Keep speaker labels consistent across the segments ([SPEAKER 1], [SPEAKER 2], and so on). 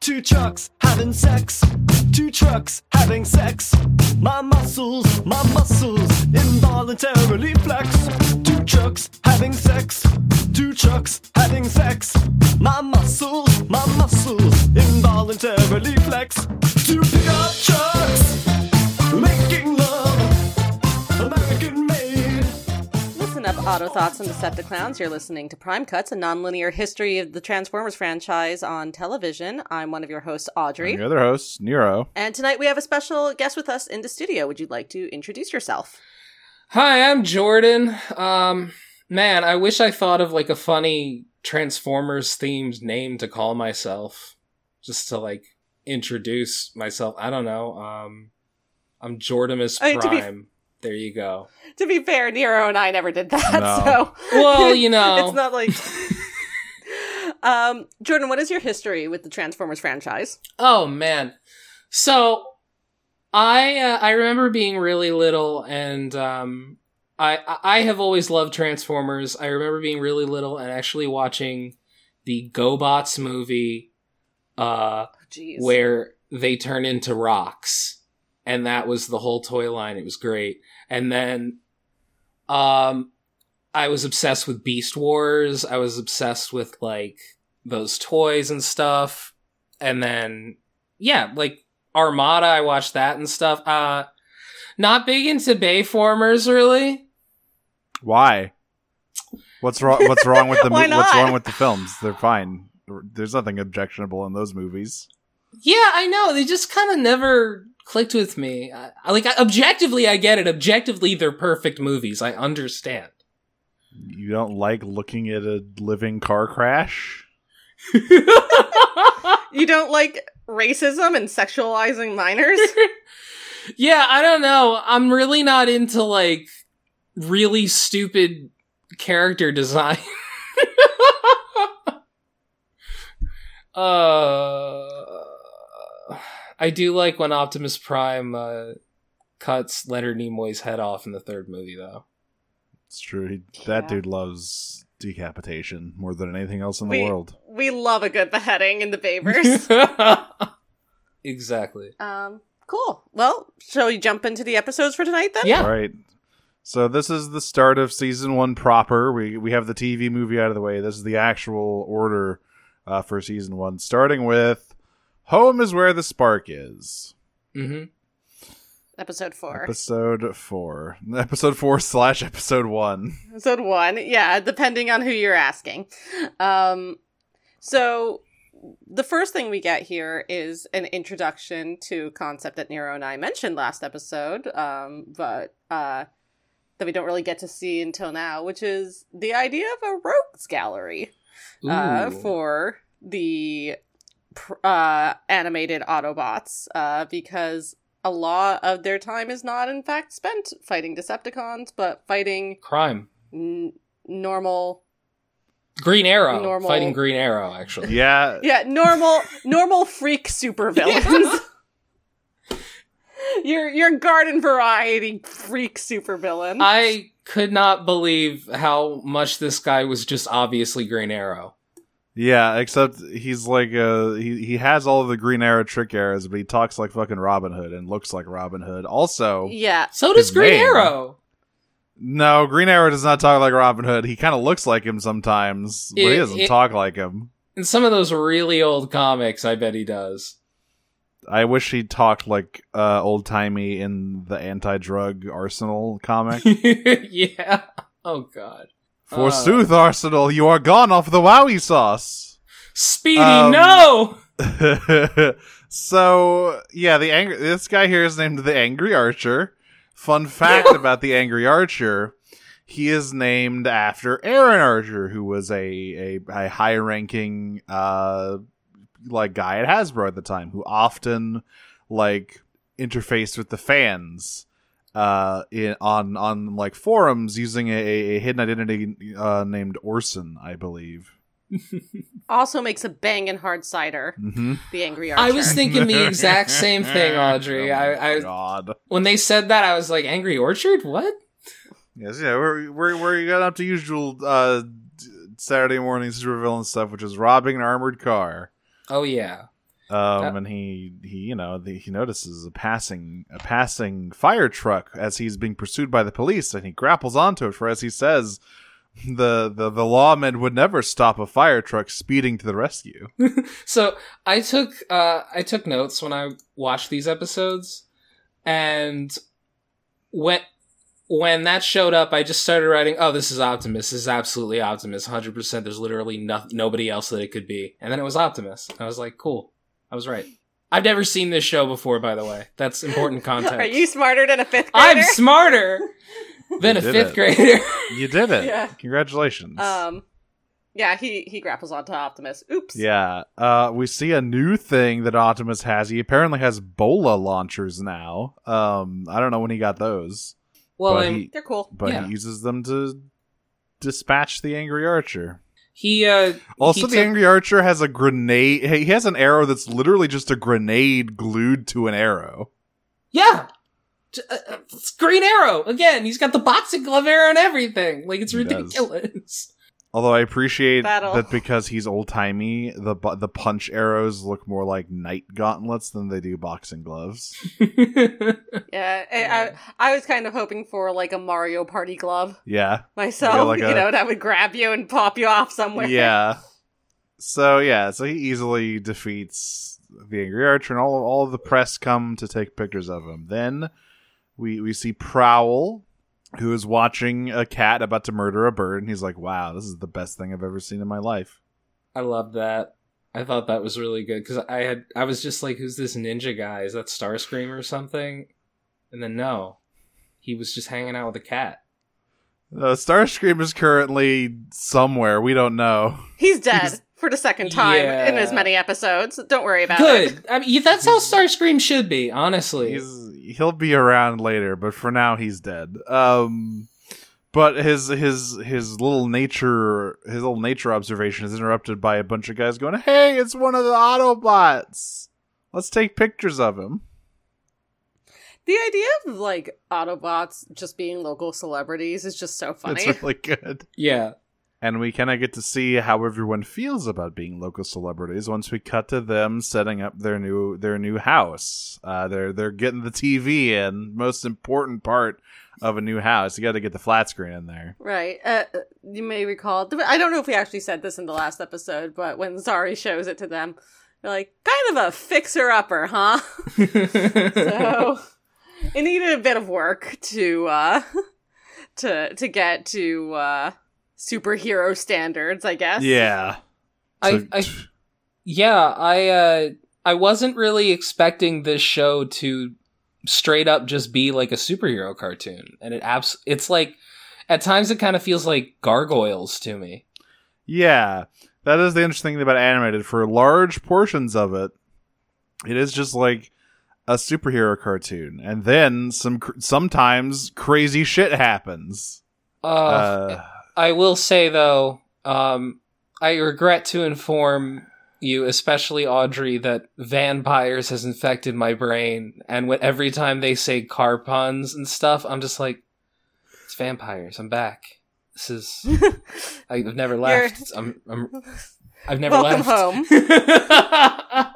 [SPEAKER 1] Two trucks having sex. Two trucks having sex. My muscles, my muscles involuntarily flex. Two trucks having sex. Two trucks having sex. My muscles, my muscles involuntarily flex. Two pickup trucks making love. American made.
[SPEAKER 2] Listen up, Auto Thoughts and Decepticons. You're listening to Prime Cuts, a nonlinear history of the Transformers franchise on television. I'm one of your hosts, Audrey.
[SPEAKER 3] Your other host, Nero.
[SPEAKER 2] And tonight we have a special guest with us in the studio. Would you like to introduce yourself?
[SPEAKER 4] Hi, I'm Jordan. Um, man, I wish I thought of like a funny Transformers themed name to call myself, just to like introduce myself. I don't know. Um, I'm Jordamus
[SPEAKER 2] I mean,
[SPEAKER 4] Prime.
[SPEAKER 2] to be-
[SPEAKER 4] There you go.
[SPEAKER 2] To be fair, Nero and I never did that,
[SPEAKER 3] No.
[SPEAKER 2] so
[SPEAKER 4] Well, you know,
[SPEAKER 2] it's not like. um, Jordan, what is your history with the Transformers franchise?
[SPEAKER 4] Oh man. So I uh, I remember being really little and um I I- I have always loved Transformers. I remember being really little and actually watching the GoBots movie uh
[SPEAKER 2] Jeez,
[SPEAKER 4] where they turn into rocks and that was the whole toy line it was great and then um i was obsessed with beast wars i was obsessed with like those toys and stuff and then yeah like armada i watched that and stuff uh not big into bayformers really
[SPEAKER 3] Why? What's wrong? What's wrong with the
[SPEAKER 2] Why
[SPEAKER 3] mo- What's
[SPEAKER 2] not?
[SPEAKER 3] wrong with the films? They're fine. There's nothing objectionable in those movies.
[SPEAKER 4] Yeah, I know. They just kind of never clicked with me. I, I- like, I, objectively, I get it. Objectively, they're perfect movies. I understand.
[SPEAKER 3] You don't like looking at a living car crash.
[SPEAKER 2] you don't like racism and sexualizing minors?
[SPEAKER 4] yeah, I don't know. I'm really not into, like, really stupid character design. uh, I do like when Optimus Prime uh, cuts Leonard Nimoy's head off in the third movie, though.
[SPEAKER 3] It's true. He, That
[SPEAKER 2] Yeah.
[SPEAKER 3] dude loves decapitation more than anything else in the
[SPEAKER 2] We-
[SPEAKER 3] world.
[SPEAKER 2] we love a good beheading in the Bayverse.
[SPEAKER 4] exactly.
[SPEAKER 2] Um, cool. Well, shall we jump into the episodes for tonight then?
[SPEAKER 4] Yeah.
[SPEAKER 3] All right. So this is the start of season one proper. We we have the TV movie out of the way. This is the actual order uh, for season one, starting with "Home is where the spark is."
[SPEAKER 4] hmm
[SPEAKER 2] Episode four.
[SPEAKER 3] Episode four, episode four slash episode one.
[SPEAKER 2] Episode one. Yeah, depending on who you're asking. Um, so the first thing we get here is an introduction to a concept that Nero and I mentioned last episode, um, but uh, that we don't really get to see until now, which is the idea of a rogues gallery. uh,
[SPEAKER 4] Ooh.
[SPEAKER 2] for the pr- uh, animated Autobots uh, because a lot of their time is not, in fact, spent fighting Decepticons, but fighting
[SPEAKER 4] crime.
[SPEAKER 2] n- normal,
[SPEAKER 4] Green Arrow.
[SPEAKER 2] Normal-
[SPEAKER 4] Fighting Green Arrow, actually.
[SPEAKER 3] Yeah,
[SPEAKER 2] yeah, normal, normal freak supervillains. your your garden variety freak supervillain.
[SPEAKER 4] I could not believe how much this guy was just obviously Green Arrow.
[SPEAKER 3] yeah. Except he's like uh he he has all of the Green Arrow trick arrows, but he talks like fucking Robin Hood and looks like Robin Hood. Also,
[SPEAKER 2] yeah,
[SPEAKER 4] So does
[SPEAKER 3] His
[SPEAKER 4] Green
[SPEAKER 3] name.
[SPEAKER 4] Arrow.
[SPEAKER 3] no, Green Arrow does not talk like Robin Hood. He kind of looks like him sometimes, but he
[SPEAKER 4] It-
[SPEAKER 3] doesn't
[SPEAKER 4] it-
[SPEAKER 3] talk like him.
[SPEAKER 4] In some of those really old comics, I bet he does.
[SPEAKER 3] I wish he talked like uh, old timey in the anti-drug Arsenal comic.
[SPEAKER 4] yeah. Oh God. Uh.
[SPEAKER 3] Forsooth, Arsenal, you are gone off the wowie sauce.
[SPEAKER 4] Speedy,
[SPEAKER 3] Um,
[SPEAKER 4] no.
[SPEAKER 3] so yeah, the angry this guy here is named the Angry Archer. Fun fact about the Angry Archer: he is named after Aaron Archer, who was a a, a high ranking uh like guy at Hasbro at the time, who often like interfaced with the fans uh in, on on like forums using a, a hidden identity uh named Orson i believe
[SPEAKER 2] also makes a banging hard cider.
[SPEAKER 3] hmm
[SPEAKER 2] The angry archer.
[SPEAKER 4] I was thinking the exact same thing, Audrey.
[SPEAKER 3] Oh my
[SPEAKER 4] I, I
[SPEAKER 3] god
[SPEAKER 4] when they said that, I was like, "Angry Orchard? What?"
[SPEAKER 3] Yes, yeah, we're we're we're going up to usual uh, d- Saturday morning supervillain stuff, which is robbing an armored car.
[SPEAKER 4] Oh yeah.
[SPEAKER 3] Um, and he, he, you know, the, he notices a passing a passing fire truck as he's being pursued by the police, and he grapples onto it. For as he says, the the, the lawmen would never stop a fire truck speeding to the rescue.
[SPEAKER 4] So I took uh, I took notes when I watched these episodes, and when when that showed up, I just started writing. Oh, this is Optimus. This is absolutely Optimus. Hundred percent. There's literally no- nobody else that it could be. And then it was Optimus. I was like, cool. I was right. I've never seen this show before, by the way. That's important context.
[SPEAKER 2] Are you smarter than a fifth grader?
[SPEAKER 4] I'm smarter than
[SPEAKER 3] You
[SPEAKER 4] a
[SPEAKER 3] did
[SPEAKER 4] fifth
[SPEAKER 3] it.
[SPEAKER 4] grader.
[SPEAKER 3] You did it.
[SPEAKER 2] Yeah.
[SPEAKER 3] Congratulations.
[SPEAKER 2] um, yeah, he he grapples onto Optimus. Oops.
[SPEAKER 3] yeah. Uh, we see a new thing that Optimus has. He apparently has bola launchers now. Um, I don't know when he got those,
[SPEAKER 4] well,
[SPEAKER 3] But
[SPEAKER 4] I'm-
[SPEAKER 3] he-
[SPEAKER 2] They're cool.
[SPEAKER 3] but
[SPEAKER 4] Yeah.
[SPEAKER 3] he uses them to dispatch the angry archer.
[SPEAKER 4] he uh,
[SPEAKER 3] Also,
[SPEAKER 4] he
[SPEAKER 3] the
[SPEAKER 4] took-
[SPEAKER 3] angry archer has a grenade. He has an arrow that's literally just a grenade glued to an arrow.
[SPEAKER 4] Yeah. T- uh, uh, it's Green Arrow again. He's got the boxing glove arrow and everything. Like it's
[SPEAKER 3] He does.
[SPEAKER 4] ridiculous.
[SPEAKER 3] Although I appreciate
[SPEAKER 2] That'll-
[SPEAKER 3] that because he's old timey, the bu- the punch arrows look more like knight gauntlets than they do boxing gloves.
[SPEAKER 2] Yeah, I-
[SPEAKER 4] Yeah.
[SPEAKER 2] I, I was kind of hoping for like a Mario Party glove
[SPEAKER 3] Yeah,
[SPEAKER 2] myself.
[SPEAKER 3] Yeah, like
[SPEAKER 2] you
[SPEAKER 3] a-
[SPEAKER 2] know, that would grab you and pop you off somewhere.
[SPEAKER 3] yeah. So yeah, so he easily defeats the angry archer, and all all of the press come to take pictures of him. Then we we see Prowl, who is watching a cat about to murder a bird, and he's like, "Wow, this is the best thing I've ever seen in my life."
[SPEAKER 4] I love that. I thought that was really good because I had I was just like, who's this ninja guy? Is that Starscream or something? And then no, he was just hanging out with a cat.
[SPEAKER 3] Uh, Starscream is currently somewhere. We don't know.
[SPEAKER 2] He's dead for the second time in
[SPEAKER 4] Yeah.
[SPEAKER 2] as many episodes. Don't worry about it.
[SPEAKER 4] Good. I mean, yeah, that's how Starscream should be, honestly.
[SPEAKER 3] He's he'll be around later, but for now he's dead. Um, but his his his little nature his little nature observation is interrupted by a bunch of guys going, "Hey, it's one of the Autobots. Let's take pictures of him."
[SPEAKER 2] The idea of like Autobots just being local celebrities is just so funny.
[SPEAKER 3] It's really good.
[SPEAKER 4] yeah.
[SPEAKER 3] And we kind of get to see how everyone feels about being local celebrities once we cut to them setting up their new their new house. Uh, they're they're getting the TV in, most important part of a new house. You got to get the flat screen in there.
[SPEAKER 2] Right. Uh, you may recall, I don't know if we actually said this in the last episode, but when Zari shows it to them, they're like, kind of a fixer upper, huh? so it needed a bit of work to uh to to get to uh superhero standards i guess
[SPEAKER 3] Yeah.
[SPEAKER 4] I,
[SPEAKER 3] So-
[SPEAKER 4] I yeah, I uh I wasn't really expecting this show to straight up just be like a superhero cartoon. And it abs it's like at times it kind of feels like gargoyles to me.
[SPEAKER 3] Yeah, that is the interesting thing about animated. For large portions of it, it is just like a superhero cartoon, and then some. cr- Sometimes crazy shit happens.
[SPEAKER 4] Uh,
[SPEAKER 2] Oh,
[SPEAKER 3] Uh,
[SPEAKER 4] I will say though, um I regret to inform you, especially Audrey, that vampires has infected my brain, and when, every time they say car puns and stuff, I'm just like, "It's vampires. I'm back. This is I've never left. I'm, I'm I've never
[SPEAKER 2] Welcome
[SPEAKER 4] left. home.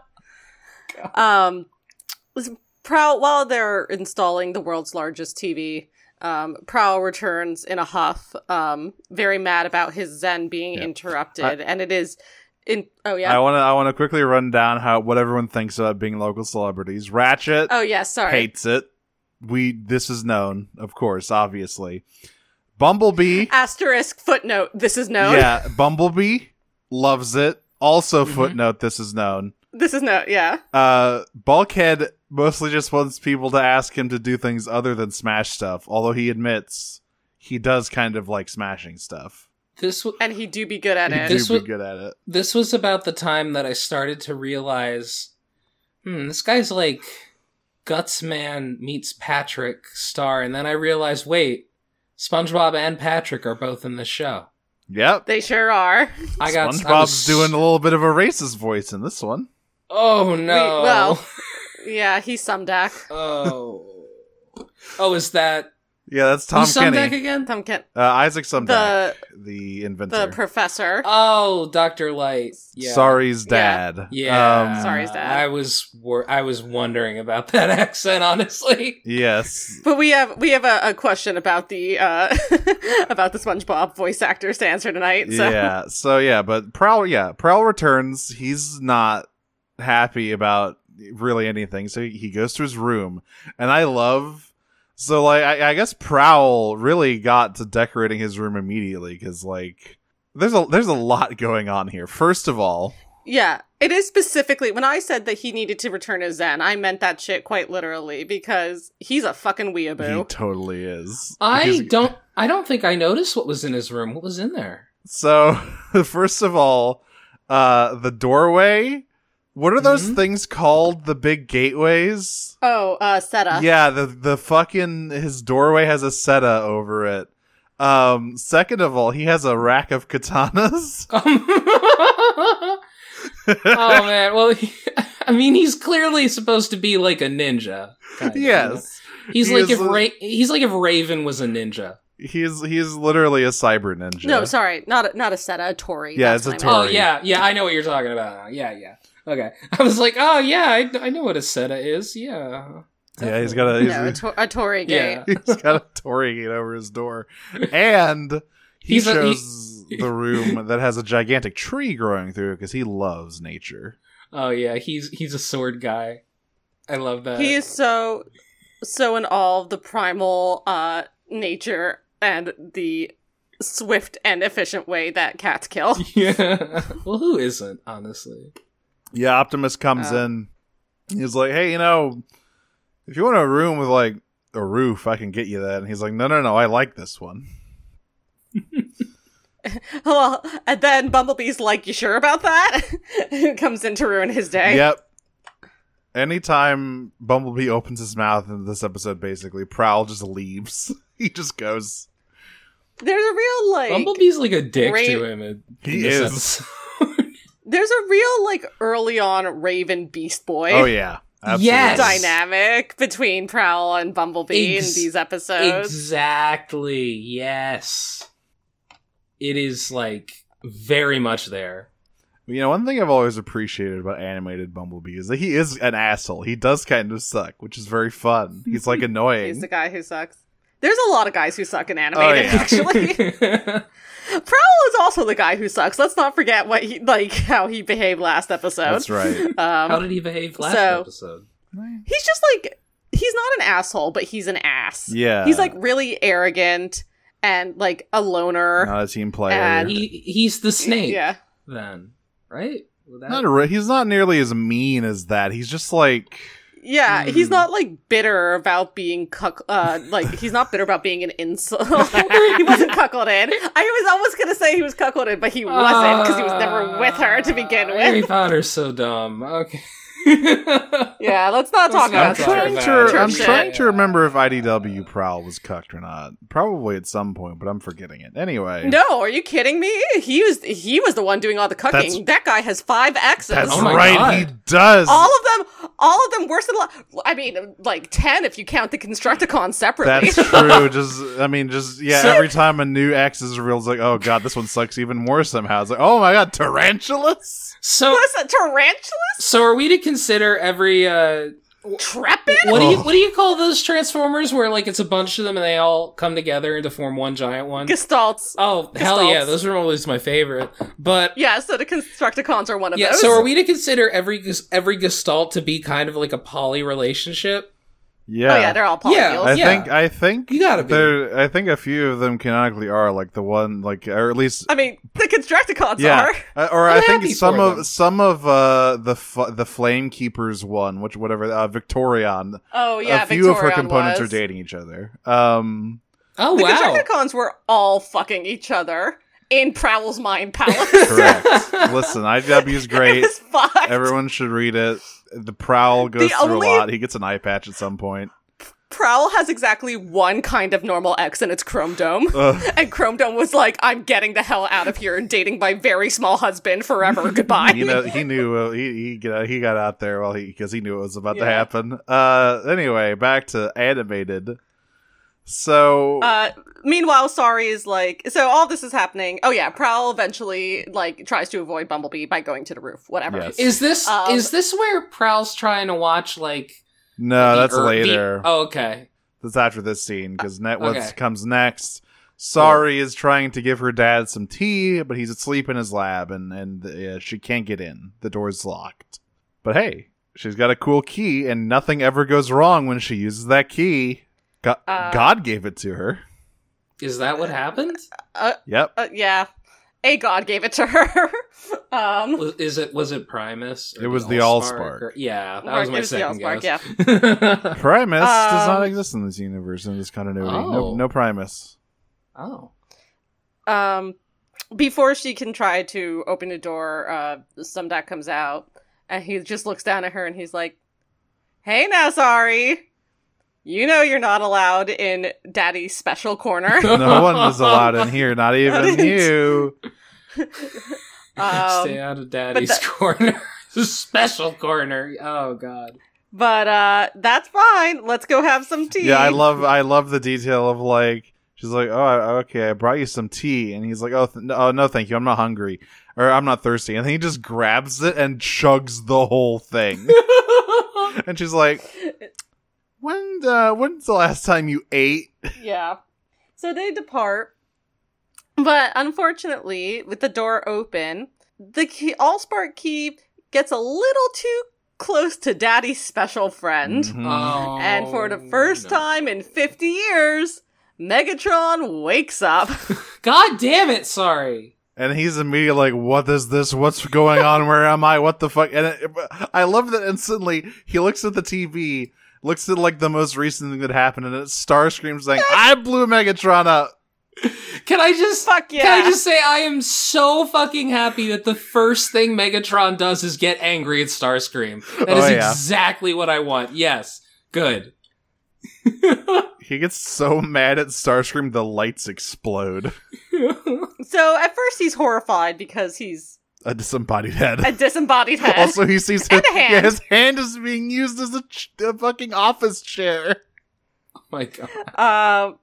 [SPEAKER 2] um was prowl while they're installing the world's largest tv um prowl returns in a huff um very mad about his zen being
[SPEAKER 3] Yeah.
[SPEAKER 2] interrupted
[SPEAKER 3] I-
[SPEAKER 2] and it is in oh
[SPEAKER 3] I
[SPEAKER 2] yeah
[SPEAKER 3] want to I want to quickly run down how what everyone thinks about being local celebrities. Ratchet
[SPEAKER 2] oh yeah sorry
[SPEAKER 3] hates it. We this is known, of course, obviously. Bumblebee,
[SPEAKER 2] asterisk footnote this is known
[SPEAKER 3] yeah, Bumblebee loves it. Also,
[SPEAKER 2] Mm-hmm.
[SPEAKER 4] Mhm.
[SPEAKER 3] footnote: this is known.
[SPEAKER 2] this is no yeah
[SPEAKER 3] Uh, Bulkhead mostly just wants people to ask him to do things other than smash stuff. Although he admits he does kind of like smashing stuff.
[SPEAKER 4] this w-
[SPEAKER 2] and he do be good at
[SPEAKER 3] He
[SPEAKER 2] it
[SPEAKER 3] do
[SPEAKER 4] This
[SPEAKER 3] be
[SPEAKER 4] was-
[SPEAKER 3] good at it.
[SPEAKER 4] this was about the time that I started to realize, hmm, this guy's like Gutsman meets Patrick Star, and then I realized, wait, SpongeBob and Patrick are both in the show.
[SPEAKER 3] Yep.
[SPEAKER 2] they sure are
[SPEAKER 4] I got I
[SPEAKER 3] SpongeBob's
[SPEAKER 4] was-
[SPEAKER 3] doing a little bit of a racist voice in this one.
[SPEAKER 4] Oh no!
[SPEAKER 2] We- well. Yeah, he's some DAC.
[SPEAKER 4] oh, oh, is that
[SPEAKER 3] Yeah, that's Tom
[SPEAKER 4] Who's Sumdeck
[SPEAKER 3] Kenny.
[SPEAKER 4] again?
[SPEAKER 2] Tom Kent,
[SPEAKER 3] Uh, Isaac Sumdeck,
[SPEAKER 2] the
[SPEAKER 3] the, inventor.
[SPEAKER 2] the professor.
[SPEAKER 4] Oh, Doctor Light. Yeah.
[SPEAKER 3] Sorry's dad.
[SPEAKER 4] Yeah.
[SPEAKER 2] Um, Sorry, Dad.
[SPEAKER 4] I was wor- I was wondering about that accent, honestly.
[SPEAKER 3] Yes.
[SPEAKER 2] But we have we have a, a question about the uh about the SpongeBob voice actors to answer tonight. So
[SPEAKER 3] Yeah. So yeah, but Prowl. Yeah, Prowl returns. He's not happy about really anything. So he goes to his room, and I love. So like, I, I guess Prowl really got to decorating his room immediately because like, there's a there's a lot going on here. First of all,
[SPEAKER 2] Yeah, it is specifically when I said that he needed to return his Zen, I meant that shit quite literally because he's a fucking
[SPEAKER 3] he
[SPEAKER 2] weeaboo.
[SPEAKER 3] totally is.
[SPEAKER 4] I
[SPEAKER 3] Because-
[SPEAKER 4] don't I don't think I noticed what was in his room. What was in there?
[SPEAKER 3] So, first of all, uh, the doorway. What are those
[SPEAKER 4] Mhm.
[SPEAKER 3] things called? The big gateways.
[SPEAKER 2] oh, uh, Seta.
[SPEAKER 3] Yeah, the the fucking his doorway has a seta over it. Um, second of all, he has a rack of katanas.
[SPEAKER 4] oh man, well he, I mean he's clearly supposed to be like a ninja. kind of, you know?
[SPEAKER 3] yes,
[SPEAKER 4] He's
[SPEAKER 3] He
[SPEAKER 4] like
[SPEAKER 3] is
[SPEAKER 4] if
[SPEAKER 3] a-
[SPEAKER 4] Ra- he's like if Raven was a ninja.
[SPEAKER 3] he's he's literally a cyber ninja.
[SPEAKER 2] No, sorry, not a, not a Seta, a Tori.
[SPEAKER 3] Yeah,
[SPEAKER 2] That's
[SPEAKER 3] it's
[SPEAKER 2] what I
[SPEAKER 3] a
[SPEAKER 2] meant.
[SPEAKER 4] Oh
[SPEAKER 3] Tori.
[SPEAKER 4] yeah, yeah, I know what you're talking about. Yeah, yeah. Okay. I was like, "Oh yeah, I, I know what a seta is." Yeah.
[SPEAKER 3] yeah, he's got a he's,
[SPEAKER 2] No, a, to- a Tori gate.
[SPEAKER 4] Yeah.
[SPEAKER 3] he's got a Tory gate over his door, and he
[SPEAKER 4] He's a- he-
[SPEAKER 3] shows the room that has a gigantic tree growing through it because he loves nature.
[SPEAKER 4] Oh yeah, he's he's a sword guy. I love that.
[SPEAKER 2] He is so so in all of the primal uh nature and the swift and efficient way that cats kill.
[SPEAKER 4] yeah. Well, who isn't honestly?
[SPEAKER 3] Yeah, Optimus comes
[SPEAKER 2] Oh.
[SPEAKER 3] in. He's like, "Hey, you know, if you want a room with like a roof, I can get you that." And he's like, "No, no, no, I like this one."
[SPEAKER 2] well, and then Bumblebee's like, "You sure about that?" Who comes in to ruin his day?
[SPEAKER 3] Yep. Anytime Bumblebee opens his mouth in this episode, basically, Prowl just leaves. he just goes.
[SPEAKER 2] There's a real like
[SPEAKER 4] Bumblebee's like a dick to
[SPEAKER 2] Ra-
[SPEAKER 4] him. In,
[SPEAKER 3] He
[SPEAKER 4] in this
[SPEAKER 3] is.
[SPEAKER 4] episode.
[SPEAKER 2] There's a real like early on Raven Beast Boy
[SPEAKER 3] Oh yeah. Absolutely.
[SPEAKER 4] Yes!
[SPEAKER 2] dynamic between Prowl and Bumblebee
[SPEAKER 4] Ex-
[SPEAKER 2] in these episodes.
[SPEAKER 4] exactly. Yes. It is like very much there.
[SPEAKER 3] You know, one thing I've always appreciated about animated Bumblebee is that he is an asshole. He does kind of suck, which is very fun. He's like annoying.
[SPEAKER 2] He's the guy who sucks. There's a lot of guys who suck in animated.
[SPEAKER 3] Oh, yeah.
[SPEAKER 2] Actually, Prowl is also the guy who sucks. Let's not forget what he like how he behaved last episode.
[SPEAKER 3] That's right.
[SPEAKER 4] How
[SPEAKER 2] Um,
[SPEAKER 4] did he behave last
[SPEAKER 2] so-
[SPEAKER 4] episode?
[SPEAKER 2] he's just like he's not an asshole, but he's an ass.
[SPEAKER 3] Yeah.
[SPEAKER 2] he's like really arrogant and like a loner.
[SPEAKER 3] not a team player.
[SPEAKER 2] And-
[SPEAKER 4] He he's the snake.
[SPEAKER 2] Yeah,
[SPEAKER 4] Then right. Well, that-
[SPEAKER 3] Not re- he's not nearly as mean as that. He's just like
[SPEAKER 2] yeah.
[SPEAKER 4] Hmm.
[SPEAKER 2] He's not like bitter about being cuck. Uh, like he's not bitter about being an insult. he wasn't cuckolded. I was almost gonna say he was cuckolded, but he wasn't because he was never with her to begin
[SPEAKER 4] Ah, Harry
[SPEAKER 2] with.
[SPEAKER 4] Potter's so dumb. Okay.
[SPEAKER 2] Yeah, let's not
[SPEAKER 4] Let's
[SPEAKER 2] talk about
[SPEAKER 4] not talk
[SPEAKER 3] I'm
[SPEAKER 2] that.
[SPEAKER 3] trying
[SPEAKER 4] about
[SPEAKER 3] to
[SPEAKER 2] it.
[SPEAKER 3] I'm
[SPEAKER 2] Church
[SPEAKER 3] trying
[SPEAKER 4] it.
[SPEAKER 3] to remember if IDW Prowl was cucked or not. Probably at some point, but I'm forgetting it. Anyway.
[SPEAKER 2] No, are you kidding me? He was he was the one doing all the cucking.
[SPEAKER 3] That's-
[SPEAKER 2] that guy has five exes.
[SPEAKER 3] That's
[SPEAKER 4] Oh my
[SPEAKER 3] right,
[SPEAKER 4] God.
[SPEAKER 3] he does.
[SPEAKER 2] all of them, all of them worse than. lo- I mean, like ten if you count the Constructicon separately.
[SPEAKER 3] That's true. Just I mean, just yeah,
[SPEAKER 4] So-
[SPEAKER 3] every time a new X is revealed, it's like, oh god, this one sucks even more somehow. It's like, oh my god,
[SPEAKER 2] Oh,
[SPEAKER 3] tarantulas?
[SPEAKER 4] So
[SPEAKER 2] Listen, tarantulas,
[SPEAKER 4] so are we to consider every uh
[SPEAKER 2] trepid.
[SPEAKER 4] what do you
[SPEAKER 3] Ugh.
[SPEAKER 4] what do you call those transformers where like it's a bunch of them and they all come together and to form one giant one?
[SPEAKER 2] Gestalts.
[SPEAKER 4] Oh hell yeah,
[SPEAKER 2] Gestalts.
[SPEAKER 4] those are always my favorite. But
[SPEAKER 2] Yeah, so the Constructicons are one of
[SPEAKER 4] yeah,
[SPEAKER 2] those.
[SPEAKER 4] so are we to consider every ges- every gestalt to be kind of like a poly relationship?
[SPEAKER 3] Yeah.
[SPEAKER 2] oh yeah, they're all polyphenols.
[SPEAKER 4] Yeah,
[SPEAKER 3] I
[SPEAKER 4] Yeah.
[SPEAKER 3] think I think
[SPEAKER 4] You gotta be.
[SPEAKER 3] there I think a few of them canonically are like the one like or at least
[SPEAKER 2] I mean, the Constructicons
[SPEAKER 3] yeah,
[SPEAKER 2] are.
[SPEAKER 3] Uh, or
[SPEAKER 4] I'm
[SPEAKER 3] I think
[SPEAKER 4] happy
[SPEAKER 3] some
[SPEAKER 4] for
[SPEAKER 3] of
[SPEAKER 4] them.
[SPEAKER 3] some of uh, the f- the Flame Keepers one, which whatever uh, Victorion.
[SPEAKER 2] Oh yeah,
[SPEAKER 3] a few of her
[SPEAKER 2] Victorion
[SPEAKER 3] components
[SPEAKER 2] was.
[SPEAKER 3] are dating each other. Um,
[SPEAKER 4] Oh
[SPEAKER 2] The
[SPEAKER 4] wow.
[SPEAKER 2] Constructicons were all fucking each other in Prowl's Mind Palace.
[SPEAKER 3] correct. Listen, IW's great.
[SPEAKER 2] It's fucked.
[SPEAKER 3] Everyone should read it. The Prowl
[SPEAKER 2] The
[SPEAKER 3] goes through
[SPEAKER 2] only-
[SPEAKER 3] a lot. He gets an eye patch at some point.
[SPEAKER 2] Prowl has exactly one kind of normal X, and it's Chrome Dome.
[SPEAKER 3] Ugh.
[SPEAKER 2] and Chrome Dome was like, "I'm getting the hell out of here and dating my very small husband forever. Goodbye."
[SPEAKER 3] You know, he knew uh, he he got, he got out there while he because he knew it was about to
[SPEAKER 4] Yeah.
[SPEAKER 3] happen. Uh, anyway, back to animated. So
[SPEAKER 2] Uh, meanwhile, Sorry is like, so all this is happening. Oh yeah, Prowl eventually like tries to avoid Bumblebee by going to the roof. Whatever.
[SPEAKER 3] Yes.
[SPEAKER 4] Is this
[SPEAKER 2] Um,
[SPEAKER 4] is this where Prowl's trying to watch like
[SPEAKER 3] no,
[SPEAKER 4] the
[SPEAKER 2] er,
[SPEAKER 3] that's
[SPEAKER 4] Earth- the-
[SPEAKER 3] later.
[SPEAKER 4] oh, okay.
[SPEAKER 3] That's after this scene because net what
[SPEAKER 4] Uh, okay.
[SPEAKER 3] comes next. Sorry is trying to give her dad some tea, but he's asleep in his lab, and and uh, she can't get in. The door's locked. But hey, she's got a cool key, and nothing ever goes wrong when she uses that key. God,
[SPEAKER 2] Uh,
[SPEAKER 3] God gave it to her.
[SPEAKER 4] Is that what happened?
[SPEAKER 3] Yep.
[SPEAKER 2] Uh, yeah. A god gave it to her. um,
[SPEAKER 4] Was, is it was it Primus? or
[SPEAKER 3] It was the Allspark.
[SPEAKER 4] or- yeah, that
[SPEAKER 2] Or-
[SPEAKER 4] was my
[SPEAKER 2] it was the
[SPEAKER 4] second
[SPEAKER 2] Allspark,
[SPEAKER 4] guess. Yeah.
[SPEAKER 3] Primus does not
[SPEAKER 2] Um,
[SPEAKER 3] exist in this universe in this continuity. No,
[SPEAKER 4] Oh.
[SPEAKER 3] no Primus.
[SPEAKER 4] oh,
[SPEAKER 2] um before she can try to open the door uh Sumdak comes out and he just looks down at her and he's like hey now sorry you know you're not allowed in daddy's special corner
[SPEAKER 3] No one was allowed in here, not even you.
[SPEAKER 2] um,
[SPEAKER 4] Stay out of Daddy's
[SPEAKER 2] that-
[SPEAKER 4] corner. Special corner. Oh God.
[SPEAKER 2] but uh that's fine let's go have some tea
[SPEAKER 3] Yeah, I love I love the detail of like she's like, "Oh, I- okay, I brought you some tea." And he's like, "Oh, th- no, oh, no, thank you. I'm not hungry." Or I'm not thirsty. And then he just grabs it and chugs the whole thing. and she's like, "When uh, when's the last time you ate?"
[SPEAKER 2] yeah. So they depart, but unfortunately, with the door open, the key, Allspark key gets a little too close to Daddy's special friend,
[SPEAKER 3] Mhm.
[SPEAKER 4] Oh,
[SPEAKER 2] and for the
[SPEAKER 3] Oh,
[SPEAKER 2] first
[SPEAKER 4] no.
[SPEAKER 2] time in fifty years, Megatron wakes up.
[SPEAKER 4] God damn it! Sorry.
[SPEAKER 3] And he's immediately like, "What is this? What's going on? Where am I? What the fuck?" And it, I love that instantly he looks at the TV, looks at like the most recent thing that happened, and it's Starscream saying, "I blew Megatron up."
[SPEAKER 4] Can I just
[SPEAKER 2] Fuck yeah!
[SPEAKER 4] Can I just say I am so fucking happy that the first thing Megatron does is get angry at Starscream. That
[SPEAKER 3] Oh,
[SPEAKER 4] is
[SPEAKER 3] yeah.
[SPEAKER 4] exactly what I want. Yes. Good.
[SPEAKER 3] He gets so mad at Starscream, the lights explode.
[SPEAKER 4] Oh,
[SPEAKER 2] so at first he's horrified because he's
[SPEAKER 3] A disembodied head.
[SPEAKER 2] a disembodied head.
[SPEAKER 3] also, he sees his,
[SPEAKER 2] And a hand.
[SPEAKER 3] Yeah, his hand is being used as a, ch- a fucking office chair.
[SPEAKER 4] my god.
[SPEAKER 2] Um,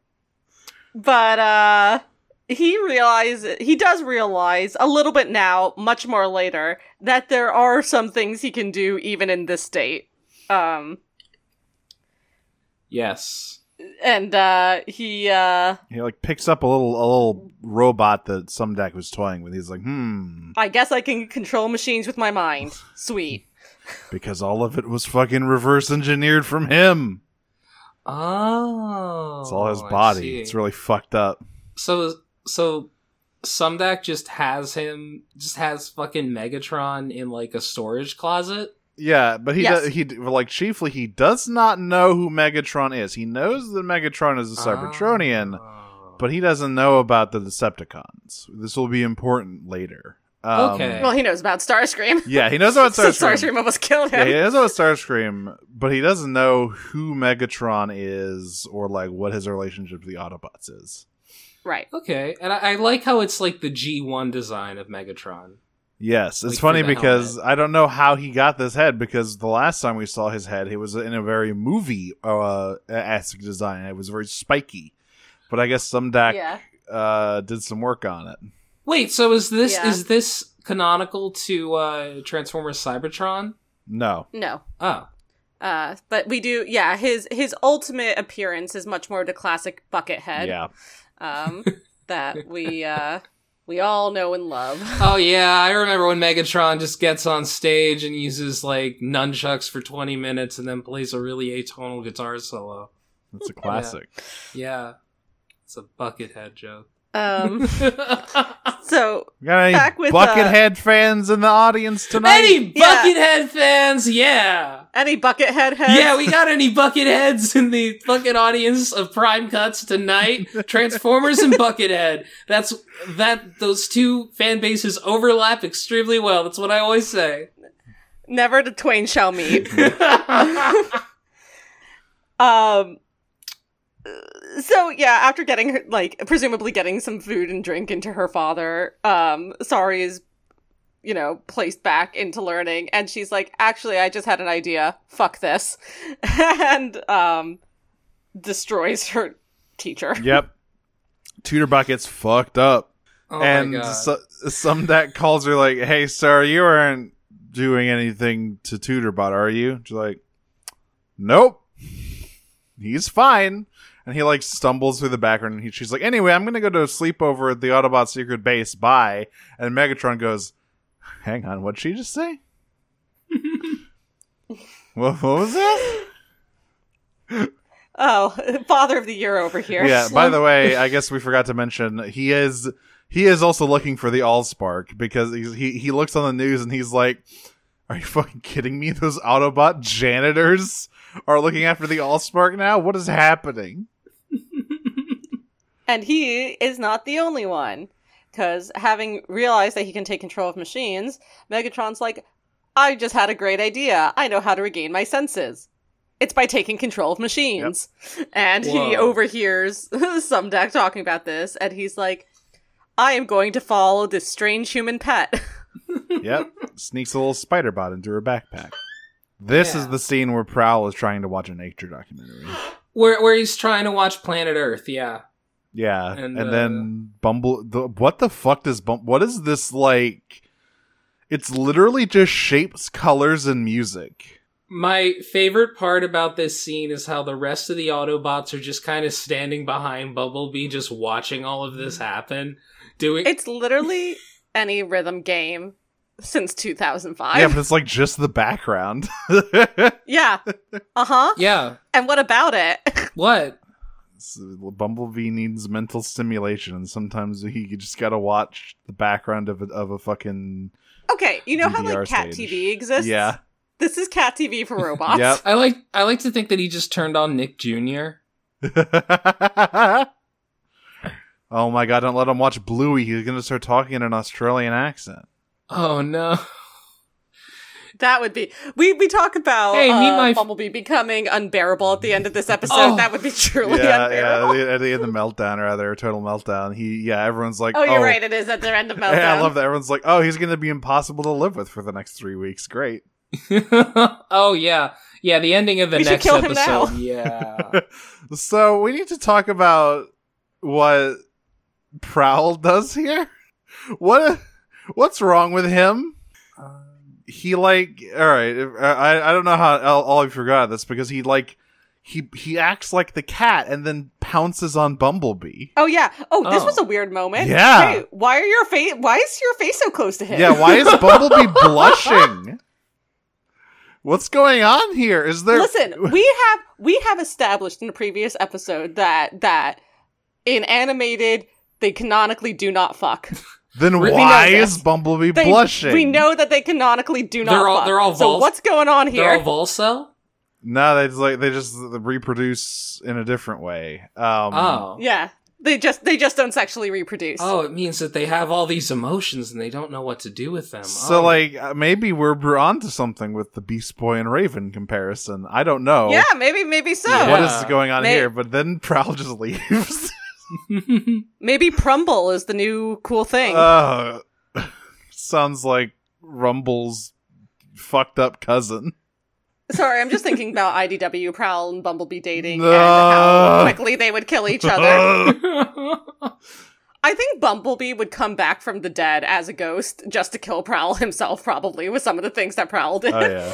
[SPEAKER 2] but uh, he realizes he does realize a little bit now, much more later, that there are some things he can do even in this state. Um,
[SPEAKER 4] Yes.
[SPEAKER 2] and uh, he uh,
[SPEAKER 3] He like picks up a little a little robot that Sumdak was toying with. He's like, hmm,
[SPEAKER 2] I guess I can control machines with my mind. Sweet.
[SPEAKER 3] because all of it was fucking reverse engineered from him.
[SPEAKER 4] Oh.
[SPEAKER 3] It's all his
[SPEAKER 4] I
[SPEAKER 3] body.
[SPEAKER 4] see.
[SPEAKER 3] It's really fucked up.
[SPEAKER 4] so so Sumdak just has him just has fucking Megatron in like a storage closet.
[SPEAKER 3] Yeah, but he
[SPEAKER 2] Yes.
[SPEAKER 3] does, he d- like chiefly he does not know who Megatron is. He knows that Megatron is a Cybertronian.
[SPEAKER 4] Oh.
[SPEAKER 3] but he doesn't know about the Decepticons. This will be important later. Um,
[SPEAKER 4] Okay.
[SPEAKER 2] Well, he knows about Starscream.
[SPEAKER 3] Yeah, he knows about
[SPEAKER 2] so
[SPEAKER 3] Starscream.
[SPEAKER 2] Starscream almost killed
[SPEAKER 3] Yeah,
[SPEAKER 2] him.
[SPEAKER 3] he knows about Starscream, but he doesn't know who Megatron is or like what his relationship to the Autobots is.
[SPEAKER 2] Right.
[SPEAKER 4] Okay, and I, I like how it's like the G1 design of Megatron.
[SPEAKER 3] Yes,
[SPEAKER 4] Like,
[SPEAKER 3] it's
[SPEAKER 4] for
[SPEAKER 3] funny
[SPEAKER 4] the
[SPEAKER 3] because I don't know how he got this head because the last time we saw his head, he was in a very movie uh esque design. It was very spiky, but I guess some doc
[SPEAKER 2] Yeah.
[SPEAKER 3] uh, did some work on it.
[SPEAKER 4] Wait, so is this
[SPEAKER 2] Yeah.
[SPEAKER 4] is this canonical to uh Transformers Cybertron?
[SPEAKER 3] No,
[SPEAKER 2] No.
[SPEAKER 4] Oh,
[SPEAKER 2] Uh, but we do. Yeah. His his ultimate appearance is much more the classic Buckethead.
[SPEAKER 3] yeah,
[SPEAKER 2] um, that we uh, we all know and love.
[SPEAKER 4] oh yeah, I remember when Megatron just gets on stage and uses like nunchucks for twenty minutes and then plays a really atonal guitar solo.
[SPEAKER 3] it's a classic.
[SPEAKER 4] Yeah, it's a buckethead joke.
[SPEAKER 2] Um, so
[SPEAKER 3] We Got any
[SPEAKER 2] Back with, uh,
[SPEAKER 3] Buckethead fans in the audience tonight?
[SPEAKER 4] any
[SPEAKER 2] Yeah.
[SPEAKER 4] buckethead fans? Yeah.
[SPEAKER 2] any Buckethead heads?
[SPEAKER 4] Yeah, we got any bucket heads in the fucking audience of Prime Cuts tonight? Transformers and Buckethead. That's that those two fan bases overlap extremely well. That's what I always say.
[SPEAKER 2] never the twain shall meet.
[SPEAKER 3] Oh
[SPEAKER 2] Um, so yeah, after getting her, like presumably getting some food and drink into her father, um, sorry is you know placed back into learning, and she's like, actually, I just had an idea. Fuck this, and um, destroys her teacher.
[SPEAKER 3] Yep. Tutor Bucket's fucked up.
[SPEAKER 4] Oh
[SPEAKER 3] and
[SPEAKER 4] my god.
[SPEAKER 3] so, some that calls her like, "Hey, sir, you aren't doing anything to Tutorbot, are you?" She's like, "Nope, he's fine." And he like stumbles through the background. And he, she's like, "Anyway, I'm gonna go to sleep over at the Autobot secret base. Bye." And Megatron goes, "Hang on, what'd she just say? what, what was that?"
[SPEAKER 2] Oh, father of the year over here.
[SPEAKER 3] Yeah. By the way, I guess we forgot to mention he is he is also looking for the Allspark because he's, he he looks on the news and he's like, "Are you fucking kidding me? Those Autobot janitors are looking after the Allspark now. What is happening?"
[SPEAKER 2] And he is not the only one. Because having realized that he can take control of machines, Megatron's like, I just had a great idea. I know how to regain my senses. It's by taking control of machines. And he
[SPEAKER 4] Whoa.
[SPEAKER 2] overhears Sumdac talking about this, and he's like, I am going to follow this strange human pet.
[SPEAKER 3] yep, sneaks a little spider bot into her backpack. This is
[SPEAKER 4] Yeah.
[SPEAKER 3] the scene where Prowl is trying to watch a nature documentary.
[SPEAKER 4] where where he's trying to watch Planet Earth, yeah.
[SPEAKER 3] Yeah, and,
[SPEAKER 4] And, uh,
[SPEAKER 3] then Bumble. The, what the fuck does Bumble? What is this like? It's literally just shapes, colors, and music.
[SPEAKER 4] My favorite part about this scene is how the rest of the Autobots are just kind of standing behind Bumblebee, just watching all of this happen. Doing
[SPEAKER 2] it's literally any rhythm game since 2005.
[SPEAKER 3] yeah, but it's like just the background.
[SPEAKER 2] yeah. Uh huh.
[SPEAKER 4] yeah,
[SPEAKER 2] And what about it?
[SPEAKER 4] what?
[SPEAKER 3] It's- uh, Bumblebee needs mental stimulation, and sometimes he you just gotta watch the background of a, of a fucking
[SPEAKER 2] okay, you know how
[SPEAKER 3] DDR
[SPEAKER 2] like cat
[SPEAKER 3] stage.
[SPEAKER 2] TV exists?
[SPEAKER 3] yeah.
[SPEAKER 2] This is cat TV for robots.
[SPEAKER 3] Yep.
[SPEAKER 4] I like I like to think that he just turned on Nick Jr.
[SPEAKER 3] oh my god! Don't let him watch Bluey. He's gonna start talking in an Australian accent.
[SPEAKER 4] Oh no.
[SPEAKER 2] That would be. We we talk about
[SPEAKER 4] Hey, meet
[SPEAKER 2] uh,
[SPEAKER 4] my-
[SPEAKER 2] Bumblebee becoming unbearable at the end of this episode.
[SPEAKER 4] Oh.
[SPEAKER 2] That would be truly
[SPEAKER 3] yeah, yeah.
[SPEAKER 2] unbearable.
[SPEAKER 3] At the, at the end of meltdown, or rather, total meltdown. He, yeah, everyone's like,
[SPEAKER 2] Oh, you're right. It is at the end of Meltdown.
[SPEAKER 3] Yeah, I love that. Everyone's like, oh, he's gonna be impossible to live with for the next three weeks. Great.
[SPEAKER 4] oh yeah. Yeah, the ending of the
[SPEAKER 2] We should
[SPEAKER 4] next
[SPEAKER 2] kill him now.
[SPEAKER 4] episode. Yeah.
[SPEAKER 3] So we need to talk about what Prowl does here. What what's wrong with him? He like all right. if- I I don't know how I'll, I'll have forgot this because he like he he acts like the cat and then pounces on Bumblebee.
[SPEAKER 2] Oh yeah. Oh, this
[SPEAKER 4] Oh.
[SPEAKER 2] was a weird moment.
[SPEAKER 3] Yeah.
[SPEAKER 2] Hey, why are your face? Why is your face so close to him?
[SPEAKER 3] Yeah, why is Bumblebee blushing? What's going on here? Is there
[SPEAKER 2] Listen, we have we have established in a previous episode that that in animated they canonically do not fuck.
[SPEAKER 3] then
[SPEAKER 4] we know
[SPEAKER 3] why
[SPEAKER 2] this.
[SPEAKER 3] is Bumblebee
[SPEAKER 2] They,
[SPEAKER 3] blushing?
[SPEAKER 2] We know that they canonically do not
[SPEAKER 4] They're all-
[SPEAKER 2] fuck.
[SPEAKER 4] they're all
[SPEAKER 2] so
[SPEAKER 4] vols-
[SPEAKER 2] what's going on
[SPEAKER 4] They're all
[SPEAKER 2] here?
[SPEAKER 4] Volcel?
[SPEAKER 3] No, they just like they just reproduce in a different way. Um,
[SPEAKER 4] Oh.
[SPEAKER 2] yeah. They just they just don't sexually reproduce.
[SPEAKER 4] Oh, it means that they have all these emotions and they don't know what to do with them.
[SPEAKER 3] So
[SPEAKER 4] Oh.
[SPEAKER 3] like uh, maybe we're we're onto something with the Beast Boy and Raven comparison. I don't know.
[SPEAKER 2] Yeah, maybe maybe so.
[SPEAKER 4] Yeah.
[SPEAKER 3] What is going on
[SPEAKER 2] May-
[SPEAKER 3] here? But then Prowl just leaves.
[SPEAKER 2] Maybe Prumble is the new cool thing.
[SPEAKER 3] uh, sounds like Rumble's fucked up cousin.
[SPEAKER 2] Sorry, I'm just thinking about IDW Prowl and Bumblebee dating and
[SPEAKER 3] No.
[SPEAKER 2] how quickly they would kill each other.
[SPEAKER 3] oh,
[SPEAKER 2] I think Bumblebee would come back from the dead as a ghost just to kill Prowl himself, probably with some of the things that Prowl did.
[SPEAKER 3] oh yeah.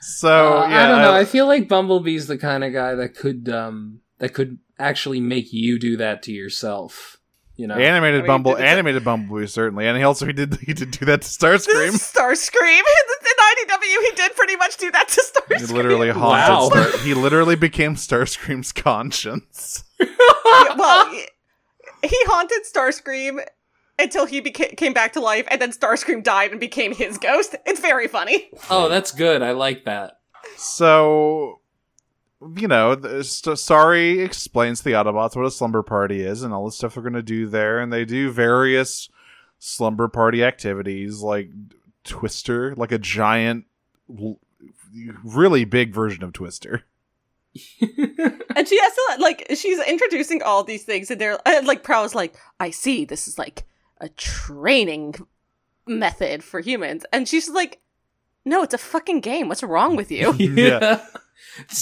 [SPEAKER 3] So
[SPEAKER 4] Uh,
[SPEAKER 3] yeah,
[SPEAKER 4] I don't know. I feel like Bumblebee's the kind of guy that could um that could actually make you do that to yourself. You know.
[SPEAKER 3] animated
[SPEAKER 2] I mean,
[SPEAKER 3] Bumble,
[SPEAKER 2] it's a-
[SPEAKER 3] animated Bumblebee certainly, and he also he did he did do that to Starscream.
[SPEAKER 2] Starscream in IDW, he did pretty much do that to
[SPEAKER 3] He
[SPEAKER 2] Starscream.
[SPEAKER 3] literally haunted.
[SPEAKER 4] Wow.
[SPEAKER 3] Star- he literally became Starscream's conscience.
[SPEAKER 2] Yeah, well, he he haunted Starscream until he beca- came back to life, and then Starscream died and became his ghost. It's very funny.
[SPEAKER 4] oh, that's good. I like that.
[SPEAKER 3] So, you know, the- st- sorry explains to the Autobots what a slumber party is and all the stuff they're going to do there, and they do various slumber party activities like Twister, like a giant, l- really big version of Twister.
[SPEAKER 2] And she has to like she's introducing all these things, and they're and, like Prowl's like, I see this is like a training method for humans, and she's like, No, it's a fucking game. What's wrong with you?
[SPEAKER 3] Yeah.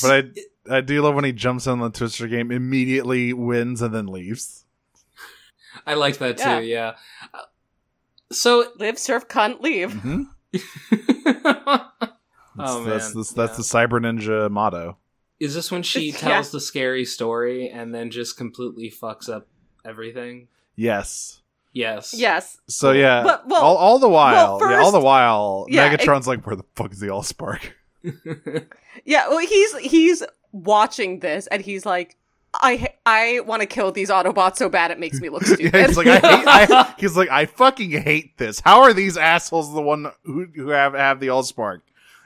[SPEAKER 3] But I I do love when he jumps on the Twister game, immediately wins, and then leaves.
[SPEAKER 4] I like that
[SPEAKER 2] Yeah.
[SPEAKER 4] too. Yeah. Uh, So
[SPEAKER 2] Live, surf, cunt, leave.
[SPEAKER 3] Mm-hmm. That's,
[SPEAKER 4] Oh, man.
[SPEAKER 3] that's, that's, that's
[SPEAKER 4] Yeah.
[SPEAKER 3] the Cyber Ninja motto.
[SPEAKER 4] is this when she
[SPEAKER 2] Yeah.
[SPEAKER 4] tells the scary story and then just completely fucks up everything?
[SPEAKER 3] Yes.
[SPEAKER 4] Yes.
[SPEAKER 2] Yes.
[SPEAKER 3] So yeah,
[SPEAKER 2] But- well-
[SPEAKER 3] all, all the while, yeah, all
[SPEAKER 2] first-
[SPEAKER 3] the while,
[SPEAKER 2] yeah, it-
[SPEAKER 3] Megatron's like, "Where the fuck is the Allspark?"
[SPEAKER 2] Yeah. Well, he's he's watching this and he's like, I ha- I want to kill these Autobots so bad it makes me look stupid.
[SPEAKER 3] yeah, he's like, I hate, I, he's like, I fucking hate this. How are these assholes the one who who have have the Allspark?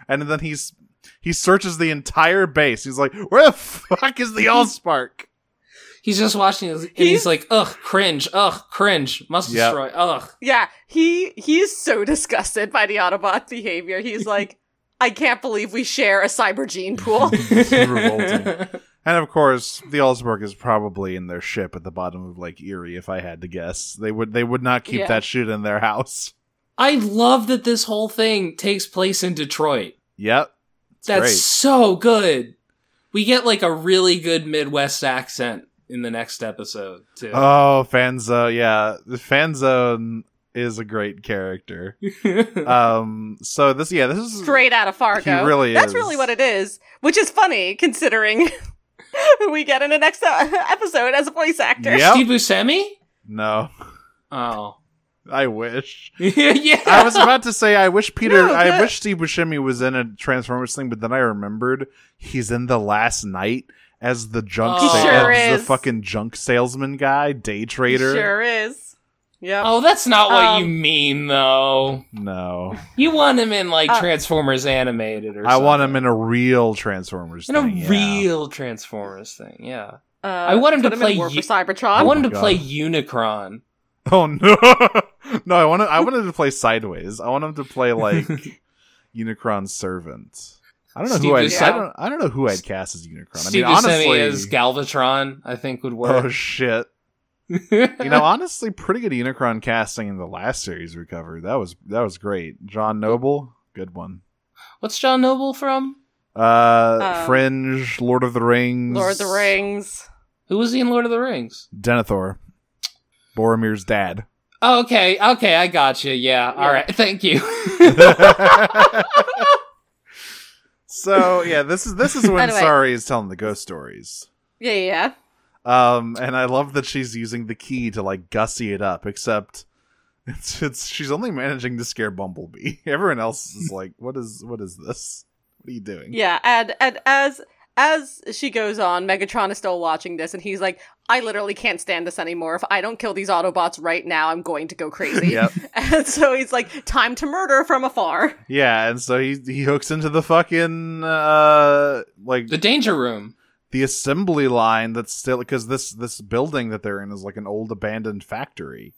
[SPEAKER 3] And then he's he searches the entire base. He's like, "Where the fuck is the Allspark?"
[SPEAKER 4] He's just watching this and he's,
[SPEAKER 2] He's-
[SPEAKER 4] like, ugh, cringe, ugh, cringe, must
[SPEAKER 3] Yep.
[SPEAKER 4] destroy, ugh.
[SPEAKER 2] Yeah, he he is so disgusted by the Autobot behavior. He's like, I can't believe we share a cyber gene pool.
[SPEAKER 3] Revolting. And of course, the Allspark is probably in their ship at the bottom of Lake Erie. If I had to guess, they would they would not keep
[SPEAKER 2] Yeah.
[SPEAKER 3] that shit in their house.
[SPEAKER 4] I love that this whole thing takes place in Detroit.
[SPEAKER 3] Yep, It's
[SPEAKER 4] That's
[SPEAKER 3] great.
[SPEAKER 4] so good. We get like a really good Midwest accent in the next episode, too.
[SPEAKER 3] Oh, Fanzo, yeah. Fanzone is a great character. um so this yeah, this is
[SPEAKER 2] Straight out of Fargo.
[SPEAKER 3] He really
[SPEAKER 2] That's
[SPEAKER 3] is.
[SPEAKER 2] really what it is, which is funny considering who we get in the next uh, episode as a voice actor.
[SPEAKER 3] Yep.
[SPEAKER 4] Steve Buscemi?
[SPEAKER 3] No.
[SPEAKER 4] Oh.
[SPEAKER 3] I wish.
[SPEAKER 4] yeah.
[SPEAKER 3] I was about to say I wish Peter
[SPEAKER 2] No,
[SPEAKER 3] I
[SPEAKER 2] that-
[SPEAKER 3] wish Steve Buscemi was in a Transformers thing, but then I remembered he's in the last night as the junk
[SPEAKER 4] He
[SPEAKER 3] sa-
[SPEAKER 4] sure
[SPEAKER 3] as the
[SPEAKER 2] is.
[SPEAKER 3] fucking junk salesman guy, day
[SPEAKER 2] He
[SPEAKER 3] trader.
[SPEAKER 2] Sure is. Yeah.
[SPEAKER 4] Oh, that's not what
[SPEAKER 2] Um,
[SPEAKER 4] you mean, though.
[SPEAKER 3] No.
[SPEAKER 4] You want him in like
[SPEAKER 2] Uh,
[SPEAKER 4] Transformers animated or
[SPEAKER 3] I
[SPEAKER 4] something.
[SPEAKER 3] want him in a real Transformers
[SPEAKER 4] in a
[SPEAKER 3] thing, yeah.
[SPEAKER 4] real Transformers thing. Yeah,
[SPEAKER 2] Uh,
[SPEAKER 4] Oh, I want him
[SPEAKER 2] put
[SPEAKER 4] to
[SPEAKER 2] him
[SPEAKER 4] play
[SPEAKER 2] in War
[SPEAKER 4] you-
[SPEAKER 2] for Cybertron.
[SPEAKER 4] I
[SPEAKER 3] Oh
[SPEAKER 4] want him
[SPEAKER 3] my
[SPEAKER 4] to play
[SPEAKER 3] God.
[SPEAKER 4] Unicron.
[SPEAKER 3] Oh no. no, I want I wanted to play sideways. I want him to play like Unicron servant. I don't know
[SPEAKER 4] Steve
[SPEAKER 3] who I'd,
[SPEAKER 4] Buscemi.
[SPEAKER 3] I don't I don't know who I'd cast as Unicron.
[SPEAKER 4] Steve
[SPEAKER 3] I mean,
[SPEAKER 4] Buscemi
[SPEAKER 3] honestly,
[SPEAKER 4] as Galvatron. I think would
[SPEAKER 3] oh
[SPEAKER 4] work.
[SPEAKER 3] shit. You know, honestly, pretty good Unicron casting in the last series we covered. That was that was great. John Noble, good one.
[SPEAKER 4] What's John Noble from?
[SPEAKER 3] Uh,
[SPEAKER 2] Um,
[SPEAKER 3] Fringe, Lord of the Rings,
[SPEAKER 2] Lord of the Rings.
[SPEAKER 4] Who was he in Lord of the Rings?
[SPEAKER 3] Denethor, Boromir's dad.
[SPEAKER 4] Oh, okay, okay, I got you. Yeah, all
[SPEAKER 2] Yeah.
[SPEAKER 4] right. Thank you.
[SPEAKER 3] so yeah, this is this is when
[SPEAKER 2] Anyway.
[SPEAKER 3] Sari is telling the ghost stories.
[SPEAKER 2] Yeah, yeah, yeah.
[SPEAKER 3] Um, and I love that she's using the key to like gussy it up, except it's, it's she's only managing to scare Bumblebee. Everyone else is like, "What is what is this? What are you doing?"
[SPEAKER 2] Yeah, and and as as she goes on, Megatron is still watching this, and he's like, "I literally can't stand this anymore. If I don't kill these Autobots right now, I'm going to go crazy."
[SPEAKER 3] Yep.
[SPEAKER 2] And so he's like, "Time to murder from afar."
[SPEAKER 3] Yeah, and so he he hooks into the fucking uh like
[SPEAKER 4] the Danger Room.
[SPEAKER 3] the assembly line that's still because this this building that they're in is like an old abandoned factory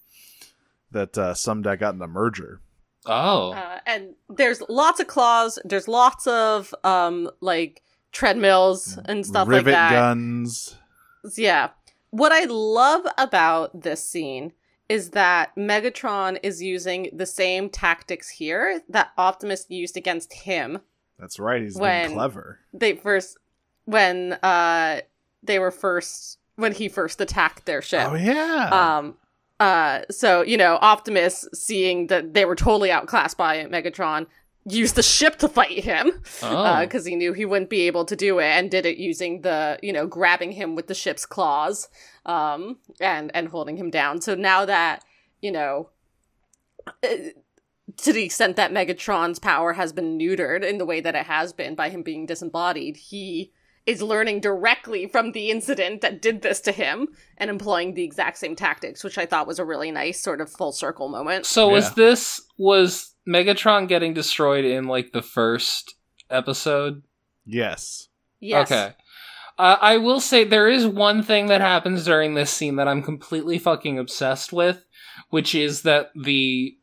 [SPEAKER 3] that uh someday got in a merger.
[SPEAKER 4] Oh,
[SPEAKER 2] Uh, and there's lots of claws. There's lots of um like treadmills and stuff
[SPEAKER 3] Rivet
[SPEAKER 2] like that.
[SPEAKER 3] guns.
[SPEAKER 2] Yeah. What I love about this scene is that Megatron is using the same tactics here that Optimus used against him
[SPEAKER 3] That's right. He's
[SPEAKER 2] When-
[SPEAKER 3] being clever.
[SPEAKER 2] they first when uh they were first when he first attacked their ship.
[SPEAKER 3] Oh yeah.
[SPEAKER 2] Um uh so you know Optimus seeing that they were totally outclassed by Megatron used the ship to fight him
[SPEAKER 4] Oh.
[SPEAKER 2] because Uh, he knew he wouldn't be able to do it and did it using the you know grabbing him with the ship's claws um and and holding him down so now that you know eh, to the extent that Megatron's power has been neutered in the way that it has been by him being disembodied, he is learning directly from the incident that did this to him and employing the exact same tactics, which I thought was a really nice sort of full circle moment.
[SPEAKER 4] so
[SPEAKER 3] Yeah.
[SPEAKER 4] was this was Megatron getting destroyed in like the first episode?
[SPEAKER 3] yes.
[SPEAKER 2] Yes.
[SPEAKER 4] Okay. Uh, I will say there is one thing that happens during this scene that I'm completely fucking obsessed with, which is that the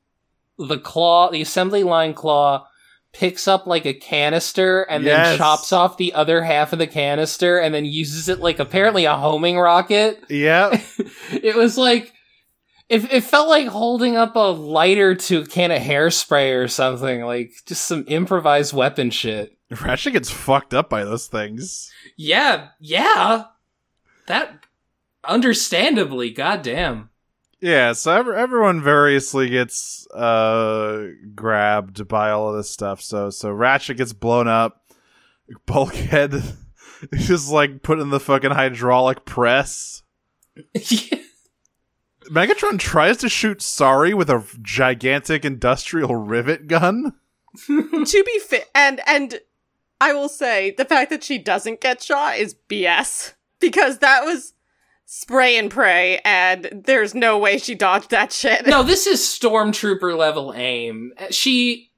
[SPEAKER 4] the claw, the assembly line claw, picks up like a canister and
[SPEAKER 3] Yes.
[SPEAKER 4] then chops off the other half of the canister and then uses it like apparently a homing rocket.
[SPEAKER 3] Yeah.
[SPEAKER 4] It was like. It, it felt like holding up a lighter to a can of hairspray or something, like just some improvised weapon shit.
[SPEAKER 3] Ratchet gets fucked up by those things.
[SPEAKER 4] Yeah, yeah. That understandably, goddamn.
[SPEAKER 3] Yeah, so ev- everyone variously gets uh grabbed by all of this stuff. So so Ratchet gets blown up. Bulkhead is just like put in the fucking hydraulic press. Megatron tries to shoot Sari with a gigantic industrial rivet gun.
[SPEAKER 2] to be fit and and i will say the fact that she doesn't get shot is bs because that was spray and pray and there's no way she dodged that shit
[SPEAKER 4] no, this is stormtrooper level aim. She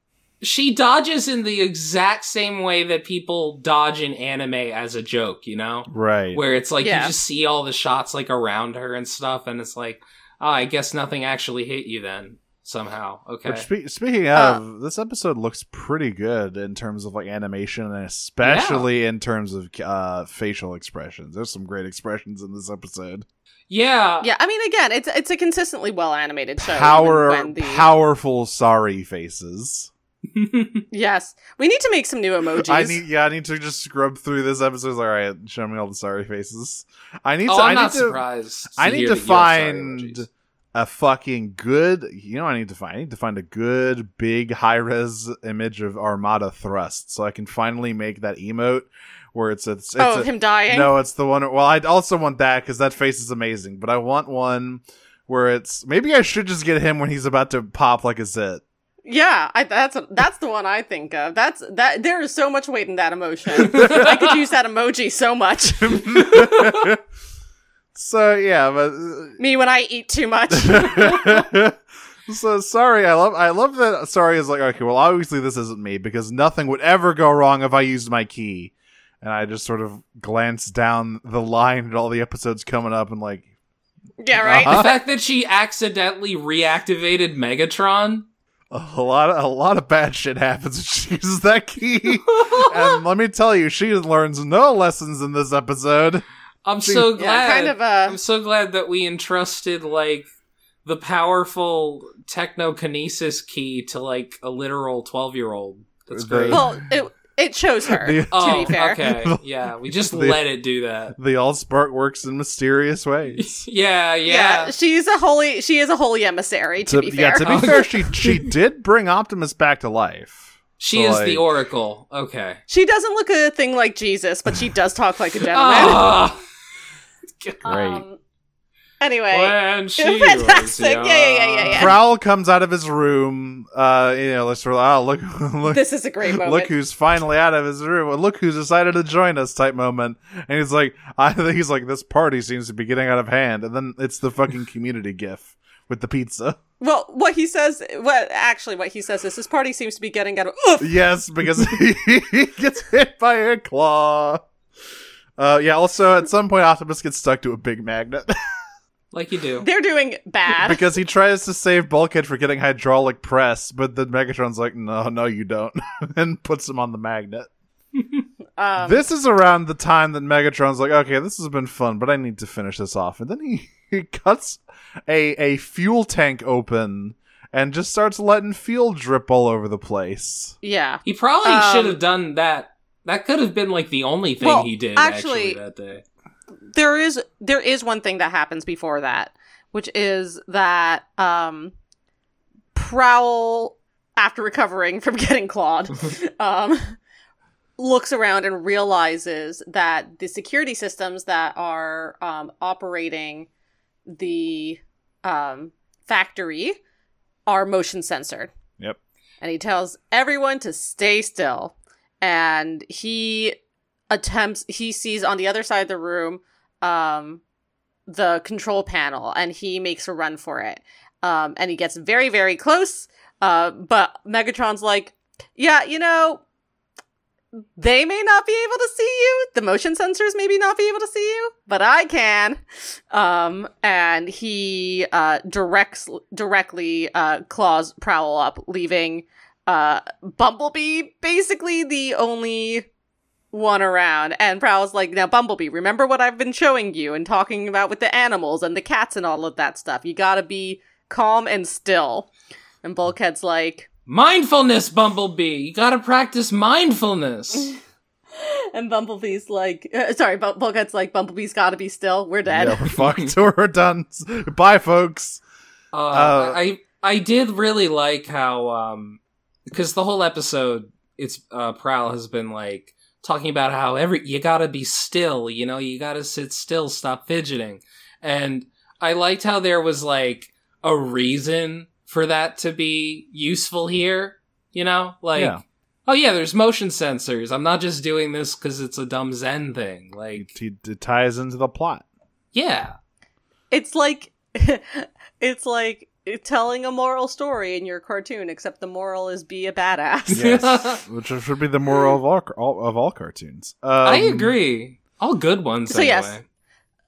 [SPEAKER 4] she dodges in the exact same way that people dodge in anime as a joke, you know?
[SPEAKER 3] Right.
[SPEAKER 4] Where it's like
[SPEAKER 2] Yeah.
[SPEAKER 4] you just see all the shots like around her and stuff and it's like, "Oh, I guess nothing actually hit you then somehow." Okay.
[SPEAKER 3] Which spe- speaking of, this episode looks pretty good in terms of like animation and especially in terms of uh, facial expressions. There's some great expressions in this episode.
[SPEAKER 4] yeah.
[SPEAKER 2] yeah i mean again it's it's a consistently well animated show even
[SPEAKER 3] Power,
[SPEAKER 2] when the-
[SPEAKER 3] powerful sorry faces.
[SPEAKER 2] yes we need to make some new emojis
[SPEAKER 3] I need, yeah, I need to just scrub through this episode. All right, show me all the sorry faces. I need
[SPEAKER 4] oh,
[SPEAKER 3] to.
[SPEAKER 4] I'm
[SPEAKER 3] I
[SPEAKER 4] not
[SPEAKER 3] need to,
[SPEAKER 4] surprised.
[SPEAKER 3] I
[SPEAKER 4] hear
[SPEAKER 3] need to
[SPEAKER 4] that you have sorry
[SPEAKER 3] find
[SPEAKER 4] emojis.
[SPEAKER 3] a fucking good. You know, what I need to find. I need to find a good big high res image of Armada Thrust, so I can finally make that emote where it's it's, it's
[SPEAKER 2] oh
[SPEAKER 3] a-
[SPEAKER 2] him dying
[SPEAKER 3] no, it's the one. Well, I also want that because that face is amazing. But I want one where it's maybe I should just get him when he's about to pop like a zit.
[SPEAKER 2] yeah I, that's that's the one i think of that's that there is so much weight in that emotion i could use that emoji so much
[SPEAKER 3] So yeah, but uh,
[SPEAKER 2] me when i eat too much
[SPEAKER 3] so sorry. I love I love that. Sorry is like okay. Well, obviously this isn't me because nothing would ever go wrong if I used my key. And I just sort of glanced down the line at all the episodes coming up and like,
[SPEAKER 2] yeah right
[SPEAKER 3] Uh-huh.
[SPEAKER 4] the fact that she accidentally reactivated Megatron.
[SPEAKER 3] a lot of a lot of bad shit happens when she uses that key. and let me tell you, she learns no lessons in this episode.
[SPEAKER 4] I'm so glad.
[SPEAKER 2] yeah kind of a
[SPEAKER 4] I'm so glad that we entrusted like the powerful technokinesis key to like a literal 12 year old. That's
[SPEAKER 3] The-
[SPEAKER 4] great.
[SPEAKER 2] Well, it it chose her.
[SPEAKER 3] The-
[SPEAKER 2] to
[SPEAKER 4] oh,
[SPEAKER 2] be fair,
[SPEAKER 4] okay. Yeah, we just
[SPEAKER 3] The-
[SPEAKER 4] let it do that.
[SPEAKER 3] The Allspark works in mysterious ways.
[SPEAKER 4] Yeah,
[SPEAKER 2] yeah.
[SPEAKER 4] yeah.
[SPEAKER 2] she's a holy. She is a holy emissary. To, be fair,
[SPEAKER 3] yeah, to be fair, she she did bring Optimus back to life.
[SPEAKER 4] She
[SPEAKER 3] So,
[SPEAKER 4] is
[SPEAKER 3] like-
[SPEAKER 4] the oracle. Okay.
[SPEAKER 2] she doesn't look a thing like Jesus, but she does talk like a gentleman.
[SPEAKER 4] Ah,
[SPEAKER 2] Um, anyway,
[SPEAKER 4] when she was
[SPEAKER 2] fantastic. Yeah,
[SPEAKER 4] young.
[SPEAKER 2] yeah, yeah, yeah, yeah.
[SPEAKER 3] Prowl comes out of his room. Uh, you know, sort of, oh, look, look,
[SPEAKER 2] this is a great moment.
[SPEAKER 3] look who's finally out of his room. Well, Look who's decided to join us type moment. And he's like, I think he's like, this party seems to be getting out of hand. And then it's the fucking community gif with the pizza.
[SPEAKER 2] well, what he says, what actually, what he says is this party seems to be getting out of. Oof.
[SPEAKER 3] Yes, because he gets hit by a claw. Uh, yeah. Also, at some point, Optimus gets stuck to a big magnet
[SPEAKER 4] Like you do.
[SPEAKER 2] They're doing bad.
[SPEAKER 3] because he tries to save Bulkhead for getting hydraulic press, but then Megatron's like, "No, no, you don't," and puts him on the magnet.
[SPEAKER 2] um,
[SPEAKER 3] this is around the time that Megatron's like, "Okay, this has been fun, but I need to finish this off," and then he he cuts a a fuel tank open and just starts letting fuel drip all over the place.
[SPEAKER 2] yeah.
[SPEAKER 4] He probably
[SPEAKER 2] Um,
[SPEAKER 4] should have done that. That could have been like the only thing
[SPEAKER 2] Well,
[SPEAKER 4] he did
[SPEAKER 2] actually-
[SPEAKER 4] actually that day.
[SPEAKER 2] there is there is one thing that happens before that, which is that um Prowl, after recovering from getting clawed, um looks around and realizes that the security systems that are um operating the um factory are motion censored
[SPEAKER 3] Yep.
[SPEAKER 2] and he tells everyone to stay still. And he attempts, he sees on the other side of the room um, the control panel and he makes a run for it. Um, and he gets very, very close. Uh, but Megatron's like, yeah, you know, they may not be able to see you. The motion sensors maybe not be able to see you, but I can. Um, and he uh, directs directly uh, claws Prowl up, leaving uh, Bumblebee basically the only one around. And Prowl's like, "Now, Bumblebee, remember what I've been showing you and talking about with the animals and the cats and all of that stuff. You gotta be calm and still." And Bulkhead's like,
[SPEAKER 4] Mindfulness, Bumblebee. You gotta practice mindfulness.
[SPEAKER 2] And Bumblebee's like, uh, sorry, Bu- Bulkhead's like, Bumblebee's gotta be still. We're dead.
[SPEAKER 3] Yeah, we're fucked. we're done. Bye, folks.
[SPEAKER 4] Uh,
[SPEAKER 3] Uh,
[SPEAKER 4] I I did really like how um because the whole episode it's uh Prowl has been like talking about how every you gotta be still, you know, you gotta sit still, stop fidgeting. And I liked how there was like a reason for that to be useful here, you know? Like
[SPEAKER 3] Yeah.
[SPEAKER 4] oh yeah, there's motion sensors. I'm not just doing this cuz it's a dumb zen thing. Like
[SPEAKER 3] It, it ties into the plot.
[SPEAKER 4] yeah.
[SPEAKER 2] It's like, it's like telling a moral story in your cartoon, except the moral is be a badass.
[SPEAKER 3] Yes, which should be the moral of all, car- all of all cartoons. Um,
[SPEAKER 4] I agree. All good ones
[SPEAKER 2] So
[SPEAKER 4] anyway.
[SPEAKER 2] yes.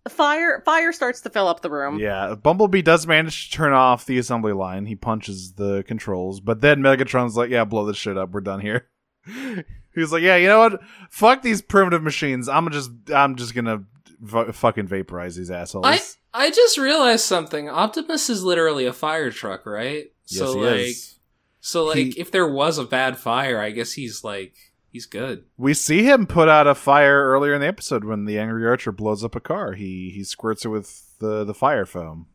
[SPEAKER 2] Fire, fire starts to fill up the room.
[SPEAKER 3] Yeah, Bumblebee does manage to turn off the assembly line. He punches the controls, but then Megatron's like, "Yeah, blow this shit up. We're done here." He's like, "Yeah, you know what? Fuck these primitive machines. I'm just, I'm just gonna v- fucking vaporize these assholes."
[SPEAKER 4] I I just realized something. Optimus is literally a fire truck, right? so like so like
[SPEAKER 3] He-
[SPEAKER 4] if there was a bad fire, I guess he's like he's good.
[SPEAKER 3] We see him put out a fire earlier in the episode when the angry archer blows up a car. He he squirts it with the the fire foam.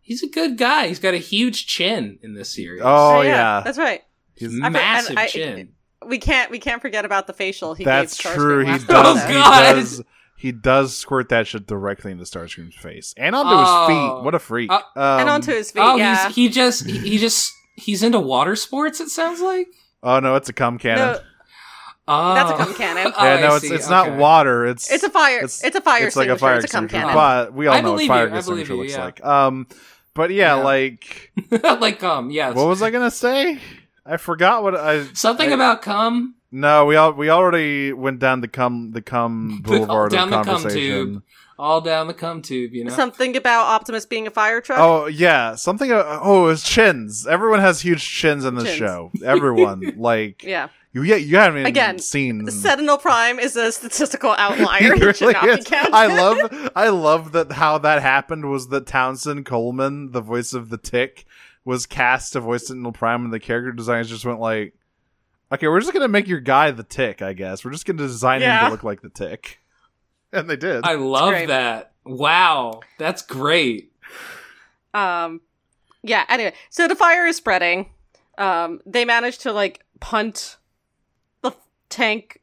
[SPEAKER 4] He's a good guy. He's got a huge chin in this series.
[SPEAKER 3] Oh
[SPEAKER 2] So,
[SPEAKER 3] yeah,
[SPEAKER 2] that's right.
[SPEAKER 3] He's-
[SPEAKER 4] He's massive
[SPEAKER 2] I- I-
[SPEAKER 4] chin.
[SPEAKER 2] We can't, we can't forget about the facial. He
[SPEAKER 3] that's
[SPEAKER 2] gave Starscream
[SPEAKER 3] true. He
[SPEAKER 2] last
[SPEAKER 3] does.
[SPEAKER 2] episode.
[SPEAKER 3] he
[SPEAKER 4] Oh, God.
[SPEAKER 3] does. He does squirt that shit directly into Starscream's face and onto
[SPEAKER 4] Oh.
[SPEAKER 3] his feet. What a freak!
[SPEAKER 4] Uh,
[SPEAKER 3] Um,
[SPEAKER 2] and onto his feet.
[SPEAKER 4] oh,
[SPEAKER 2] yeah.
[SPEAKER 4] he's he just he, he just he's into water sports. It sounds like.
[SPEAKER 3] Oh no, it's a cum cannon.
[SPEAKER 2] no,
[SPEAKER 4] Oh.
[SPEAKER 2] that's a cum cannon.
[SPEAKER 4] Oh,
[SPEAKER 3] yeah,
[SPEAKER 4] I
[SPEAKER 3] no, it's
[SPEAKER 4] see.
[SPEAKER 3] it's
[SPEAKER 4] Okay.
[SPEAKER 3] not water. It's
[SPEAKER 2] It's a fire. It's, a fire.
[SPEAKER 3] It's like a
[SPEAKER 2] extinguisher,
[SPEAKER 3] fire
[SPEAKER 2] It's a cum
[SPEAKER 3] extinguisher,
[SPEAKER 2] cannon.
[SPEAKER 3] but we all
[SPEAKER 4] I
[SPEAKER 3] know what
[SPEAKER 4] believe
[SPEAKER 3] fire
[SPEAKER 4] you, I believe
[SPEAKER 3] extinguisher
[SPEAKER 4] you,
[SPEAKER 3] looks
[SPEAKER 4] yeah.
[SPEAKER 3] like. Um, but yeah,
[SPEAKER 4] Yeah.
[SPEAKER 3] like
[SPEAKER 4] like cum. Yes.
[SPEAKER 3] what was I gonna say? I forgot what I
[SPEAKER 4] Something
[SPEAKER 3] I-
[SPEAKER 4] about cum.
[SPEAKER 3] No, we all we already went down the cum the cum boulevard
[SPEAKER 4] Down the
[SPEAKER 3] of
[SPEAKER 4] cum
[SPEAKER 3] conversation.
[SPEAKER 4] tube. All down the cum tube. You know.
[SPEAKER 2] Something about Optimus being a fire truck.
[SPEAKER 3] Oh yeah, something. Uh, oh, it's chins. Everyone has huge chins in this
[SPEAKER 2] Chins.
[SPEAKER 3] show. Everyone like
[SPEAKER 2] Yeah.
[SPEAKER 3] you. Yeah, you haven't even
[SPEAKER 2] Again,
[SPEAKER 3] seen.
[SPEAKER 2] Sentinel Prime is a statistical
[SPEAKER 3] He
[SPEAKER 2] outlier. It should
[SPEAKER 3] Mm. really
[SPEAKER 2] not be
[SPEAKER 3] is.
[SPEAKER 2] counted.
[SPEAKER 3] I love I love that how that happened was that Townsend Coleman, the voice of the tick, was cast to voice Sentinel Prime and the character designers just went like Okay, we're just gonna make your guy the tick, I guess. We're just gonna design him
[SPEAKER 2] Yeah.
[SPEAKER 3] to look like the tick. And they did.
[SPEAKER 4] I love
[SPEAKER 2] great.
[SPEAKER 4] that. Wow, that's great.
[SPEAKER 2] Um, yeah. Anyway, so the fire is spreading. Um, they managed to like punt the f- tank,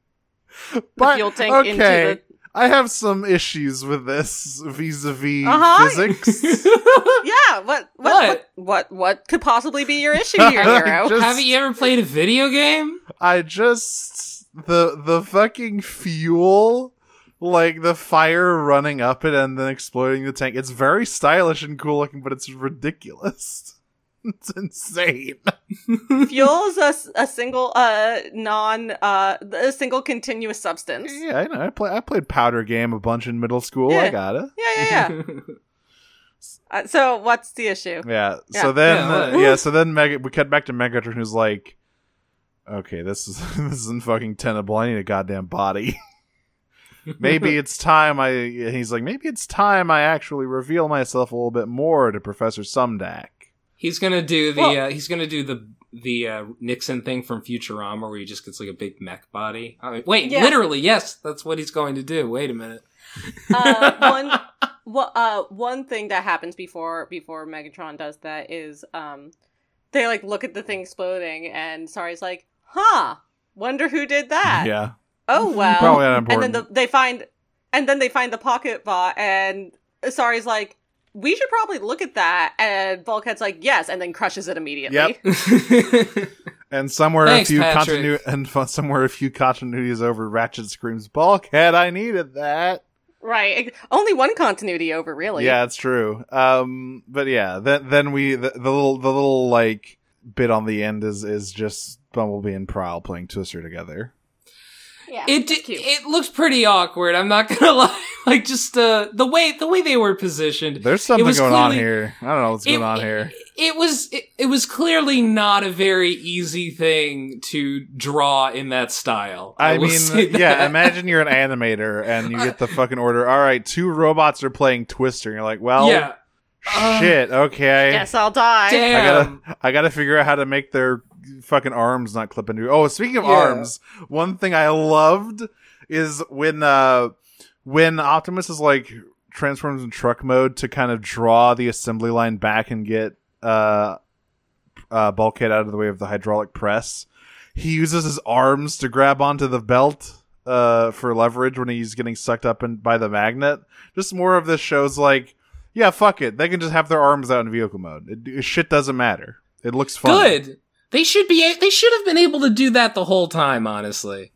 [SPEAKER 2] the
[SPEAKER 3] But-
[SPEAKER 2] fuel tank
[SPEAKER 3] okay.
[SPEAKER 2] into
[SPEAKER 3] I have some issues with this vis-a-vis
[SPEAKER 2] Uh-huh.
[SPEAKER 3] physics.
[SPEAKER 2] the. Yeah. What? What? What? What, what, could possibly be your issue here,
[SPEAKER 3] I
[SPEAKER 2] Hero?
[SPEAKER 3] just-
[SPEAKER 4] Haven't you ever played a video game?
[SPEAKER 3] I just the the fucking fuel, like the fire running up it and then exploding the tank. It's very stylish and cool looking, but it's ridiculous. It's insane.
[SPEAKER 2] Fuel is a, s- a single, uh, non, uh, a single continuous substance.
[SPEAKER 3] Yeah, I know. I play I played powder game a bunch in middle school. I
[SPEAKER 2] Yeah.
[SPEAKER 3] got it.
[SPEAKER 2] Yeah, yeah, yeah. Uh, so what's the issue?
[SPEAKER 3] Yeah.
[SPEAKER 2] Yeah.
[SPEAKER 3] So then uh,
[SPEAKER 4] Yeah,
[SPEAKER 3] yeah,
[SPEAKER 4] what?
[SPEAKER 3] so then Mega we cut back to Megatron who's like Okay, this is this isn't fucking tenable. I need a goddamn body. maybe it's time I. And he's like, maybe it's time I actually reveal myself a little bit more to Professor Sumdak.
[SPEAKER 4] he's gonna do the
[SPEAKER 2] Well-
[SPEAKER 4] uh, he's gonna do the the uh, Nixon thing from Futurama where he just gets like a big mech body. I mean, wait,
[SPEAKER 2] Yeah.
[SPEAKER 4] literally, yes, that's what he's going to do. Wait a minute.
[SPEAKER 2] Uh, one, wha- uh, one thing that happens before before Megatron does that is um, they like look at the thing exploding, and Sari's like, "Huh, wonder who did that."
[SPEAKER 3] Yeah,
[SPEAKER 2] Oh well.
[SPEAKER 3] probably not
[SPEAKER 2] and
[SPEAKER 3] important.
[SPEAKER 2] then the, they find, and then they find the pocket bot, and Sari's like, "We should probably look at that." And Bulkhead's like, "Yes," and then crushes it immediately.
[SPEAKER 3] Yep. and somewhere
[SPEAKER 4] Thanks,
[SPEAKER 3] a few
[SPEAKER 4] Patrick.
[SPEAKER 3] continu- and fu- somewhere a few continuities over, Ratchet screams, "Bulkhead, I needed that."
[SPEAKER 2] Right. Only one continuity over, really.
[SPEAKER 3] yeah, it's true. Um, but yeah, then then we the, the little the little like bit on the end is is just Bumblebee and Prowl playing Twister together.
[SPEAKER 2] Yeah.
[SPEAKER 4] it di-
[SPEAKER 2] it's cute.
[SPEAKER 4] it looks pretty awkward. I'm not gonna lie. Like just uh, the way the way they were positioned.
[SPEAKER 3] There's something
[SPEAKER 4] was
[SPEAKER 3] going on
[SPEAKER 4] clearly-
[SPEAKER 3] here. I don't know what's
[SPEAKER 4] It-
[SPEAKER 3] going on here.
[SPEAKER 4] It was it, it was clearly not a very easy thing to draw in that style.
[SPEAKER 3] I,
[SPEAKER 4] will
[SPEAKER 3] mean,
[SPEAKER 4] say
[SPEAKER 3] yeah,
[SPEAKER 4] that.
[SPEAKER 3] imagine you're an animator and you get the fucking order. All right, two robots are playing Twister. And you're like, well,
[SPEAKER 4] yeah. Uh,
[SPEAKER 3] shit, okay.
[SPEAKER 2] Yes, I'll die.
[SPEAKER 4] Damn.
[SPEAKER 3] I gotta, I gotta figure out how to make their fucking arms not clipping to. Oh, speaking of
[SPEAKER 4] Yeah.
[SPEAKER 3] arms, one thing I loved is when uh when Optimus is like transforms in truck mode to kind of draw the assembly line back and get uh uh bulkhead out of the way of the hydraulic press. He uses his arms to grab onto the belt uh for leverage when he's getting sucked up in, by the magnet. Just more of this shows like yeah, fuck it. They can just have their arms out in vehicle mode. It, it- shit doesn't matter. It looks fun.
[SPEAKER 4] Good. They should be. a- They should have been able to do that the whole time. Honestly,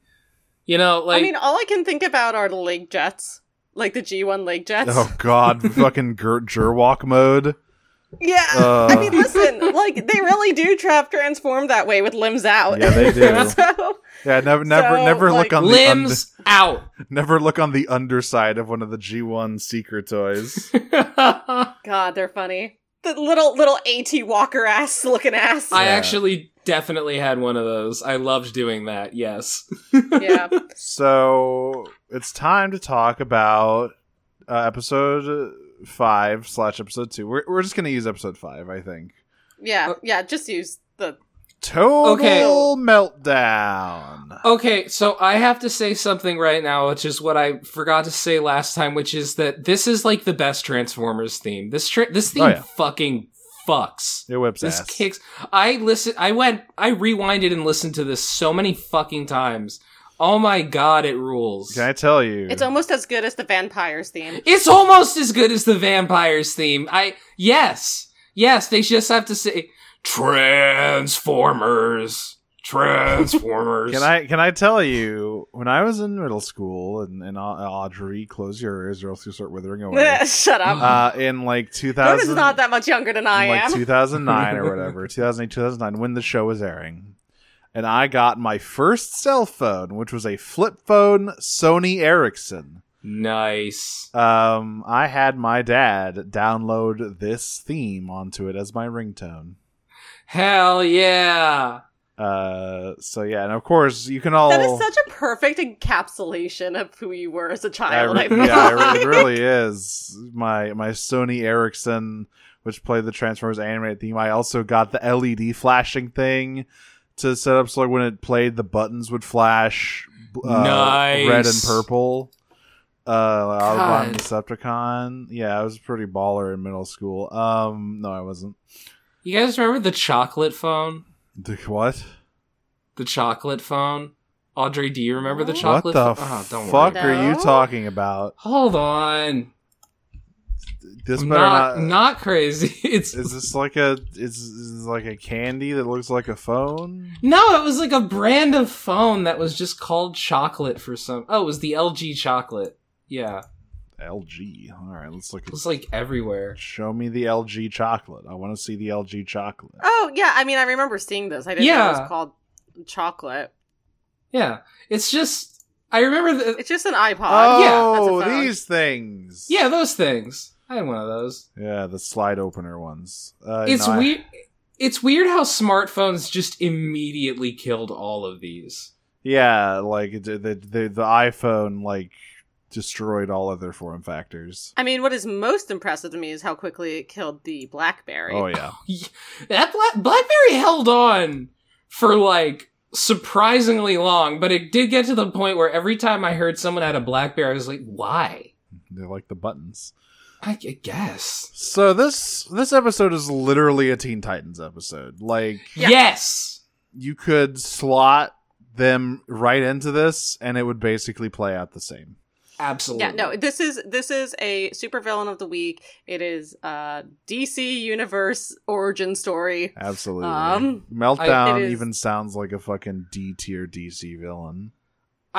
[SPEAKER 4] you know, like
[SPEAKER 2] I mean, all I can think about are the lake jets, like the G1 lake jets.
[SPEAKER 3] Oh god, fucking ger- jerwalk mode.
[SPEAKER 2] Yeah.
[SPEAKER 3] Uh.
[SPEAKER 2] I mean, listen, like they really do trap transform that way with limbs out.
[SPEAKER 3] Yeah, they do.
[SPEAKER 2] so,
[SPEAKER 3] Yeah, never, never,
[SPEAKER 2] So,
[SPEAKER 3] never
[SPEAKER 2] like,
[SPEAKER 3] look on
[SPEAKER 4] limbs out.
[SPEAKER 3] the under- never look on the underside of one of the G1 seeker toys.
[SPEAKER 4] I
[SPEAKER 2] God, they're funny. The little little AT Walker ass looking ass.
[SPEAKER 3] Yeah.
[SPEAKER 4] actually definitely had one of those. I loved doing that. Yes.
[SPEAKER 2] yeah.
[SPEAKER 3] so it's time to talk about uh, episode five slash episode two. We're we're just gonna use episode five, I think.
[SPEAKER 2] Yeah. Yeah. Just use the.
[SPEAKER 3] Total
[SPEAKER 4] Okay.
[SPEAKER 3] meltdown.
[SPEAKER 4] Okay, so I have to say something right now, which is what I forgot to say last time, which is that this is like the best Transformers theme. This tra- this theme
[SPEAKER 3] Oh, yeah.
[SPEAKER 4] fucking fucks.
[SPEAKER 3] It whips
[SPEAKER 4] This
[SPEAKER 3] ass.
[SPEAKER 4] kicks. I listen. I went. I rewinded and listened to this so many fucking times. Oh my god, it rules.
[SPEAKER 3] Can I tell you?
[SPEAKER 2] It's almost as good as the vampires theme.
[SPEAKER 4] It's almost as good as the vampires theme. I yes, yes. They just have to say Transformers, Transformers.
[SPEAKER 3] Can I can I tell you when I was in middle school and, and Au- Audrey, close your ears or else you start withering away.
[SPEAKER 2] Shut up.
[SPEAKER 3] uh, in like two
[SPEAKER 2] Jonah's
[SPEAKER 3] thousand,
[SPEAKER 2] not that much younger than I
[SPEAKER 3] like
[SPEAKER 2] am.
[SPEAKER 3] two thousand nine or whatever, two thousand eight, two thousand nine, when the show was airing, and I got my first cell phone, which was a flip phone Sony Ericsson.
[SPEAKER 4] Nice.
[SPEAKER 3] Um, I had my dad download this theme onto it as my ringtone.
[SPEAKER 4] Hell yeah.
[SPEAKER 3] Uh, so yeah, and of course you can all
[SPEAKER 2] That is such a perfect encapsulation of who you were as a
[SPEAKER 3] Oh. I
[SPEAKER 2] child.
[SPEAKER 3] re-
[SPEAKER 2] I feel
[SPEAKER 3] yeah,
[SPEAKER 2] like.
[SPEAKER 3] it re- really is. My my Sony Ericsson, which played the Transformers animated theme. I also got the LED flashing thing to set up so like when it played, the buttons would flash uh,
[SPEAKER 4] Nice.
[SPEAKER 3] red and purple. Uh, Autobot and
[SPEAKER 4] God.
[SPEAKER 3] Decepticon. Yeah, I was pretty baller in middle school. Um, no, I wasn't.
[SPEAKER 4] You guys remember the chocolate phone?
[SPEAKER 3] The- What?
[SPEAKER 4] The chocolate phone? Audrey, do you remember the chocolate
[SPEAKER 3] what the
[SPEAKER 4] phone? Oh, don't
[SPEAKER 3] fuck
[SPEAKER 4] worry.
[SPEAKER 2] worry.
[SPEAKER 3] are you
[SPEAKER 2] No.
[SPEAKER 3] talking about?
[SPEAKER 4] Hold on.
[SPEAKER 3] This
[SPEAKER 4] I'm
[SPEAKER 3] better
[SPEAKER 4] not,
[SPEAKER 3] not.
[SPEAKER 4] not crazy. It's
[SPEAKER 3] is this like a is, is this like a candy that looks like a phone?
[SPEAKER 4] No, it was like a brand of phone that was just called chocolate for some Oh, it was the LG chocolate. Yeah.
[SPEAKER 3] LG. All right, let's look.
[SPEAKER 4] It
[SPEAKER 3] At,
[SPEAKER 4] was like everywhere.
[SPEAKER 3] show me the LG chocolate. I want to see the LG chocolate.
[SPEAKER 2] Oh yeah, I mean I remember seeing this. I didn't know it
[SPEAKER 4] Yeah.
[SPEAKER 2] was called chocolate.
[SPEAKER 4] Yeah. It's just I remember the
[SPEAKER 2] It's just an iPod.
[SPEAKER 3] Oh,
[SPEAKER 2] Uh, that's a phone.
[SPEAKER 3] these things.
[SPEAKER 4] Yeah, those things. I had one of those.
[SPEAKER 3] yeah, the slide opener ones. Uh,
[SPEAKER 4] it's
[SPEAKER 3] no, I-
[SPEAKER 4] weird it's weird how smartphones just immediately killed all of these.
[SPEAKER 3] yeah, like the, the the the iPhone like destroyed all other form factors.
[SPEAKER 2] I mean, what is most impressive to me is how quickly it killed the BlackBerry.
[SPEAKER 3] Oh yeah,
[SPEAKER 4] that Bla- blackberry held on for like surprisingly long but it did get to the point where every time i heard someone had a blackberry i was like why
[SPEAKER 3] they're like the buttons.
[SPEAKER 4] i, I guess
[SPEAKER 3] So this this episode is literally a Teen Titans episode. Like
[SPEAKER 2] Yeah.
[SPEAKER 4] yes
[SPEAKER 3] you could slot them right into this, and it would basically play out the same.
[SPEAKER 4] absolutely
[SPEAKER 2] Yeah, no, this is this is a supervillain of the week. It is uh DC Universe origin story.
[SPEAKER 3] Absolutely.
[SPEAKER 2] Um,
[SPEAKER 3] Meltdown
[SPEAKER 2] I- it is-
[SPEAKER 3] even sounds like a fucking D tier DC villain.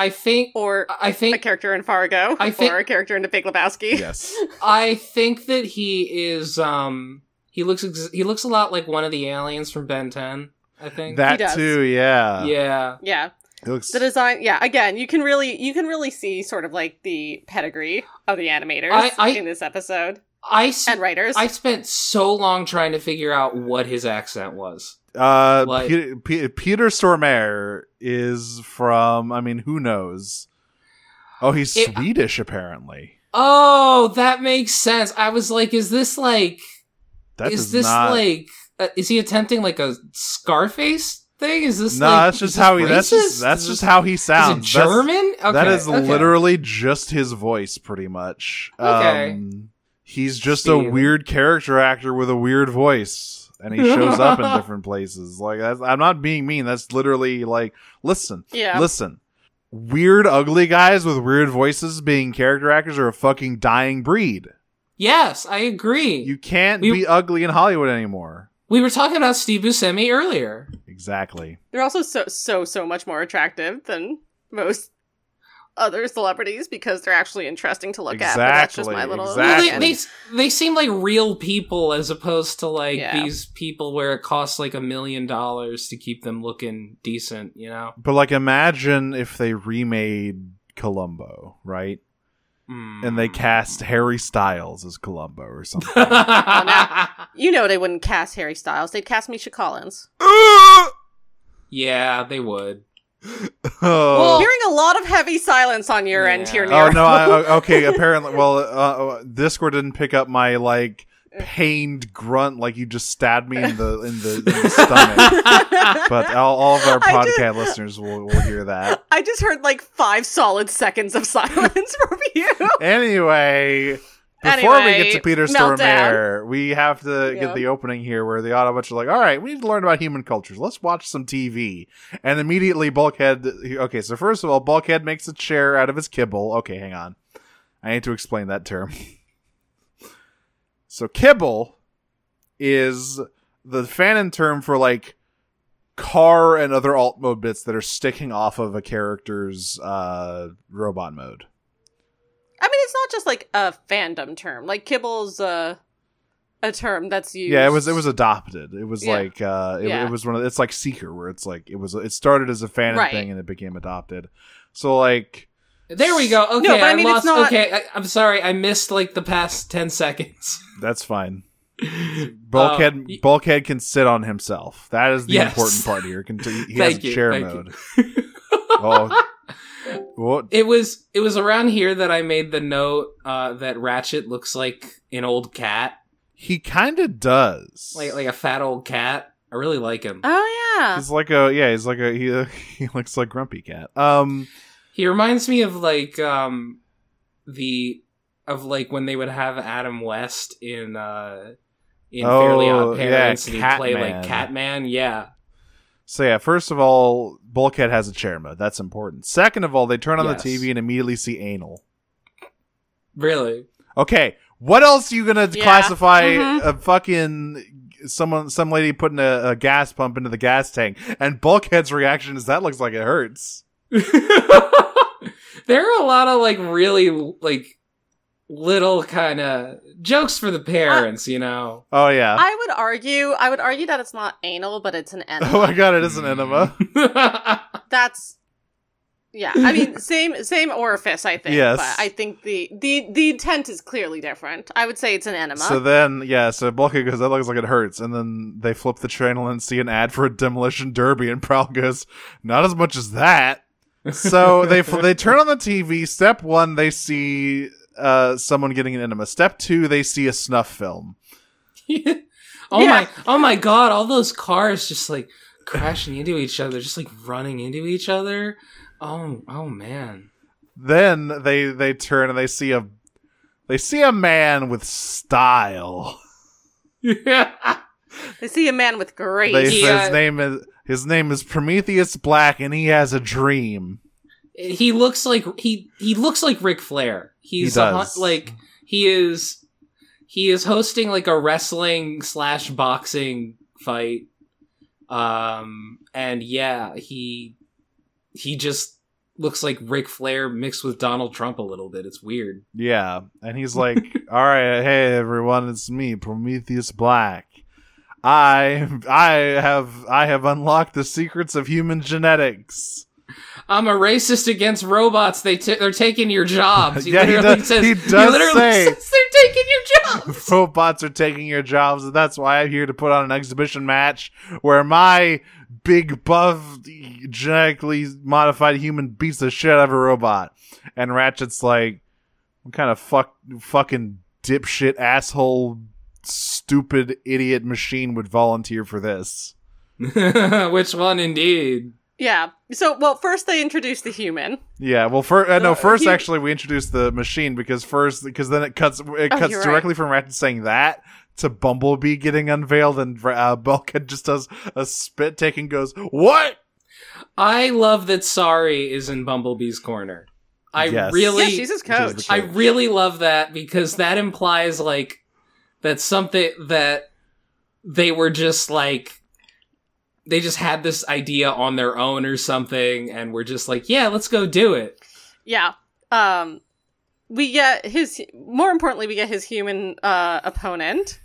[SPEAKER 4] i think
[SPEAKER 2] Or
[SPEAKER 4] i
[SPEAKER 2] a
[SPEAKER 4] think
[SPEAKER 2] character in Fargo.
[SPEAKER 4] I think-
[SPEAKER 2] or a character in the Big Lebowski.
[SPEAKER 3] Yes.
[SPEAKER 4] i think that he is um he looks ex- he looks a lot like one of the aliens from ben 10 i think
[SPEAKER 2] He
[SPEAKER 3] that uh,
[SPEAKER 2] does.
[SPEAKER 3] too, yeah.
[SPEAKER 4] yeah
[SPEAKER 2] Yeah.
[SPEAKER 3] It looks
[SPEAKER 2] The design yeah, again, you can really you can really see sort of like the pedigree of the animators
[SPEAKER 4] I- I-
[SPEAKER 2] in this episode.
[SPEAKER 4] i s-
[SPEAKER 2] And writers.
[SPEAKER 4] i spent so long trying to figure out what his accent was
[SPEAKER 3] uh
[SPEAKER 4] like-
[SPEAKER 3] Peter, Pe- Peter Stormare is from I mean, who knows? Oh, he's
[SPEAKER 4] It-
[SPEAKER 3] Swedish apparently.
[SPEAKER 4] Oh, that makes sense. I was like, is this like,
[SPEAKER 3] That
[SPEAKER 4] is
[SPEAKER 3] does
[SPEAKER 4] this
[SPEAKER 3] not
[SPEAKER 4] like, uh, is he attempting like a Scarface thing? Is this
[SPEAKER 3] No,
[SPEAKER 4] like,
[SPEAKER 3] that's
[SPEAKER 4] is
[SPEAKER 3] just
[SPEAKER 4] this
[SPEAKER 3] how he. That's
[SPEAKER 4] racist?
[SPEAKER 3] just that's
[SPEAKER 4] Is
[SPEAKER 3] just
[SPEAKER 4] this-
[SPEAKER 3] how he sounds.
[SPEAKER 4] Is it
[SPEAKER 3] That's-
[SPEAKER 4] German? Okay,
[SPEAKER 3] that is
[SPEAKER 4] okay.
[SPEAKER 3] literally just his voice, pretty much.
[SPEAKER 4] Okay.
[SPEAKER 3] Um, he's just a
[SPEAKER 4] Steven.
[SPEAKER 3] weird character actor with a weird voice, and he shows up in different places. Like that's, I'm not being mean. That's literally like, listen,
[SPEAKER 2] Yeah.
[SPEAKER 3] listen. Weird, ugly guys with weird voices being character actors are a fucking dying breed.
[SPEAKER 4] Yes, I agree.
[SPEAKER 3] You can't
[SPEAKER 4] We-
[SPEAKER 3] be ugly in Hollywood anymore.
[SPEAKER 4] we were talking about Steve Buscemi earlier.
[SPEAKER 3] Exactly.
[SPEAKER 2] They're also so so so much more attractive than most other celebrities because they're actually interesting to look at. But that's just my
[SPEAKER 3] Exactly,
[SPEAKER 2] little
[SPEAKER 4] Well,
[SPEAKER 3] exactly.
[SPEAKER 4] they, they they seem like real people as opposed to like
[SPEAKER 2] Yeah.
[SPEAKER 4] these people where it costs like a million dollars to keep them looking decent. You know.
[SPEAKER 3] But like, imagine if they remade Columbo, right?
[SPEAKER 4] Hmm.
[SPEAKER 3] And
[SPEAKER 4] Mm.
[SPEAKER 3] they cast Harry Styles as Columbo or something.
[SPEAKER 2] You know they wouldn't cast Harry Styles; they'd cast Misha Collins.
[SPEAKER 3] Uh,
[SPEAKER 4] yeah, they would.
[SPEAKER 3] oh.
[SPEAKER 2] Hearing a lot of heavy silence on your end here.
[SPEAKER 4] Yeah.
[SPEAKER 3] Oh,
[SPEAKER 2] Nero.
[SPEAKER 3] no! I, I- okay, apparently, well, uh, uh, Discord didn't pick up my like pained grunt, like you just stabbed me in the in the, in the stomach. But all, all of our
[SPEAKER 2] I
[SPEAKER 3] podcast
[SPEAKER 2] just-
[SPEAKER 3] listeners will, will hear that.
[SPEAKER 2] I just heard like five solid seconds of silence from you.
[SPEAKER 3] Anyway, before we
[SPEAKER 2] Anyway,
[SPEAKER 3] get to Peter
[SPEAKER 2] meltdown.
[SPEAKER 3] Stormare, we have to
[SPEAKER 2] Yeah.
[SPEAKER 3] get the opening here where the Autobots are like, all right, we need to learn about human cultures. Let's watch some TV. And immediately Bulkhead. Okay, so first of all, Bulkhead makes a chair out of his kibble. Okay, hang on. I need to explain that term. so kibble is the fanon term for like car and other alt mode bits that are sticking off of a character's uh, robot mode.
[SPEAKER 2] I mean, it's not just like a fandom term. Like kibble's a a term that's used.
[SPEAKER 3] Yeah, it was it was adopted. It was
[SPEAKER 2] Yeah.
[SPEAKER 3] like uh, it,
[SPEAKER 2] Yeah.
[SPEAKER 3] it was one of it's like Seeker, where it's like it was it started as a fan
[SPEAKER 2] Right.
[SPEAKER 3] thing and it became adopted. So like
[SPEAKER 4] There we go. Okay,
[SPEAKER 2] but I
[SPEAKER 4] I,
[SPEAKER 2] mean, it's
[SPEAKER 4] lost.
[SPEAKER 2] not-
[SPEAKER 4] Okay, I, I'm sorry. I missed like the past ten seconds.
[SPEAKER 3] that's fine. Bulkhead
[SPEAKER 4] Oh, y-
[SPEAKER 3] Bulkhead can sit on himself. That is the
[SPEAKER 4] Yes.
[SPEAKER 3] important part here. Can t- he has
[SPEAKER 4] Thank
[SPEAKER 3] a
[SPEAKER 4] you,
[SPEAKER 3] chair
[SPEAKER 4] thank you.
[SPEAKER 3] mode. oh, what?
[SPEAKER 4] It was it was around here that I made the note uh, that Ratchet looks like an old cat,
[SPEAKER 3] He kind of does.
[SPEAKER 4] like uh. like a fat old cat. I really like him.
[SPEAKER 2] Oh yeah.
[SPEAKER 3] he's like a yeah. He's like a he. He looks like Grumpy Cat. Um.
[SPEAKER 4] He reminds me of like um the of like when they would have Adam West in uh in
[SPEAKER 3] Oh,
[SPEAKER 4] Fairly Odd
[SPEAKER 3] yeah,
[SPEAKER 4] Parents and he'd play
[SPEAKER 3] Catman.
[SPEAKER 4] like Catman. Yeah.
[SPEAKER 3] So yeah, first of all, Bulkhead has a chair mode. That's important. Second of all, they turn on
[SPEAKER 4] Yes.
[SPEAKER 3] the TV and immediately see anal.
[SPEAKER 4] Really?
[SPEAKER 3] Okay, what else you gonna
[SPEAKER 2] Yeah.
[SPEAKER 3] classify
[SPEAKER 2] Mhm.
[SPEAKER 3] a fucking someone, some lady putting a, a gas pump into the gas tank? And Bulkhead's reaction is that looks like it hurts.
[SPEAKER 4] there are a lot of like really like little kind of jokes for the parents, you know.
[SPEAKER 3] Oh yeah.
[SPEAKER 2] I would argue. I would argue that it's not anal, but it's an enema.
[SPEAKER 3] oh my god, it is an
[SPEAKER 2] Mm-hmm.
[SPEAKER 3] enema.
[SPEAKER 2] that's yeah i mean same same orifice i think
[SPEAKER 3] Yes.
[SPEAKER 2] but i think the the the intent is clearly different i would say it's an enema
[SPEAKER 3] So then, yeah, so Bulkhead goes, that looks like it hurts. And then they flip the channel and see an ad for a demolition derby, and Prowl goes, not as much as that. So they fl- they turn on the TV. Step one, they see uh, someone getting an enema. Step two, they see a snuff film.
[SPEAKER 2] Yeah.
[SPEAKER 4] oh my oh my god, all those cars just like crashing into each other, just like running into each other. Oh oh man.
[SPEAKER 3] Then they they turn and they see a they see a man with style.
[SPEAKER 2] they see a man with grace
[SPEAKER 3] They
[SPEAKER 4] He,
[SPEAKER 3] say
[SPEAKER 4] uh,
[SPEAKER 3] his name is his name is Prometheus Black, and he has a dream.
[SPEAKER 4] he looks like he he looks like Ric Flair. He's
[SPEAKER 3] He
[SPEAKER 4] a hu-
[SPEAKER 3] does.
[SPEAKER 4] like he is he is hosting like a wrestling slash boxing fight. Um and yeah, he he just looks like Ric Flair mixed with Donald Trump a little bit. It's weird.
[SPEAKER 3] Yeah, and he's like, "All right, hey everyone, it's me, Prometheus Black. I I have I have unlocked the secrets of human genetics."
[SPEAKER 4] I'm a racist against robots. They t- they're taking your jobs. He
[SPEAKER 3] Yeah, he
[SPEAKER 4] literally
[SPEAKER 3] does-
[SPEAKER 4] says
[SPEAKER 3] he
[SPEAKER 4] he,
[SPEAKER 3] does
[SPEAKER 4] literally
[SPEAKER 3] say-
[SPEAKER 4] says they're taking your jobs.
[SPEAKER 3] Robots are taking your jobs, and that's why I'm here to put on an exhibition match where my big buff genetically modified human beats the shit out of a robot. And Ratchet's like, what kind of fuck fucking dipshit asshole stupid idiot machine would volunteer for this?
[SPEAKER 4] Which one, indeed?
[SPEAKER 2] Yeah. So, well, first they introduce the human.
[SPEAKER 3] Yeah, well, first uh, no,
[SPEAKER 2] Uh,
[SPEAKER 3] first
[SPEAKER 2] he-
[SPEAKER 3] actually we introduced the machine because first because then it cuts it
[SPEAKER 2] Oh,
[SPEAKER 3] cuts
[SPEAKER 2] you're
[SPEAKER 3] directly from Ratchet saying that to Bumblebee getting unveiled and uh, Belka just does a spit take and goes what?
[SPEAKER 4] I love that Sari is in Bumblebee's corner. I
[SPEAKER 3] Yes.
[SPEAKER 4] really,
[SPEAKER 2] yeah, she's his
[SPEAKER 3] Which is
[SPEAKER 2] coach.
[SPEAKER 3] the
[SPEAKER 4] I really love that because that implies like that something that they were just like they just had this idea on their own or something and were just like, yeah, let's go do it.
[SPEAKER 2] Yeah. Um we get his more importantly we get his human uh opponent.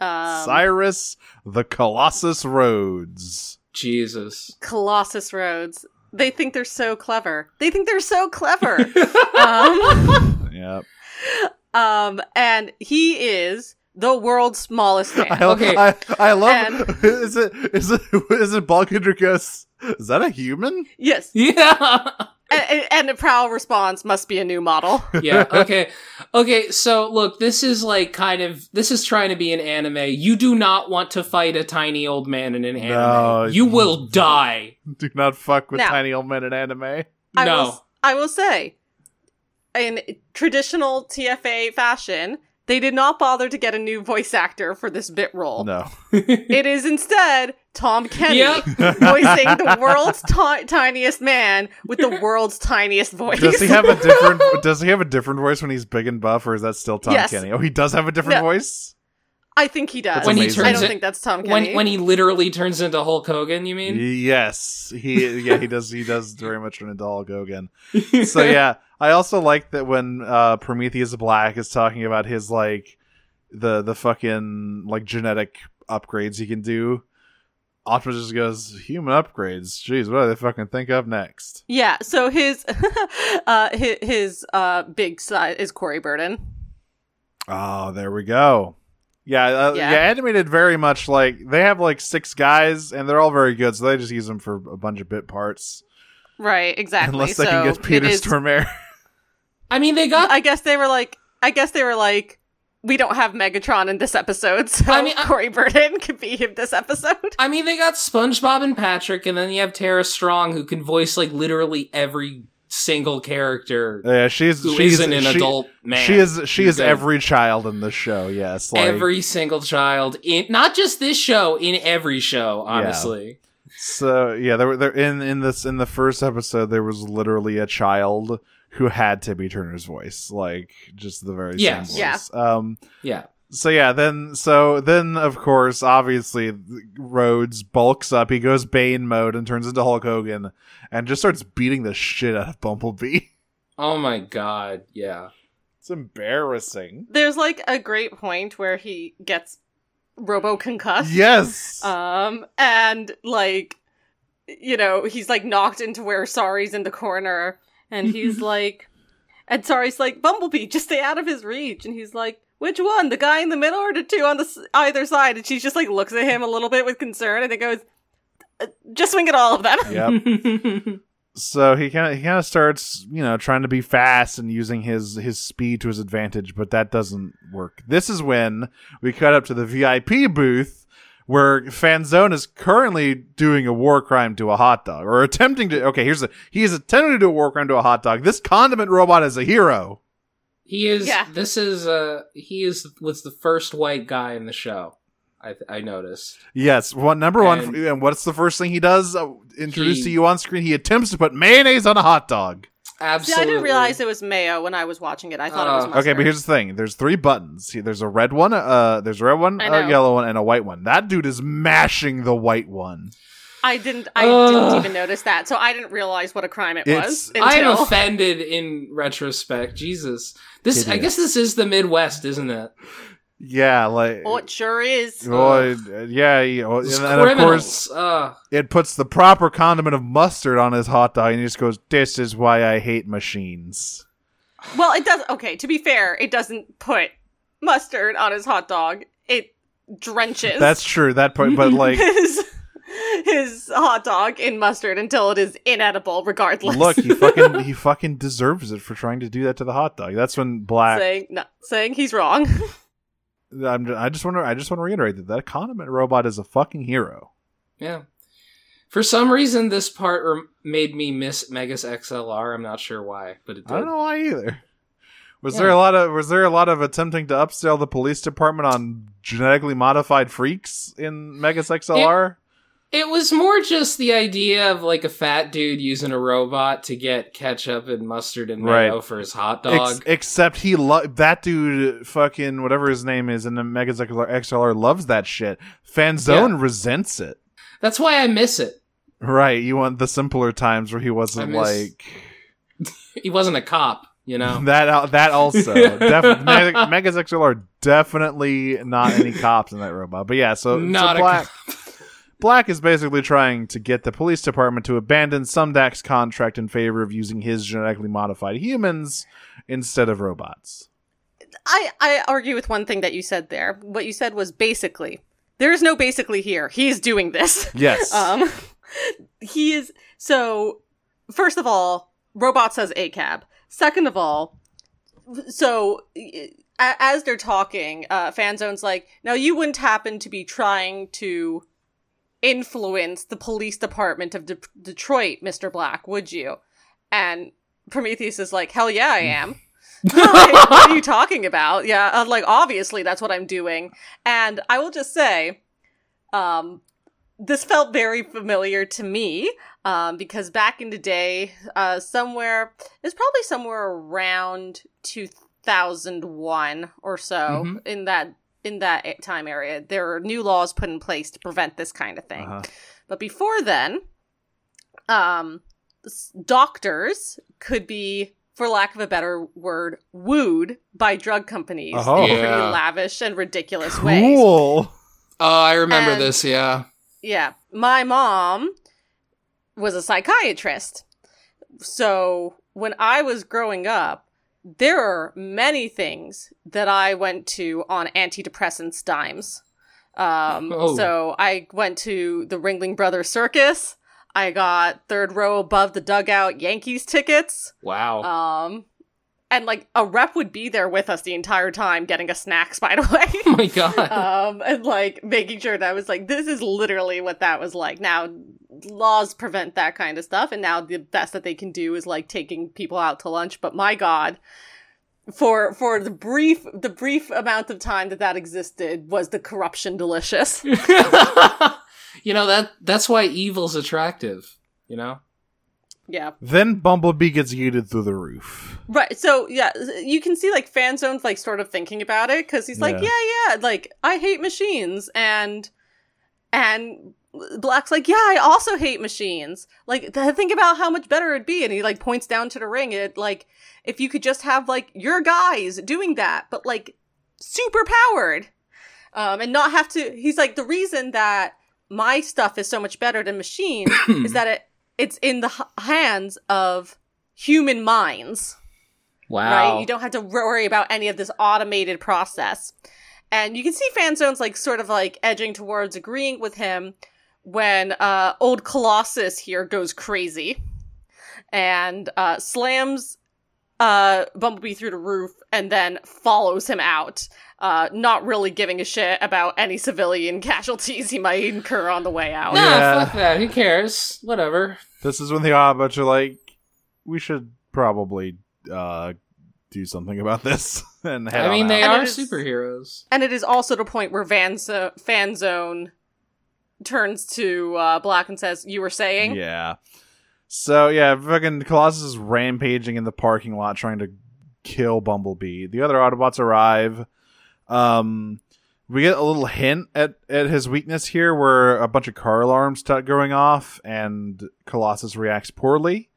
[SPEAKER 2] Um
[SPEAKER 3] Cyrus the Colossus Rhodes.
[SPEAKER 4] Jesus.
[SPEAKER 2] Colossus Rhodes. They think they're so clever. They think they're so clever. um,
[SPEAKER 3] Yep.
[SPEAKER 2] um and he is the world's smallest man.
[SPEAKER 3] I, okay.
[SPEAKER 4] Okay.
[SPEAKER 3] I, I love.
[SPEAKER 2] And-
[SPEAKER 3] Is it is it is it Balkinder goes? Is that a human?
[SPEAKER 2] yes.
[SPEAKER 4] Yeah.
[SPEAKER 2] And, and the prowl response must be a new model.
[SPEAKER 4] yeah okay okay so look this is like kind of this is trying to be an anime you do not want to fight a tiny old man in an anime
[SPEAKER 3] No.
[SPEAKER 4] you will die
[SPEAKER 3] Do not fuck with
[SPEAKER 2] No.
[SPEAKER 3] tiny old men in anime.
[SPEAKER 2] I
[SPEAKER 4] no
[SPEAKER 2] will, s- I will say, in traditional TFA fashion, they did not bother to get a new voice actor for this bit role.
[SPEAKER 3] No.
[SPEAKER 2] It is instead Tom Kenny
[SPEAKER 4] Yep.
[SPEAKER 2] voicing the world's ti- tiniest man with the world's tiniest voice.
[SPEAKER 3] Does he have a different? does he have a different voice when he's big and buff, or is that still Tom
[SPEAKER 2] Yes.
[SPEAKER 3] Kenny? Oh, he does have a different
[SPEAKER 2] No.
[SPEAKER 3] voice.
[SPEAKER 2] I think he does.
[SPEAKER 3] When he
[SPEAKER 2] I
[SPEAKER 3] turns
[SPEAKER 2] don't
[SPEAKER 4] it-
[SPEAKER 2] think that's Tom Kenny.
[SPEAKER 4] when when he literally turns into Hulk Hogan you mean
[SPEAKER 3] Yes, he yeah he does he does very much turn into Hulk Hogan. So yeah, I also like that when uh, Prometheus Black is talking about his like the the fucking like genetic upgrades he can do. Optimus just goes human upgrades. Jeez, what do they fucking think of next?
[SPEAKER 2] yeah, so his uh his, his uh big side is Corey Burden.
[SPEAKER 3] Oh, there we go. Yeah, uh, yeah,
[SPEAKER 2] Yeah.
[SPEAKER 3] Animated very much like they have like six guys, and they're all very good, so they just use them for a bunch of bit parts.
[SPEAKER 2] Right, exactly.
[SPEAKER 3] Unless they
[SPEAKER 2] so
[SPEAKER 3] can get Peter
[SPEAKER 2] it is-
[SPEAKER 3] Stormare.
[SPEAKER 4] I mean they got
[SPEAKER 2] I guess they were like, I guess they were like, we don't have Megatron in this episode, so
[SPEAKER 4] I mean, I-
[SPEAKER 2] Corey Burden could be him this episode.
[SPEAKER 4] I mean they got SpongeBob and Patrick and then you have Tara Strong who can voice like literally every single character
[SPEAKER 3] yeah, she's
[SPEAKER 4] who
[SPEAKER 3] Uh, she's
[SPEAKER 4] not an
[SPEAKER 3] she-
[SPEAKER 4] adult man
[SPEAKER 3] She is she
[SPEAKER 4] You're
[SPEAKER 3] is
[SPEAKER 4] good.
[SPEAKER 3] every child in the show. Yes, like,
[SPEAKER 4] every single child in not just this show in every show honestly
[SPEAKER 3] so. Yeah, there were there in in this in the first episode there was literally a child who had Timmy Turner's voice, like just the very
[SPEAKER 4] Yes.
[SPEAKER 3] same
[SPEAKER 2] Yeah.
[SPEAKER 3] voice. Um,
[SPEAKER 4] yeah
[SPEAKER 3] so yeah, then so then of course, obviously, Rhodes bulks up. He goes Bane mode and turns into Hulk Hogan, and just starts beating the shit out of Bumblebee.
[SPEAKER 4] Oh my god, yeah.
[SPEAKER 3] It's embarrassing.
[SPEAKER 2] There's like a great point where he gets robo concussed.
[SPEAKER 3] Yes.
[SPEAKER 2] Um, and like, you know, he's like knocked into where Sari's in the corner, and he's like, and Sari's like, Bumblebee, just stay out of his reach. And he's like, which one, the guy in the middle or the two on the s- either side? And she just like looks at him a little bit with concern, and then goes, "Uh, just swing at all of them.
[SPEAKER 3] yep. so he kind of he kind of starts you know trying to be fast and using his his speed to his advantage but that doesn't work this is when we cut up to the vip booth where fanzone is currently doing a war crime to a hot dog or attempting to okay here's a he is attempting to do a war crime to a hot dog this condiment robot is a hero
[SPEAKER 4] he is
[SPEAKER 2] Yeah.
[SPEAKER 4] this is uh he is was the first white guy in the show. I th- I noticed.
[SPEAKER 3] yes one number one
[SPEAKER 4] And-
[SPEAKER 3] and what's the first thing he does uh, introduced
[SPEAKER 4] He-
[SPEAKER 3] to you on screen he attempts to put mayonnaise on a hot dog
[SPEAKER 2] See,
[SPEAKER 4] Absolutely.
[SPEAKER 2] I didn't realize it was mayo when I was watching it. I thought it was
[SPEAKER 4] Uh,
[SPEAKER 2] mustard.
[SPEAKER 3] Okay, but here's the thing. There's three buttons. Here- There's a red one, uh there's a red one,
[SPEAKER 2] I
[SPEAKER 3] a
[SPEAKER 2] know.
[SPEAKER 3] yellow one, and a white one. That dude is mashing the white one.
[SPEAKER 2] I didn't. I
[SPEAKER 4] Ugh.
[SPEAKER 2] didn't even notice that, so I didn't realize what a crime it
[SPEAKER 3] It's-
[SPEAKER 2] was. Until...
[SPEAKER 4] I am offended in retrospect. Jesus. This I
[SPEAKER 3] Hideous.
[SPEAKER 4] guess this is the Midwest, isn't it?
[SPEAKER 3] Yeah, like
[SPEAKER 2] Oh, it sure is.
[SPEAKER 3] Oh, it- yeah, yeah, oh, and,
[SPEAKER 4] It's
[SPEAKER 3] and of course
[SPEAKER 4] criminals. Ugh.
[SPEAKER 3] it puts the proper condiment of mustard on his hot dog and he just goes, This is why I hate machines.
[SPEAKER 2] Well, it does. Okay, to be fair, it doesn't put mustard on his hot dog. It drenches
[SPEAKER 3] That's true, that point but like
[SPEAKER 2] his his hot dog in mustard until it is inedible, regardless.
[SPEAKER 3] look, he fucking he fucking deserves it for trying to do that to the hot dog. That's when black
[SPEAKER 2] saying no, saying he's wrong.
[SPEAKER 3] I'm, I just wanna I just wanna reiterate that that condiment robot is a fucking hero.
[SPEAKER 4] Yeah. For some reason, this part rem- made me miss Megas XLR. I'm not sure why, but it did.
[SPEAKER 3] I don't know why either. Was there a lot of was there a lot of attempting to upsell the police department on genetically modified freaks in Megas XLR?
[SPEAKER 4] It was more just the idea of like a fat dude using a robot to get ketchup and mustard and mayo
[SPEAKER 3] Right.
[SPEAKER 4] for his hot dog.
[SPEAKER 3] Ex- except he lo- that dude fucking whatever his name is in the Megas XLR, XLR loves that shit. Fanzone resents it.
[SPEAKER 4] That's why I miss it.
[SPEAKER 3] Right, you want the simpler times where he wasn't
[SPEAKER 4] miss-
[SPEAKER 3] like
[SPEAKER 4] He wasn't a cop, you know.
[SPEAKER 3] that. al- That also, Def- Meg- Megas XLR definitely not any cops in that robot. But yeah, so, so
[SPEAKER 4] Not a
[SPEAKER 3] black. Black is basically trying to get the police department to abandon Sumdak's contract in favor of using his genetically modified humans instead of robots.
[SPEAKER 2] I, I argue with one thing that you said there. What you said was basically. There is no basically here. He's doing this.
[SPEAKER 3] Yes,
[SPEAKER 2] Um, he is. So, first of all, robot says ACAB. Second of all, so a- as they're talking, uh, Fanzone's like, now you wouldn't happen to be trying to influence the police department of De- Detroit, Mr. Black, would you? And Prometheus is like, hell yeah, I am. Like, what are you talking about? Yeah, I'm like obviously that's what I'm doing. And I will just say, um, this felt very familiar to me um, because back in the day, uh, somewhere it's probably somewhere around 2001 or so
[SPEAKER 4] Mhm.
[SPEAKER 2] in that in that a- time area, there were new laws put in place to prevent this kind of thing.
[SPEAKER 3] Uh-huh.
[SPEAKER 2] But before then, um, s- doctors could be, for lack of a better word, wooed by drug companies
[SPEAKER 3] Oh.
[SPEAKER 2] in pretty
[SPEAKER 4] Yeah.
[SPEAKER 2] lavish and ridiculous ways.
[SPEAKER 3] cool.
[SPEAKER 4] Oh, I remember
[SPEAKER 2] And-
[SPEAKER 4] this. Yeah.
[SPEAKER 2] Yeah. My mom was a psychiatrist. So when I was growing up, there are many things that I went to on antidepressants dimes. Um,
[SPEAKER 4] Oh.
[SPEAKER 2] So I went to the Ringling Brothers Circus. I got third row above the dugout Yankees tickets.
[SPEAKER 4] Wow.
[SPEAKER 2] Um, and like a rep would be there with us the entire time getting us snacks, by the way
[SPEAKER 4] oh my god.
[SPEAKER 2] um, and like making sure that I was like, this is literally what that was like. Now, laws prevent that kind of stuff, and now the best that they can do is like taking people out to lunch. But my God, for for the brief the brief amount of time that that existed, was the corruption delicious?
[SPEAKER 4] you know that that's why evil's attractive. You know.
[SPEAKER 2] yeah,
[SPEAKER 3] Then Bumblebee gets yeeted through the roof.
[SPEAKER 2] right. So yeah, you can see like fan zones like sort of thinking about it because he's like,
[SPEAKER 3] Yeah.
[SPEAKER 2] yeah, yeah, like I hate machines and and black's like yeah i also hate machines like th- think about how much better it'd be and he like points down to the ring it like if you could just have like your guys doing that but like super powered um and not have to he's like the reason that my stuff is so much better than machine is that it it's in the h- hands of human minds
[SPEAKER 4] Wow.
[SPEAKER 2] right? You don't have to worry about any of this automated process. And you can see Fanzone's like sort of like edging towards agreeing with him when uh, old Colossus here goes crazy and uh, slams uh, Bumblebee through the roof and then follows him out, uh, not really giving a shit about any civilian casualties he might incur on the way out.
[SPEAKER 4] Nah,
[SPEAKER 3] Yeah.
[SPEAKER 4] fuck that. Who cares? Whatever.
[SPEAKER 3] This is when the odd bunch are like, we should probably uh, do something about this. and head
[SPEAKER 4] I mean,
[SPEAKER 3] on
[SPEAKER 4] they
[SPEAKER 3] out.
[SPEAKER 2] And
[SPEAKER 4] are
[SPEAKER 2] it is-
[SPEAKER 4] superheroes.
[SPEAKER 2] And it is also the point where Van Zo- Fanzone turns to uh, Black and says, "You were saying."
[SPEAKER 3] Yeah. So yeah, fucking Colossus is rampaging in the parking lot trying to kill Bumblebee. The other Autobots arrive. Um, we get a little hint at at his weakness here, where a bunch of car alarms start going off, and Colossus reacts poorly.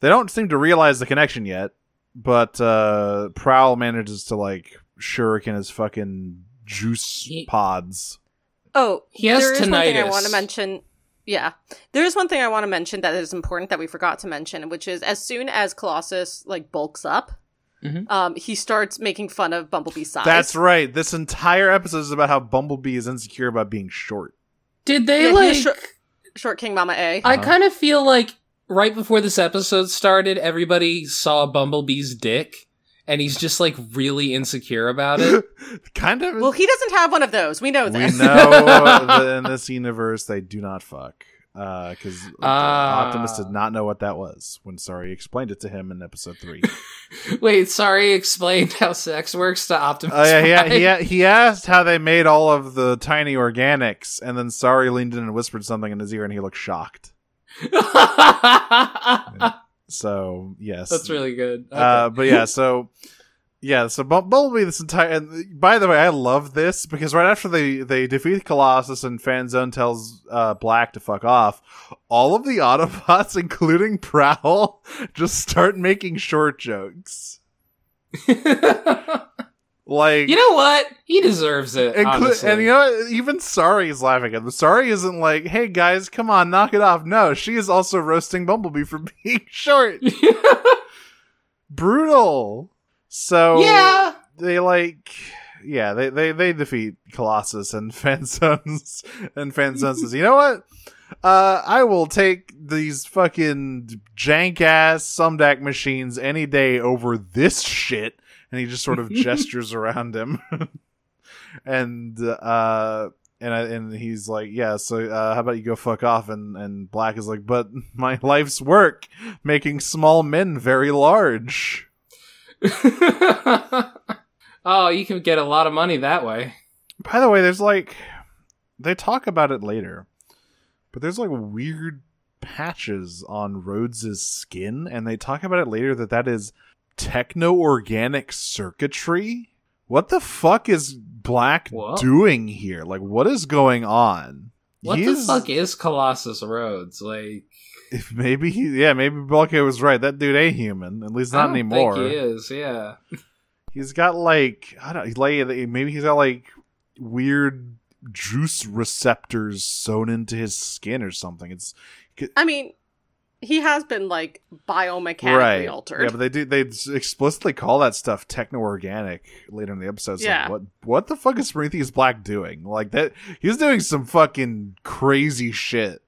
[SPEAKER 3] They don't seem to realize the connection yet, but uh, Prowl manages to like shuriken his fucking juice
[SPEAKER 4] He-
[SPEAKER 3] pods.
[SPEAKER 2] Oh,
[SPEAKER 4] He has
[SPEAKER 2] there is one thing I
[SPEAKER 4] tinnitus.
[SPEAKER 2] want to mention. Yeah, there is one thing I want to mention that is important that we forgot to mention, which is as soon as Colossus like bulks up,
[SPEAKER 4] Mhm.
[SPEAKER 2] um, he starts making fun of Bumblebee's size.
[SPEAKER 3] Mm-hmm. That's right. This entire episode is about how Bumblebee is insecure about being short.
[SPEAKER 4] Did they
[SPEAKER 2] Yeah, he
[SPEAKER 4] like?
[SPEAKER 2] was short- Short King Mama A.
[SPEAKER 4] I
[SPEAKER 3] Huh?
[SPEAKER 4] kind of feel like right before this episode started, everybody saw Bumblebee's dick, and he's just like really insecure about it.
[SPEAKER 3] kind of.
[SPEAKER 2] well, he doesn't have one of those. We know
[SPEAKER 3] we
[SPEAKER 2] this.
[SPEAKER 3] know that in this universe they do not fuck. because
[SPEAKER 4] Ah.
[SPEAKER 3] Optimus did not know what that was when Sorry explained it to him in episode three.
[SPEAKER 4] Wait, sorry, explained how sex works to Optimus.
[SPEAKER 3] Oh yeah,
[SPEAKER 4] Prime.
[SPEAKER 3] he, he he asked how they made all of the tiny organics, and then Sorry leaned in and whispered something in his ear, and he looked shocked. So yes,
[SPEAKER 4] That's really good. Okay.
[SPEAKER 3] Uh, but yeah, so yeah, so Bu- Bumblebee this entire. And by the way, I love this because right after they they defeat Colossus and Fanzone tells uh, Black to fuck off, all of the Autobots, including Prowl, just start making short jokes. Like
[SPEAKER 4] you know what? He deserves it.
[SPEAKER 3] Inclu-
[SPEAKER 4] honestly.
[SPEAKER 3] and you know, what? even Sari is laughing at them. Sari isn't like, "Hey guys, come on, knock it off." No, she is also roasting Bumblebee for being short. Brutal. So
[SPEAKER 4] yeah.
[SPEAKER 3] they like, yeah, they they, they defeat Colossus and Fanzones and Fanzone says, "You know what? Uh, I will take these fucking jank ass Sumdac machines any day over this shit." And he just sort of gestures around him, and uh, and I, and he's like, "Yeah, so uh, how about you go fuck off?" And and Black is like, "But my life's work, making small men very large."
[SPEAKER 4] oh, you can get a lot of money that way.
[SPEAKER 3] By the way, there's like they talk about it later, but there's like weird patches on Rhodes's skin, and they talk about it later that that is techno organic circuitry. What the fuck is Black
[SPEAKER 4] Whoa.
[SPEAKER 3] doing here? Like, what is going on?
[SPEAKER 4] What
[SPEAKER 3] He's-
[SPEAKER 4] the fuck is Colossus Rhodes? Like,
[SPEAKER 3] If maybe he, yeah, maybe Bulkhead was right. That dude ain't human, at least not
[SPEAKER 4] I don't
[SPEAKER 3] anymore.
[SPEAKER 4] Think he is. Yeah.
[SPEAKER 3] He's got like I don't like maybe he's got like weird juice receptors sewn into his skin or something. It's
[SPEAKER 2] I mean, he has been like biomechanically
[SPEAKER 3] right.
[SPEAKER 2] altered.
[SPEAKER 3] Yeah, but they do they explicitly call that stuff techno organic later in the episode. It's
[SPEAKER 2] Yeah.
[SPEAKER 3] Like, what what the fuck is Prometheus Black doing? Like that he's doing some fucking crazy shit.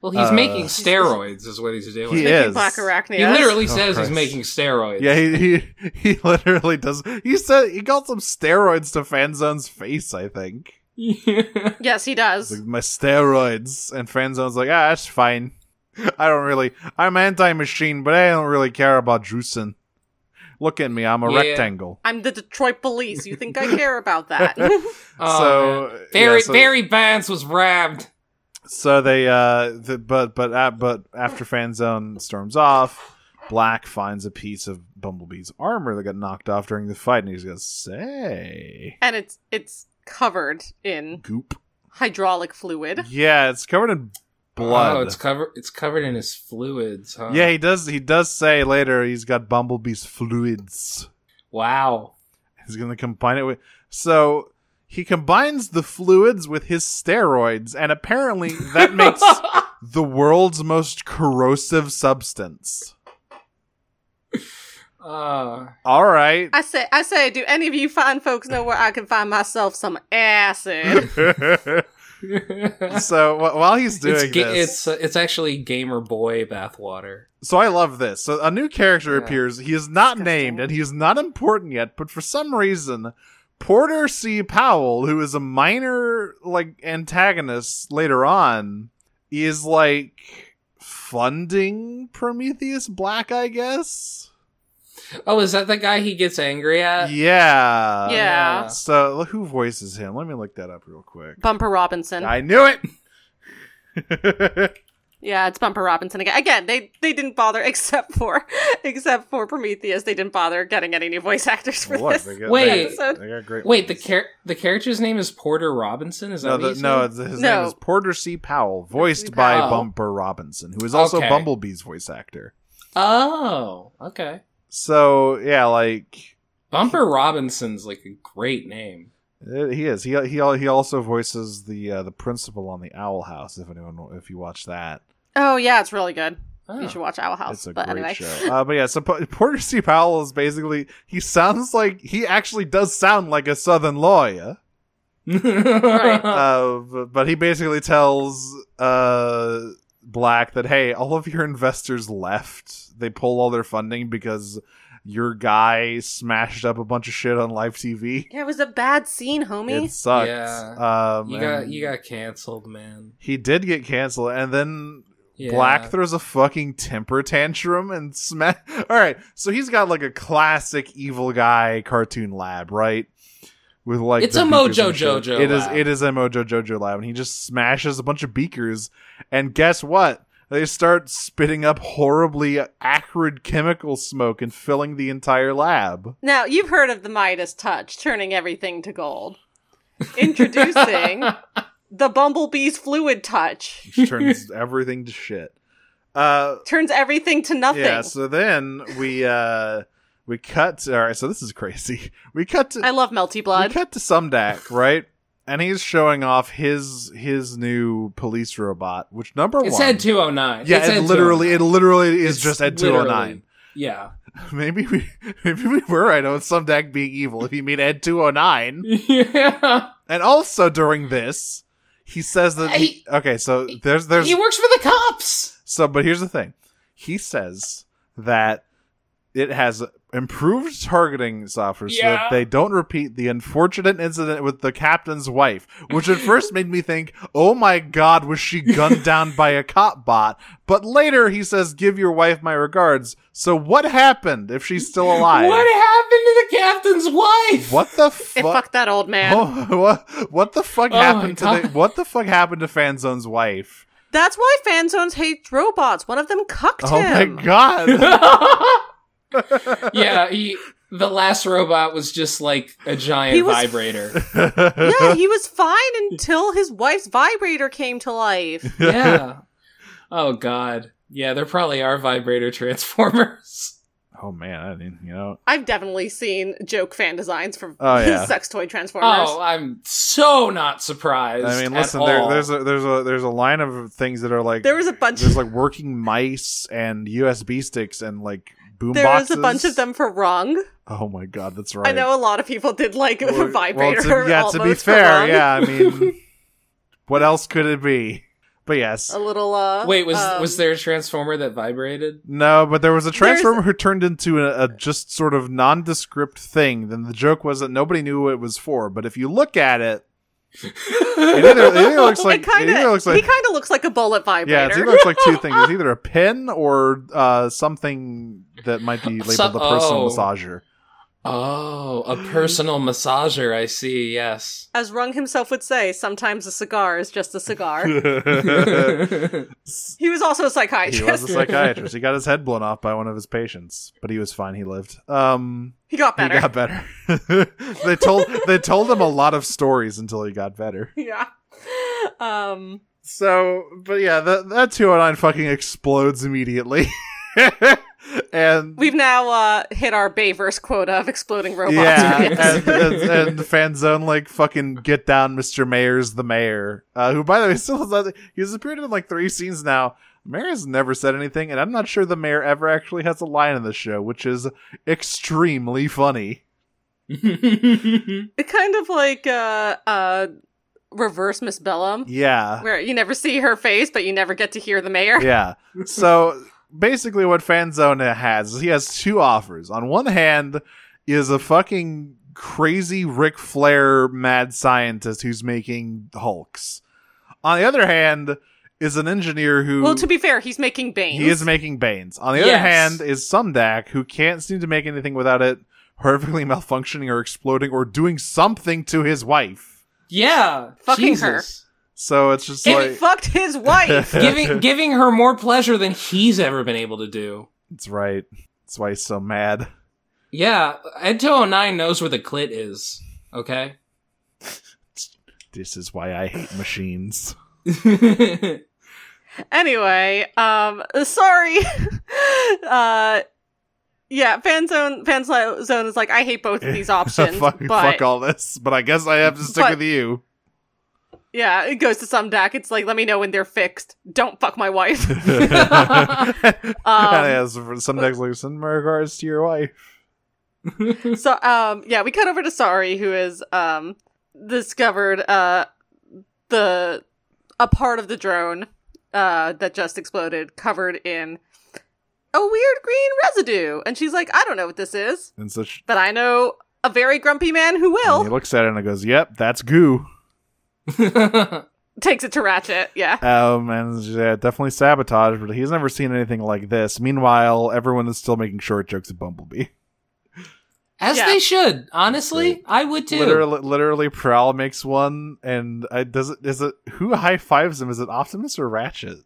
[SPEAKER 4] Well, he's
[SPEAKER 3] Uh,
[SPEAKER 4] making steroids, is what he's doing.
[SPEAKER 3] He
[SPEAKER 2] Making
[SPEAKER 3] is.
[SPEAKER 2] Black
[SPEAKER 4] He
[SPEAKER 2] Arachnia.
[SPEAKER 4] literally
[SPEAKER 3] Oh,
[SPEAKER 4] says
[SPEAKER 3] Christ.
[SPEAKER 4] he's making steroids.
[SPEAKER 3] Yeah, he he, he literally does. He said he called some steroids to Fanzone's face. I think
[SPEAKER 2] Yes, he
[SPEAKER 3] It's
[SPEAKER 2] does.
[SPEAKER 3] like my steroids and fanzone's like ah that's fine i don't really i'm anti-machine but i don't really care about juicing look at me i'm a
[SPEAKER 4] Yeah.
[SPEAKER 3] rectangle
[SPEAKER 2] I'm the Detroit police. You think I care about that?
[SPEAKER 4] Oh,
[SPEAKER 3] So,
[SPEAKER 4] man.
[SPEAKER 3] yeah,
[SPEAKER 4] Barry
[SPEAKER 3] so-
[SPEAKER 4] Barry Bonds was robbed.
[SPEAKER 3] so they uh the, but but uh, but after fanzone storms off black finds a piece of bumblebee's armor that got knocked off during the fight and he's gonna say
[SPEAKER 2] and it's it's covered in
[SPEAKER 3] goop
[SPEAKER 2] hydraulic fluid.
[SPEAKER 3] yeah it's covered in blood
[SPEAKER 4] Oh, it's uh, covered. It's covered in his fluids. Huh?
[SPEAKER 3] yeah he does he does say later he's got bumblebee's fluids
[SPEAKER 4] Wow.
[SPEAKER 3] He's going to combine it with. So he combines the fluids with his steroids, and apparently that makes the world's most corrosive substance.
[SPEAKER 4] Uh,
[SPEAKER 3] All right.
[SPEAKER 2] I say, I say, do any of you fine folks know where I can find myself some acid?
[SPEAKER 4] it's
[SPEAKER 3] so wh- while he's doing
[SPEAKER 4] ga- it's
[SPEAKER 3] this,
[SPEAKER 4] uh, it's actually Gamer Boy bathwater.
[SPEAKER 3] so I love this. So a new character
[SPEAKER 4] Yeah.
[SPEAKER 3] appears. He is not
[SPEAKER 2] Disgusting.
[SPEAKER 3] named, and he is not important yet. But for some reason, Porter C. Powell, who is a minor like antagonist later on, is like funding Prometheus Black, I guess.
[SPEAKER 4] Oh, is that the guy he gets angry at?
[SPEAKER 3] Uh, yeah.
[SPEAKER 2] yeah.
[SPEAKER 3] So look, who voices him? Let me look that up real quick.
[SPEAKER 2] Bumper Robinson.
[SPEAKER 3] I knew it.
[SPEAKER 2] yeah, it's Bumper Robinson again. Again, they they didn't bother except for except for Prometheus. They didn't bother getting any new voice actors for
[SPEAKER 3] Look,
[SPEAKER 2] this.
[SPEAKER 3] they got-
[SPEAKER 4] Wait.
[SPEAKER 3] they got- they got great
[SPEAKER 4] Wait, the
[SPEAKER 3] ones.
[SPEAKER 4] char- the character's name is Porter Robinson. Is that
[SPEAKER 3] No,
[SPEAKER 4] what you
[SPEAKER 3] the, no,
[SPEAKER 4] said?
[SPEAKER 3] it's- his
[SPEAKER 2] No.
[SPEAKER 3] name is Porter C. Powell, voiced by
[SPEAKER 4] Powell.
[SPEAKER 3] Bumper Robinson, who is also
[SPEAKER 4] Okay.
[SPEAKER 3] Bumblebee's voice actor.
[SPEAKER 4] Oh, okay.
[SPEAKER 3] So yeah, like
[SPEAKER 4] Bumper Robinson's like a great name.
[SPEAKER 3] eh, he is. He he al- he also voices the uh, the principal on the Owl House. If anyone, if you watch that,
[SPEAKER 2] Oh yeah, it's really good.
[SPEAKER 4] Oh.
[SPEAKER 2] You should watch Owl House.
[SPEAKER 3] it's a
[SPEAKER 2] but
[SPEAKER 3] great
[SPEAKER 2] anyway,
[SPEAKER 3] show. Uh, but yeah, so Po- Porter C. Powell is basically he sounds like he actually does sound like a Southern lawyer. Uh, b- but he basically tells uh, Black that hey, all of your investors left. They pull all their funding because your guy smashed up a bunch of shit on live TV.
[SPEAKER 2] Yeah, it was a bad scene, homie.
[SPEAKER 3] It sucked.
[SPEAKER 4] Yeah.
[SPEAKER 3] Um,
[SPEAKER 4] You
[SPEAKER 3] and
[SPEAKER 4] got you got canceled, man.
[SPEAKER 3] he did get canceled, and then
[SPEAKER 4] Yeah.
[SPEAKER 3] Black throws a fucking temper tantrum and smash. All right, so he's got like a classic evil guy cartoon lab, right? With like
[SPEAKER 4] It's
[SPEAKER 3] the
[SPEAKER 4] a
[SPEAKER 3] beakers
[SPEAKER 4] Mojo
[SPEAKER 3] and shit.
[SPEAKER 4] Jojo
[SPEAKER 3] It is.
[SPEAKER 4] lab.
[SPEAKER 3] It is a Mojo Jojo lab, and he just smashes a bunch of beakers. And guess what? They start spitting up horribly acrid chemical smoke and filling the entire lab.
[SPEAKER 2] Now, you've heard of the Midas touch, turning everything to gold. Introducing the Bumblebee's fluid touch.
[SPEAKER 3] Which turns everything to shit. Uh,
[SPEAKER 2] Turns everything to nothing.
[SPEAKER 3] yeah. So then we uh we cut. All right. So this is crazy. We cut to
[SPEAKER 2] I love Melty Blood.
[SPEAKER 3] We cut to Sumdac, right? And he's showing off his his new police robot, which number
[SPEAKER 4] It
[SPEAKER 3] one.
[SPEAKER 4] said 209.
[SPEAKER 3] yeah,
[SPEAKER 4] said
[SPEAKER 3] it literally, it
[SPEAKER 4] 209.
[SPEAKER 3] literally is
[SPEAKER 4] It's
[SPEAKER 3] just at two
[SPEAKER 4] literally-
[SPEAKER 3] hundred nine.
[SPEAKER 4] Yeah.
[SPEAKER 3] Maybe we, maybe we were right on Sumdac being evil if you mean Ed two hundred nine.
[SPEAKER 4] yeah.
[SPEAKER 3] And also during this, he says that he, okay, so there's there's
[SPEAKER 4] He works for the cops.
[SPEAKER 3] so, but here's the thing. He says that it has improved targeting software so
[SPEAKER 4] Yeah.
[SPEAKER 3] that they don't repeat the unfortunate incident with the captain's wife, which at first made me think, oh my god, was she gunned down by a cop bot? But later he says, give your wife my regards. So, what happened if she's still alive?
[SPEAKER 4] What happened to the captain's wife?
[SPEAKER 3] What the
[SPEAKER 2] It
[SPEAKER 3] fuck?
[SPEAKER 2] fucked that old man.
[SPEAKER 3] Oh, what, what the fuck
[SPEAKER 4] Oh my
[SPEAKER 3] happened to the,
[SPEAKER 4] God.
[SPEAKER 3] what the fuck happened to Fanzone's wife?
[SPEAKER 2] That's why fanzones hate robots. One of them cucked
[SPEAKER 3] Oh
[SPEAKER 2] him.
[SPEAKER 3] my god.
[SPEAKER 4] yeah, he the last robot was just like a giant
[SPEAKER 2] He was-
[SPEAKER 4] vibrator.
[SPEAKER 2] yeah, he was fine until his wife's vibrator came to life.
[SPEAKER 4] yeah. Oh god. Yeah, there probably are vibrator transformers.
[SPEAKER 3] Oh man, I mean, you know,
[SPEAKER 2] I've definitely seen joke fan designs for
[SPEAKER 3] Oh, yeah.
[SPEAKER 2] sex toy transformers.
[SPEAKER 4] Oh, I'm so not surprised.
[SPEAKER 3] I mean,
[SPEAKER 4] at
[SPEAKER 3] listen. There,
[SPEAKER 4] all.
[SPEAKER 3] there's a there's a there's a line of things that are like
[SPEAKER 2] There was a bunch-
[SPEAKER 3] There's like working mice and USB sticks and like boom
[SPEAKER 2] there
[SPEAKER 3] boxes.
[SPEAKER 2] was a bunch of them for wrong.
[SPEAKER 3] Oh my god, that's right.
[SPEAKER 2] I know a lot of people did like
[SPEAKER 3] Well,
[SPEAKER 2] vibrator.
[SPEAKER 3] well, to- yeah, to be
[SPEAKER 2] almost for
[SPEAKER 3] fair,
[SPEAKER 2] wrong.
[SPEAKER 3] yeah. I mean, what else could it be? But yes,
[SPEAKER 2] A little. uh
[SPEAKER 4] Wait, was
[SPEAKER 2] um,
[SPEAKER 4] was there a transformer that vibrated?
[SPEAKER 3] no. But there was a
[SPEAKER 2] There's-
[SPEAKER 3] transformer who turned into a, a just sort of nondescript thing. Then the joke was that nobody knew what it was for. But if you look at it, it either, it either looks like
[SPEAKER 2] it kind
[SPEAKER 3] either
[SPEAKER 2] of.
[SPEAKER 3] looks like
[SPEAKER 2] he kind of looks like a bullet
[SPEAKER 3] Yeah, it's
[SPEAKER 2] vibrator.
[SPEAKER 3] either looks like two things. It's either a pin or uh, something that might be labeled
[SPEAKER 4] So-
[SPEAKER 3] a personal
[SPEAKER 4] oh.
[SPEAKER 3] massager.
[SPEAKER 4] Oh, a
[SPEAKER 2] Hmm.
[SPEAKER 4] personal massager. I see. Yes.
[SPEAKER 2] As Rung himself would say, sometimes a cigar is just a cigar.
[SPEAKER 4] oh,
[SPEAKER 2] he was also a psychiatrist.
[SPEAKER 3] he
[SPEAKER 2] He,
[SPEAKER 3] was a psychiatrist. He got his head blown off by one of his patients, but he was fine. He lived. Um,
[SPEAKER 2] got better.
[SPEAKER 3] He got better. they told they told him a lot of stories until he got better.
[SPEAKER 2] yeah. Um.
[SPEAKER 3] So, but yeah, that that two hundred nine fucking explodes immediately, and
[SPEAKER 2] We've now uh, hit our Bayverse quota of exploding robots.
[SPEAKER 3] Yeah,
[SPEAKER 4] Yes.
[SPEAKER 3] and, and, and the fan zone like fucking get down, Mr. Mayor's the mayor, uh, who by the way still has not, he's appeared in like three scenes now. Mayor has never said anything, and I'm not sure the mayor ever actually has a line in the show, which is extremely funny.
[SPEAKER 2] It kind of like uh, uh, reverse Miss Bellum,
[SPEAKER 3] Yeah,
[SPEAKER 2] where you never see her face, but you never get to hear the mayor.
[SPEAKER 3] yeah. So basically, what Fanzone has is he has two offers. On one hand, is a fucking crazy Ric Flair mad scientist who's making Hulks. On the other hand, is an engineer who
[SPEAKER 2] Well, to be fair, he's making Bane.
[SPEAKER 3] he is making Banes. On the other
[SPEAKER 4] Yes.
[SPEAKER 3] hand, is Sumdac who can't seem to make anything without it horrifically malfunctioning or exploding or doing something to his wife.
[SPEAKER 4] yeah.
[SPEAKER 2] Fucking
[SPEAKER 4] Jesus.
[SPEAKER 3] So it's just
[SPEAKER 2] and he
[SPEAKER 3] like
[SPEAKER 2] fucked his wife.
[SPEAKER 4] giving giving her more pleasure than he's ever been able to do.
[SPEAKER 3] it's right. That's why he's so mad.
[SPEAKER 4] Yeah, Ed 209 knows where the clit is. Okay.
[SPEAKER 3] This is why I hate machines.
[SPEAKER 2] anyway, um, sorry. uh, yeah, fanzone fanzone is like I hate both of these options,
[SPEAKER 3] fuck,
[SPEAKER 2] but
[SPEAKER 3] fuck all this, but I guess I have to stick
[SPEAKER 2] but-
[SPEAKER 3] with you.
[SPEAKER 2] yeah, it goes to some deck. It's like let me know when they're fixed. Don't fuck my wife. Um,
[SPEAKER 3] and as for some next like send my regards to your wife.
[SPEAKER 2] so um yeah we cut over to sari who is um discovered uh the a part of the drone uh that just exploded covered in a weird green residue. And she's like, I don't know what this is,
[SPEAKER 3] And so she,
[SPEAKER 2] but I know a very grumpy man who
[SPEAKER 3] and he
[SPEAKER 2] will.
[SPEAKER 3] looks at it and goes, "Yep, that's goo."
[SPEAKER 2] Takes it to Ratchet. Yeah.
[SPEAKER 3] Um, and she's, yeah, definitely sabotage, but he's never seen anything like this. Meanwhile, everyone is still making short jokes at Bumblebee.
[SPEAKER 4] As
[SPEAKER 2] Yeah.
[SPEAKER 4] they should. Honestly, I would too.
[SPEAKER 3] Literally, literally, Prowl makes one, and I, does it? Is it who high fives him? Is it Optimus or Ratchet?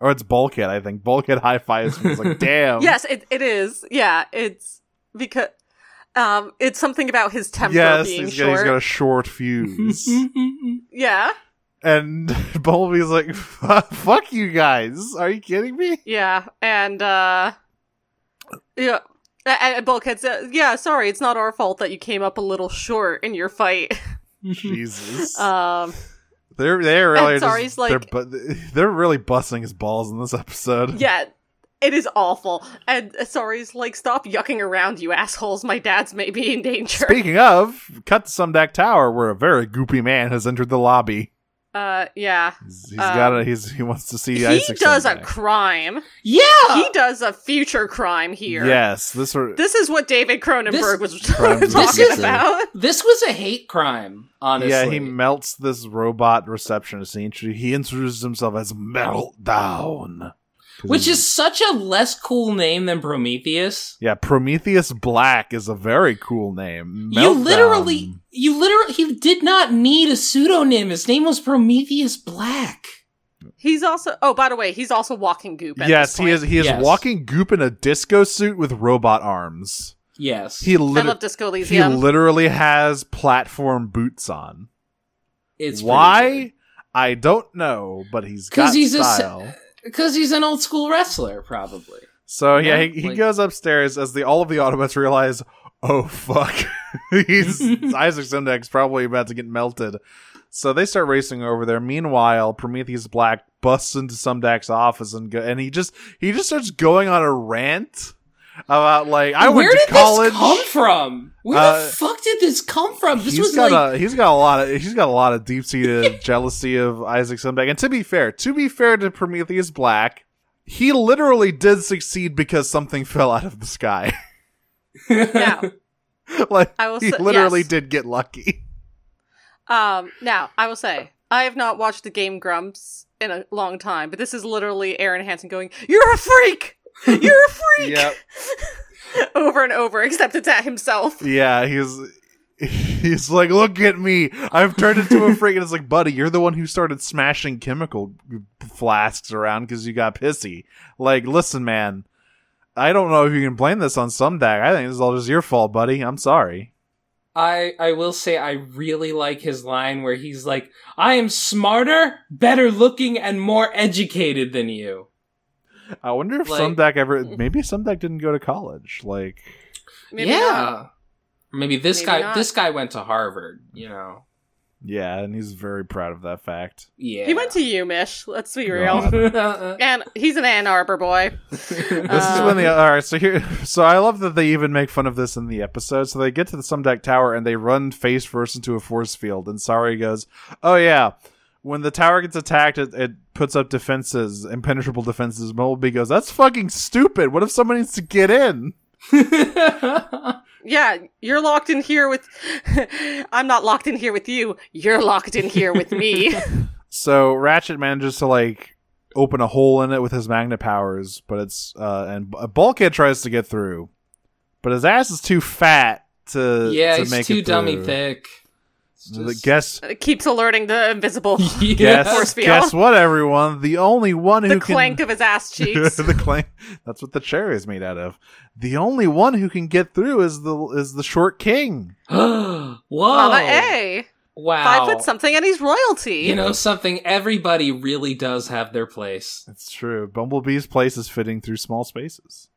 [SPEAKER 3] Or it's Bulkhead, I think. Bulkhead high fives him. He's like, "Damn."
[SPEAKER 2] Yes, it, it is. Yeah. It's because um, it's something about his temper
[SPEAKER 3] yes,
[SPEAKER 2] being
[SPEAKER 3] he's got,
[SPEAKER 2] short.
[SPEAKER 3] he's got a short fuse.
[SPEAKER 2] yeah.
[SPEAKER 3] and Bumblebee's like, "Fu- "Fuck you guys! Are you kidding me?"
[SPEAKER 2] Yeah, and uh yeah, and- and Bulkhead says, uh, "Yeah, sorry, it's not our fault that you came up a little short in your fight."
[SPEAKER 3] Jesus,
[SPEAKER 2] Um,
[SPEAKER 3] they're they're really
[SPEAKER 2] and sorry,
[SPEAKER 3] just,
[SPEAKER 2] he's like-
[SPEAKER 3] they're, bu- they're really busting his balls in this episode.
[SPEAKER 2] yeah, it is awful. And uh, sorry's like, "Stop yucking around, you assholes. My dad's maybe in danger."
[SPEAKER 3] Speaking of, cut to Sumdac Tower, where a very goopy man has entered the lobby.
[SPEAKER 2] uh, yeah,
[SPEAKER 3] He's, he's
[SPEAKER 2] Um,
[SPEAKER 3] got a, he's he wants to see.
[SPEAKER 2] he
[SPEAKER 3] Isaac
[SPEAKER 2] does a
[SPEAKER 3] Sumdac.
[SPEAKER 2] crime.
[SPEAKER 4] yeah.
[SPEAKER 2] he does a future crime here.
[SPEAKER 3] Yes, this were
[SPEAKER 2] This is what David Cronenberg
[SPEAKER 4] This-
[SPEAKER 2] was
[SPEAKER 3] Crimes
[SPEAKER 2] talking
[SPEAKER 4] is-
[SPEAKER 2] about.
[SPEAKER 4] This was a hate crime, honestly.
[SPEAKER 3] yeah. He melts this robot receptionist. He, intro- he introduces himself as Meltdown,
[SPEAKER 4] Which is such a less cool name than Prometheus.
[SPEAKER 3] yeah. Prometheus Black is a very cool name.
[SPEAKER 4] You
[SPEAKER 3] Meltdown.
[SPEAKER 4] literally, you literally, he did not need a pseudonym. His name was Prometheus Black.
[SPEAKER 2] He's also oh, by the way, he's also walking goop. At
[SPEAKER 3] Yes,
[SPEAKER 2] this
[SPEAKER 3] he
[SPEAKER 2] point.
[SPEAKER 3] is. He is
[SPEAKER 4] Yes.
[SPEAKER 3] walking goop in a disco suit with robot arms.
[SPEAKER 4] Yes.
[SPEAKER 3] He
[SPEAKER 2] I
[SPEAKER 3] literally
[SPEAKER 2] love Disco
[SPEAKER 3] he
[SPEAKER 2] Elysium.
[SPEAKER 3] literally has platform boots on.
[SPEAKER 4] it's
[SPEAKER 3] Why? I don't know, but he's
[SPEAKER 4] 'Cause
[SPEAKER 3] got
[SPEAKER 4] he's a s-
[SPEAKER 3] style.
[SPEAKER 4] Because he's an old school wrestler, probably.
[SPEAKER 3] so yeah,
[SPEAKER 4] Yeah,
[SPEAKER 3] he, he
[SPEAKER 4] like-
[SPEAKER 3] goes upstairs as the all of the Autobots realize, oh fuck, he's Isaac Simdek's probably about to get melted. So they start racing over there. Meanwhile, Prometheus Black busts into Sumdak's office and go, and he just he just starts going on a rant about like I
[SPEAKER 4] Where
[SPEAKER 3] went
[SPEAKER 4] did
[SPEAKER 3] to college.
[SPEAKER 4] this come from? Where
[SPEAKER 3] Uh,
[SPEAKER 4] the fuck did this come from? This
[SPEAKER 3] He's
[SPEAKER 4] was
[SPEAKER 3] got
[SPEAKER 4] like
[SPEAKER 3] a he's got a lot of he's got a lot of deep seated jealousy of Isaac Sumdac. And to be fair, to be fair to Prometheus Black, he literally did succeed because something fell out of the sky.
[SPEAKER 2] now,
[SPEAKER 3] like
[SPEAKER 2] I will
[SPEAKER 3] he
[SPEAKER 2] say-
[SPEAKER 3] literally
[SPEAKER 2] yes.
[SPEAKER 3] did get lucky.
[SPEAKER 2] Um, now I will say I have not watched the game Grumps in a long time, but this is literally Aaron Hansen going, "You're a freak, you're a freak," over and over, except it's at himself.
[SPEAKER 3] Yeah, he's he's like, look at me, I've turned into a freak. And it's like, buddy, you're the one who started smashing chemical flasks around because you got pissy. Like, listen, man, I don't know if you can blame this on Sumdac. I think this is all just your fault, buddy. I'm sorry.
[SPEAKER 4] I I will say I really like his line where he's like, "I am smarter, better looking, and more educated than you."
[SPEAKER 3] I wonder if
[SPEAKER 4] Like-
[SPEAKER 3] Sumdac ever maybe Sumdac didn't go to college. Like
[SPEAKER 2] Maybe
[SPEAKER 4] yeah.
[SPEAKER 2] not.
[SPEAKER 4] Maybe this
[SPEAKER 2] Maybe
[SPEAKER 4] guy
[SPEAKER 2] not.
[SPEAKER 4] this guy went to Harvard, you know.
[SPEAKER 3] yeah, and he's very proud of that fact.
[SPEAKER 4] Yeah.
[SPEAKER 2] he went to UMich. Let's be real.
[SPEAKER 3] God.
[SPEAKER 4] to
[SPEAKER 2] And he's an Ann Arbor boy. Um,
[SPEAKER 3] This
[SPEAKER 4] Uh,
[SPEAKER 3] is when the all right. So here, so I love that they even make fun of this in the episode. So they get to the Sumdac Tower and they run face first into a force field. And Sari goes, "Oh yeah, when the tower gets attacked, it, it puts up defenses, impenetrable defenses." Bumblebee goes, "That's fucking stupid. What if someone needs to get in?"
[SPEAKER 2] Yeah, you're locked in here with. I'm not locked in here with you. You're locked in here with me.
[SPEAKER 3] So Ratchet manages to like open a hole in it with his magnet powers, but it's uh and B- Bulkhead tries to get through, but his ass is too fat to
[SPEAKER 4] Yeah,
[SPEAKER 3] to
[SPEAKER 4] he's
[SPEAKER 3] make
[SPEAKER 4] too
[SPEAKER 3] it
[SPEAKER 4] dummy
[SPEAKER 3] through.
[SPEAKER 4] thick. It's
[SPEAKER 3] The-
[SPEAKER 4] just-
[SPEAKER 3] Guess
[SPEAKER 2] It keeps alerting the invisible.
[SPEAKER 4] Yeah.
[SPEAKER 3] guess
[SPEAKER 2] Force field.
[SPEAKER 3] guess what, everyone? The only one who
[SPEAKER 2] The
[SPEAKER 3] can
[SPEAKER 2] clank of his ass cheeks.
[SPEAKER 3] the clank. That's what the chair is made out of. The only one who can get through is the is the short king.
[SPEAKER 4] Whoa.
[SPEAKER 2] Mama
[SPEAKER 3] Oh.
[SPEAKER 2] A.
[SPEAKER 4] Wow.
[SPEAKER 2] Five foot something, and he's royalty.
[SPEAKER 4] You know something? Everybody really does have their place.
[SPEAKER 3] That's true. Bumblebee's place is fitting through small spaces.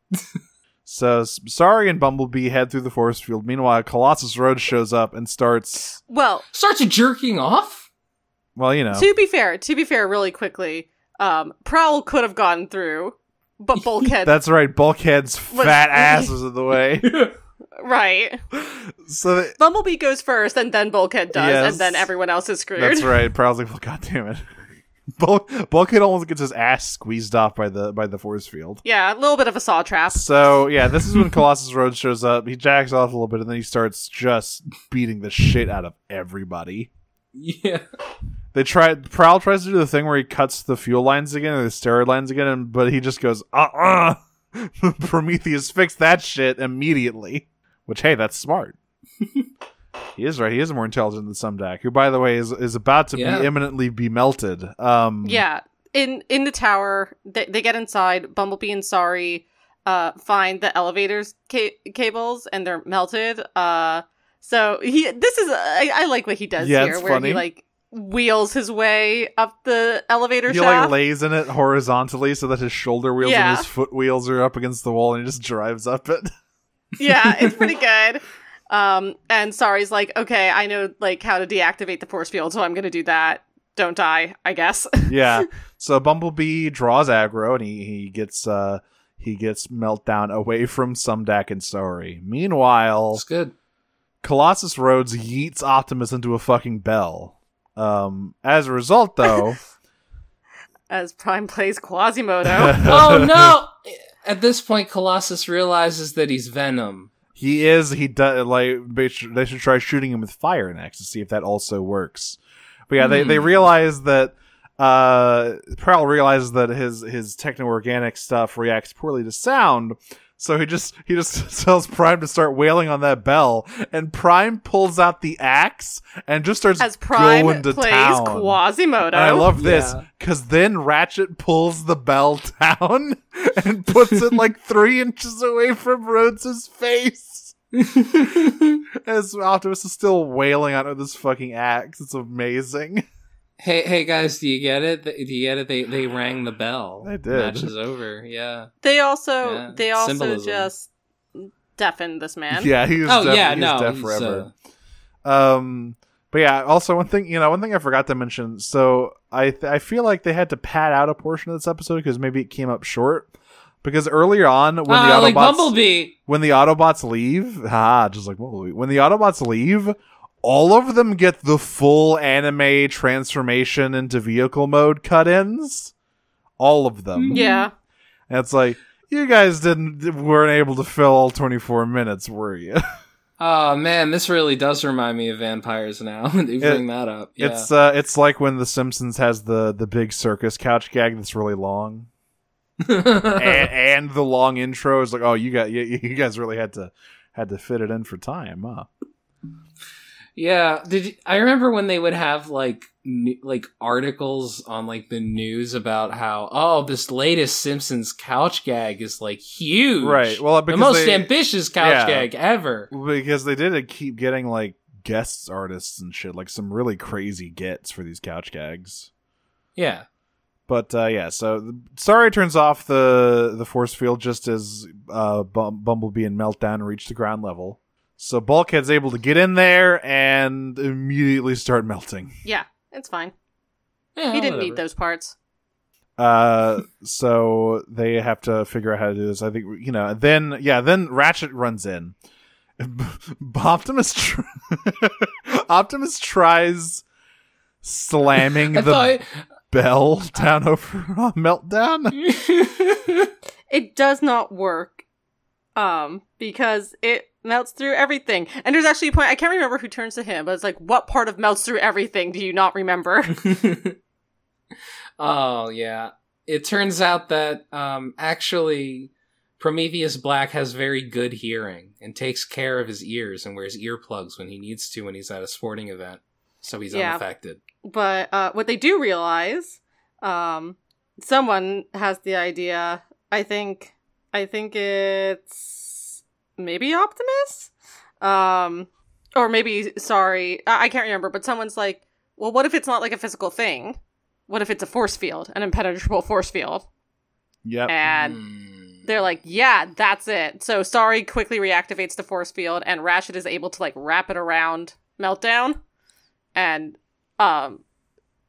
[SPEAKER 3] so S- Sari and Bumblebee head through the forest field. Meanwhile, Colossus Road shows up and starts.
[SPEAKER 2] Well,
[SPEAKER 4] Starts jerking off?
[SPEAKER 3] Well, you know,
[SPEAKER 2] to be fair, to be fair, really quickly, um, Prowl could have gone through, but Bulkhead,
[SPEAKER 3] that's right. Bulkhead's
[SPEAKER 2] What-
[SPEAKER 3] fat ass was in the way.
[SPEAKER 2] right?
[SPEAKER 3] so they,
[SPEAKER 2] Bumblebee goes first, and then Bulkhead does,
[SPEAKER 3] Yes.
[SPEAKER 2] and then everyone else is screwed.
[SPEAKER 3] that's right. Prowl's like, well, God damn it. Bulk, Bulkhead almost gets his ass squeezed off by the by the force field.
[SPEAKER 2] Yeah, a little bit of a saw trap.
[SPEAKER 3] So yeah, this is when Colossus Road shows up. He jacks off a little bit, and then he starts just beating the shit out of everybody.
[SPEAKER 4] Yeah.
[SPEAKER 3] They try Prowl tries to do the thing where he cuts the fuel lines again and the steroid lines again, and, but he just goes uh uh Prometheus fixed that shit immediately. Which hey, that's smart. he is right. He is more intelligent than Sumdak, who by the way is is about to
[SPEAKER 4] Yeah.
[SPEAKER 3] be imminently be melted. Um,
[SPEAKER 2] Yeah, in in the tower, they, they get inside. Bumblebee and Sorry uh, find the elevator's ca- cables, and they're melted. Uh, so he this is I, I like what he does
[SPEAKER 3] Yeah,
[SPEAKER 2] here,
[SPEAKER 3] it's
[SPEAKER 2] where
[SPEAKER 3] funny.
[SPEAKER 2] he like wheels his way up the elevator
[SPEAKER 3] He
[SPEAKER 2] shaft.
[SPEAKER 3] like lays in it horizontally so that his shoulder wheels
[SPEAKER 2] Yeah.
[SPEAKER 3] and his foot wheels are up against the wall, and he just drives up it.
[SPEAKER 2] yeah, it's pretty good. Um, and Sari's like, okay, I know like how to deactivate the force field, so I'm gonna do that. Don't die, I guess.
[SPEAKER 3] yeah. So Bumblebee draws aggro and he, he gets uh he gets meltdown away from Sumdak and Sori. Meanwhile,
[SPEAKER 4] It's good.
[SPEAKER 3] Colossus Rhodes yeets Optimus into a fucking bell. Um as a result though
[SPEAKER 2] As Prime plays Quasimodo.
[SPEAKER 4] Oh no! At this point, Colossus realizes that he's Venom.
[SPEAKER 3] he is he does like they should they should try shooting him with fire next to see if that also works. But yeah, they, they
[SPEAKER 4] Hmm.
[SPEAKER 3] realize that uh Prowl realizes that his his techno organic stuff reacts poorly to sound, so he just he just tells Prime to start wailing on that bell, and Prime pulls out the axe and just starts
[SPEAKER 2] As Prime
[SPEAKER 3] going to
[SPEAKER 2] plays
[SPEAKER 3] town.
[SPEAKER 2] Quasimodo.
[SPEAKER 3] and I love this
[SPEAKER 4] Yeah.
[SPEAKER 3] because then Ratchet pulls the bell down and puts it like three inches away from Rhodes's face. As Optimus is still wailing out of this fucking axe, it's amazing.
[SPEAKER 4] Hey, hey guys, do you get it? Do you get it? They they rang the bell.
[SPEAKER 3] They did.
[SPEAKER 4] Match is over. Yeah.
[SPEAKER 2] They also
[SPEAKER 4] Yeah,
[SPEAKER 2] they also
[SPEAKER 4] symbolism.
[SPEAKER 2] just deafened this man.
[SPEAKER 3] Yeah, he's
[SPEAKER 4] oh
[SPEAKER 3] deaf,
[SPEAKER 4] yeah.
[SPEAKER 3] he's
[SPEAKER 4] No.
[SPEAKER 3] deaf
[SPEAKER 4] he's,
[SPEAKER 3] forever.
[SPEAKER 4] uh,
[SPEAKER 3] Um, but yeah, also one thing you know, one thing I forgot to mention. So I th- I feel like they had to pad out a portion of this episode because maybe it came up short. Because earlier on, when the
[SPEAKER 4] ah,
[SPEAKER 3] Autobots
[SPEAKER 4] like Bumblebee.
[SPEAKER 3] when the Autobots leave, ah, just like Bumblebee. When the Autobots leave, all of them get the full anime transformation into vehicle mode cut-ins. All of
[SPEAKER 4] Mm,
[SPEAKER 3] them.
[SPEAKER 2] Yeah.
[SPEAKER 3] And it's like you guys didn't weren't able to fill all 24 minutes, were you?
[SPEAKER 4] Oh man, this really does remind me of vampires. Now that you bring that up. Yeah.
[SPEAKER 3] It's uh, it's like when The Simpsons has the the big circus couch gag that's really long, and, and the long intro is like, oh, you got you, you guys really had to had to fit it in for time, huh?
[SPEAKER 4] Yeah, did you, I remember when they would have like n- like articles on like the news about how oh this latest Simpsons couch gag is like huge,
[SPEAKER 3] Right. Well,
[SPEAKER 4] the
[SPEAKER 3] because
[SPEAKER 4] most
[SPEAKER 3] they,
[SPEAKER 4] ambitious couch
[SPEAKER 3] Yeah.
[SPEAKER 4] gag ever.
[SPEAKER 3] because they did keep getting like guests artists and shit like some really crazy gets for these couch gags
[SPEAKER 4] Yeah,
[SPEAKER 3] but uh yeah so the- sorry turns off the the force field just as uh Bum- bumblebee and meltdown reach the ground level so bulkhead's able to get in there and immediately start melting
[SPEAKER 2] Yeah. It's fine.
[SPEAKER 4] yeah
[SPEAKER 2] he didn't
[SPEAKER 4] whatever.
[SPEAKER 2] need those parts.
[SPEAKER 3] uh so they have to figure out how to do this i think you know then yeah then ratchet runs in optimus tr- optimus tries slamming
[SPEAKER 4] I
[SPEAKER 3] the bell down over on meltdown
[SPEAKER 4] thought
[SPEAKER 2] It does not work. Um, because it melts through everything. And there's actually a point I can't remember who turns to him, but it's like, what part of melts through everything do you not remember?
[SPEAKER 4] oh yeah, it turns out that um actually Prometheus Black has very good hearing and takes care of his ears and wears earplugs when he needs to when he's at a sporting event, so he's
[SPEAKER 2] Yeah.
[SPEAKER 4] unaffected.
[SPEAKER 2] but uh, what they do realize, um, someone has the idea. I think, I think it's maybe Optimus, um, or maybe sorry, I-, I can't remember. But someone's like, well, what if it's not like a physical thing? What if it's a force field, an impenetrable force field?
[SPEAKER 3] yep
[SPEAKER 2] And
[SPEAKER 4] Mm.
[SPEAKER 2] they're like, yeah, that's it. So sorry quickly reactivates the force field, and Ratchet is able to like wrap it around Meltdown, and um,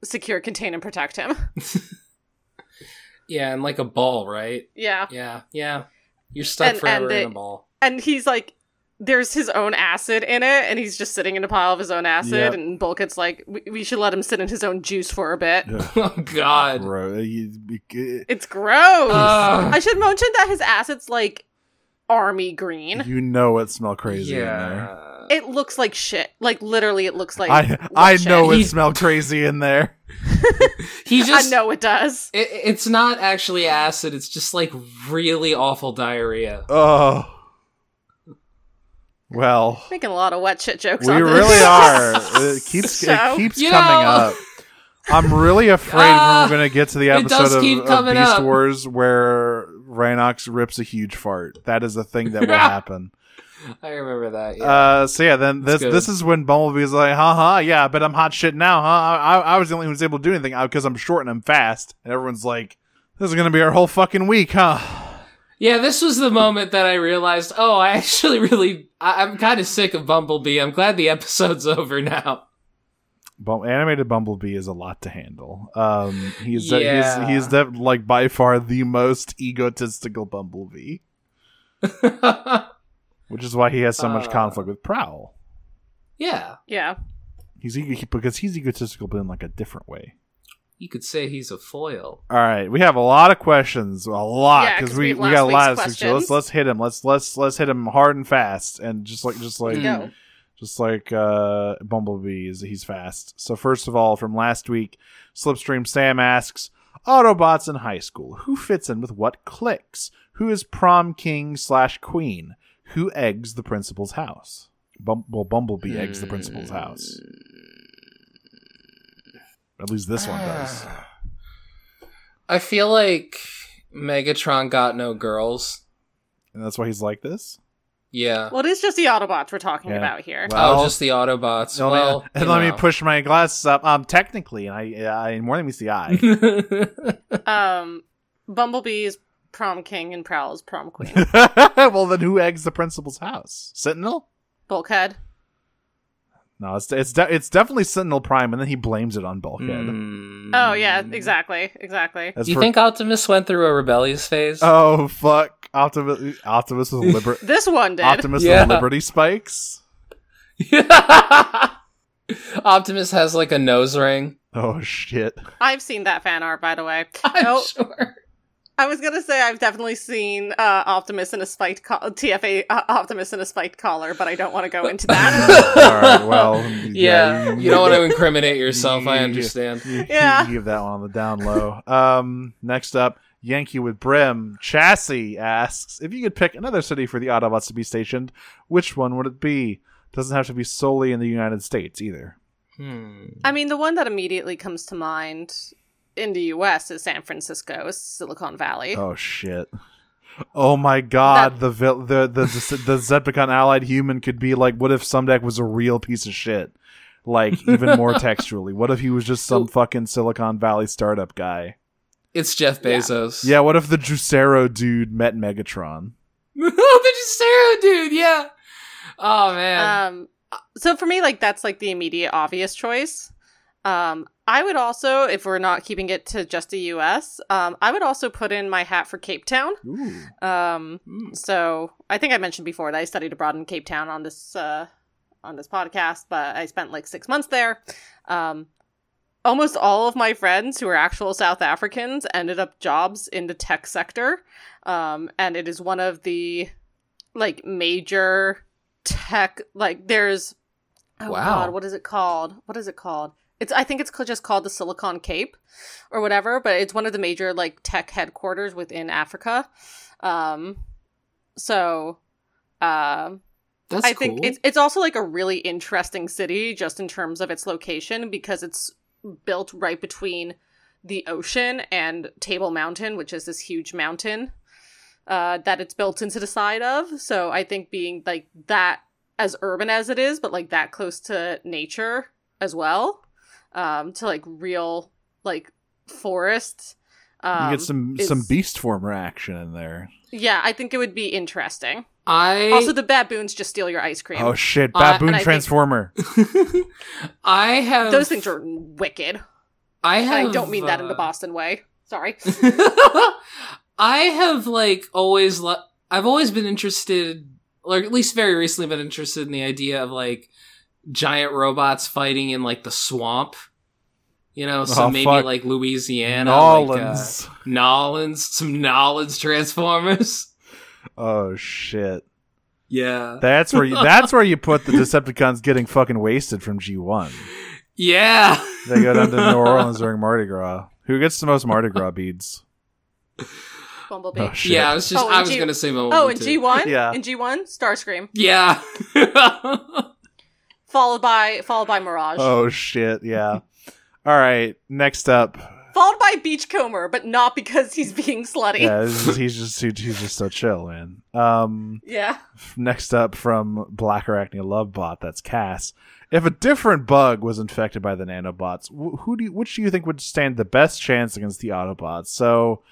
[SPEAKER 2] secure, contain, and protect him.
[SPEAKER 4] yeah, and like a ball, right?
[SPEAKER 2] yeah,
[SPEAKER 4] Yeah, yeah. You're stuck
[SPEAKER 2] And-
[SPEAKER 4] forever
[SPEAKER 2] and
[SPEAKER 4] in a
[SPEAKER 2] they-
[SPEAKER 4] ball.
[SPEAKER 2] and he's like, there's his own acid in it, and he's just sitting in a pile of his own acid.
[SPEAKER 3] Yep.
[SPEAKER 2] And Bulkhead's like, we-, we should let him sit in his own juice for a bit.
[SPEAKER 4] oh God.
[SPEAKER 3] Bro, you- you-
[SPEAKER 2] It's gross.
[SPEAKER 4] Ugh.
[SPEAKER 2] I should mention that his acid's like army green.
[SPEAKER 3] you know it smell crazy in there.
[SPEAKER 4] yeah.
[SPEAKER 2] It looks like shit. Like literally, it looks like
[SPEAKER 3] I I
[SPEAKER 2] shit.
[SPEAKER 3] know it
[SPEAKER 4] He's-
[SPEAKER 3] smelled crazy in there.
[SPEAKER 4] He just
[SPEAKER 2] I know it does.
[SPEAKER 4] It, it's not actually acid. It's just like really awful diarrhea.
[SPEAKER 3] Oh. Well,
[SPEAKER 2] Making a lot of wet shit jokes.
[SPEAKER 3] we
[SPEAKER 2] on this.
[SPEAKER 3] really are. It keeps
[SPEAKER 2] So-
[SPEAKER 3] it keeps
[SPEAKER 4] You
[SPEAKER 3] coming
[SPEAKER 4] know-
[SPEAKER 3] up. I'm really afraid
[SPEAKER 4] Ah,
[SPEAKER 3] we're going to get to the
[SPEAKER 4] it does
[SPEAKER 3] episode of,
[SPEAKER 4] keep
[SPEAKER 3] of
[SPEAKER 4] coming
[SPEAKER 3] Beast
[SPEAKER 4] up.
[SPEAKER 3] Wars where Rhinox rips a huge fart. That is a thing that will happen.
[SPEAKER 4] I remember that. Yeah.
[SPEAKER 3] Uh, so yeah, then this
[SPEAKER 4] That's good.
[SPEAKER 3] this is when Bumblebee's like, "Ha ha, yeah, but I'm hot shit now, huh? I, I, I was the only one who's able to do anything because I'm short and I'm fast." And everyone's like, "This is gonna be our whole fucking week, huh?"
[SPEAKER 4] yeah, this was the moment that I realized, oh, I actually really, I, I'm kind of sick of Bumblebee. I'm glad the episode's over now.
[SPEAKER 3] Bum- animated Bumblebee is a lot to handle. Um, he's
[SPEAKER 4] Yeah.
[SPEAKER 3] he's he's def- like by far the most egotistical Bumblebee, which is why he has so much
[SPEAKER 4] Uh.
[SPEAKER 3] conflict with Prowl.
[SPEAKER 4] yeah,
[SPEAKER 2] Yeah.
[SPEAKER 3] He's ego- he- because he's egotistical, but in like a different way.
[SPEAKER 4] you could say he's a foil.
[SPEAKER 3] All right, we have a lot of questions, a lot
[SPEAKER 2] Yeah,
[SPEAKER 3] because
[SPEAKER 2] 'cause we
[SPEAKER 3] we,
[SPEAKER 2] had
[SPEAKER 3] we got a
[SPEAKER 2] last
[SPEAKER 3] lot of
[SPEAKER 2] week's
[SPEAKER 3] so let's
[SPEAKER 2] questions.
[SPEAKER 3] let's hit him. Let's let's let's hit him hard and fast, and just like just like
[SPEAKER 4] Hmm.
[SPEAKER 2] Go.
[SPEAKER 3] just like uh, Bumblebee is he's fast. So first of all, from last week, Slipstream Sam asks Autobots in high school who fits in with what cliques? Who is prom king slash queen? Who eggs the principal's house? Bum- well, Bumblebee eggs the principal's house. At least this one does.
[SPEAKER 4] I feel like Megatron got no girls.
[SPEAKER 3] And that's why he's like this.
[SPEAKER 4] Yeah.
[SPEAKER 2] Well, it is just the Autobots we're talking
[SPEAKER 3] Yeah.
[SPEAKER 2] about here.
[SPEAKER 3] Well-
[SPEAKER 4] oh, just the Autobots.
[SPEAKER 3] Let me-
[SPEAKER 4] well,
[SPEAKER 3] and let me push my glasses up. Um, technically, and I, I more than meets the eye.
[SPEAKER 4] push.
[SPEAKER 2] Um, Bumblebee is prom king and Prowl is prom queen.
[SPEAKER 3] well, then who eggs the principal's house? Sentinel?
[SPEAKER 2] Bulkhead.
[SPEAKER 3] No, it's it's de- it's definitely Sentinel Prime, and then he blames it on Bulkhead. Hmm.
[SPEAKER 2] Oh yeah,
[SPEAKER 3] Mm-hmm.
[SPEAKER 2] exactly, exactly.
[SPEAKER 4] Do
[SPEAKER 3] As
[SPEAKER 4] Hmm. you
[SPEAKER 3] for-
[SPEAKER 4] think Optimus went through a rebellious phase?
[SPEAKER 3] Oh fuck, Optimus! Optimus with liber-
[SPEAKER 2] This one did.
[SPEAKER 3] Optimus
[SPEAKER 4] Yeah.
[SPEAKER 3] with Liberty Spikes.
[SPEAKER 4] Optimus has like a nose ring.
[SPEAKER 3] Oh shit!
[SPEAKER 2] I've seen that fan art, by the way.
[SPEAKER 4] I'm
[SPEAKER 2] Nope.
[SPEAKER 4] sure.
[SPEAKER 2] I was gonna say I've definitely seen uh, Optimus in a spiked co- TFA uh, Optimus in a spiked collar, but I don't want to go into that.
[SPEAKER 3] All right, well,
[SPEAKER 4] Yeah, you don't want to incriminate yourself. I understand.
[SPEAKER 3] You,
[SPEAKER 2] Yeah.
[SPEAKER 3] you give that one on the down low. Um, next up, Yankee with Brim. Chassis asks if you could pick another city for the Autobots to be stationed, which one would it be? Doesn't have to be solely in the United States either.
[SPEAKER 4] Hmm.
[SPEAKER 2] I mean, the one that immediately comes to mind in the U.S. is San Francisco, Silicon Valley.
[SPEAKER 3] Oh shit! Oh my god, the vil- the the the, the Zepticon allied human could be like, what if Sumdac was a real piece of shit? Like even more textually, what if he was just some fucking Silicon Valley startup guy?
[SPEAKER 4] It's Jeff
[SPEAKER 2] Yeah.
[SPEAKER 4] Bezos.
[SPEAKER 3] Yeah, what if the Juicero dude met Megatron?
[SPEAKER 4] oh, the Juicero dude. Yeah. Oh man.
[SPEAKER 2] Um, so for me, like that's like the immediate obvious choice. Um, I would also, if we're not keeping it to just the U.S., um, I would also put in my hat for Cape Town.
[SPEAKER 3] Ooh.
[SPEAKER 2] Um,
[SPEAKER 4] Mm.
[SPEAKER 2] so I think I mentioned before that I studied abroad in Cape Town on this uh, on this podcast, but I spent like six months there. Um, almost all of my friends who are actual South Africans ended up jobs in the tech sector, um, and it is one of the like major tech like there's oh
[SPEAKER 4] Wow.
[SPEAKER 2] god what is it called what is it called it's i think it's ca- just called the silicon cape or whatever but it's one of the major like tech headquarters within africa um so um
[SPEAKER 4] That's
[SPEAKER 2] I think
[SPEAKER 4] cool.
[SPEAKER 2] it's it's also like a really interesting city just in terms of its location because it's built right between the ocean and Table Mountain, which is this huge mountain uh, that it's built into the side of. So I think being like that as urban as it is, but like that close to nature as well, um, to like real like forest. Um,
[SPEAKER 3] you get some
[SPEAKER 2] is-
[SPEAKER 3] some beast former action in there.
[SPEAKER 2] Yeah, I think it would be interesting.
[SPEAKER 4] I
[SPEAKER 2] Also, the baboons just steal your ice cream.
[SPEAKER 3] Oh shit,
[SPEAKER 4] Uh,
[SPEAKER 3] baboon
[SPEAKER 2] and I think-
[SPEAKER 3] transformer.
[SPEAKER 4] I have
[SPEAKER 2] Those things are wicked.
[SPEAKER 4] I
[SPEAKER 2] And
[SPEAKER 4] have.
[SPEAKER 2] I don't mean that in the
[SPEAKER 4] uh,
[SPEAKER 2] Boston way. Sorry.
[SPEAKER 4] I have like always li- I've always been interested or at least very recently been interested in the idea of like giant robots fighting in like the swamp. You know, so
[SPEAKER 3] Oh,
[SPEAKER 4] maybe
[SPEAKER 3] fuck.
[SPEAKER 4] like Louisiana, like, uh,
[SPEAKER 3] Nolans.
[SPEAKER 4] Nolans, some Nolans Transformers.
[SPEAKER 3] oh shit.
[SPEAKER 4] Yeah.
[SPEAKER 3] That's where you that's where you put the Decepticons getting fucking wasted from G one.
[SPEAKER 4] yeah.
[SPEAKER 3] They go down to New Orleans during Mardi Gras. Who gets the most Mardi Gras beads?
[SPEAKER 2] Bumblebee.
[SPEAKER 3] Oh
[SPEAKER 2] Oh,
[SPEAKER 3] shit.
[SPEAKER 4] Yeah, I was just
[SPEAKER 2] Oh, and
[SPEAKER 4] I was
[SPEAKER 2] G-
[SPEAKER 4] gonna say Mobile.
[SPEAKER 2] and G one.
[SPEAKER 3] Yeah.
[SPEAKER 2] And G one. Starscream.
[SPEAKER 4] Yeah.
[SPEAKER 2] Followed by followed by Mirage.
[SPEAKER 3] Oh shit, yeah. All right, next up.
[SPEAKER 2] Followed by Beachcomber, but not because he's being slutty.
[SPEAKER 3] Yeah, this is- he's just he- he's just so chill, man. Um,
[SPEAKER 2] yeah.
[SPEAKER 3] next up from Black Arachnia Love Bot, that's Cass. If a different bug was infected by the nanobots, wh- who do you, which do you think would stand the best chance against the Autobots? So,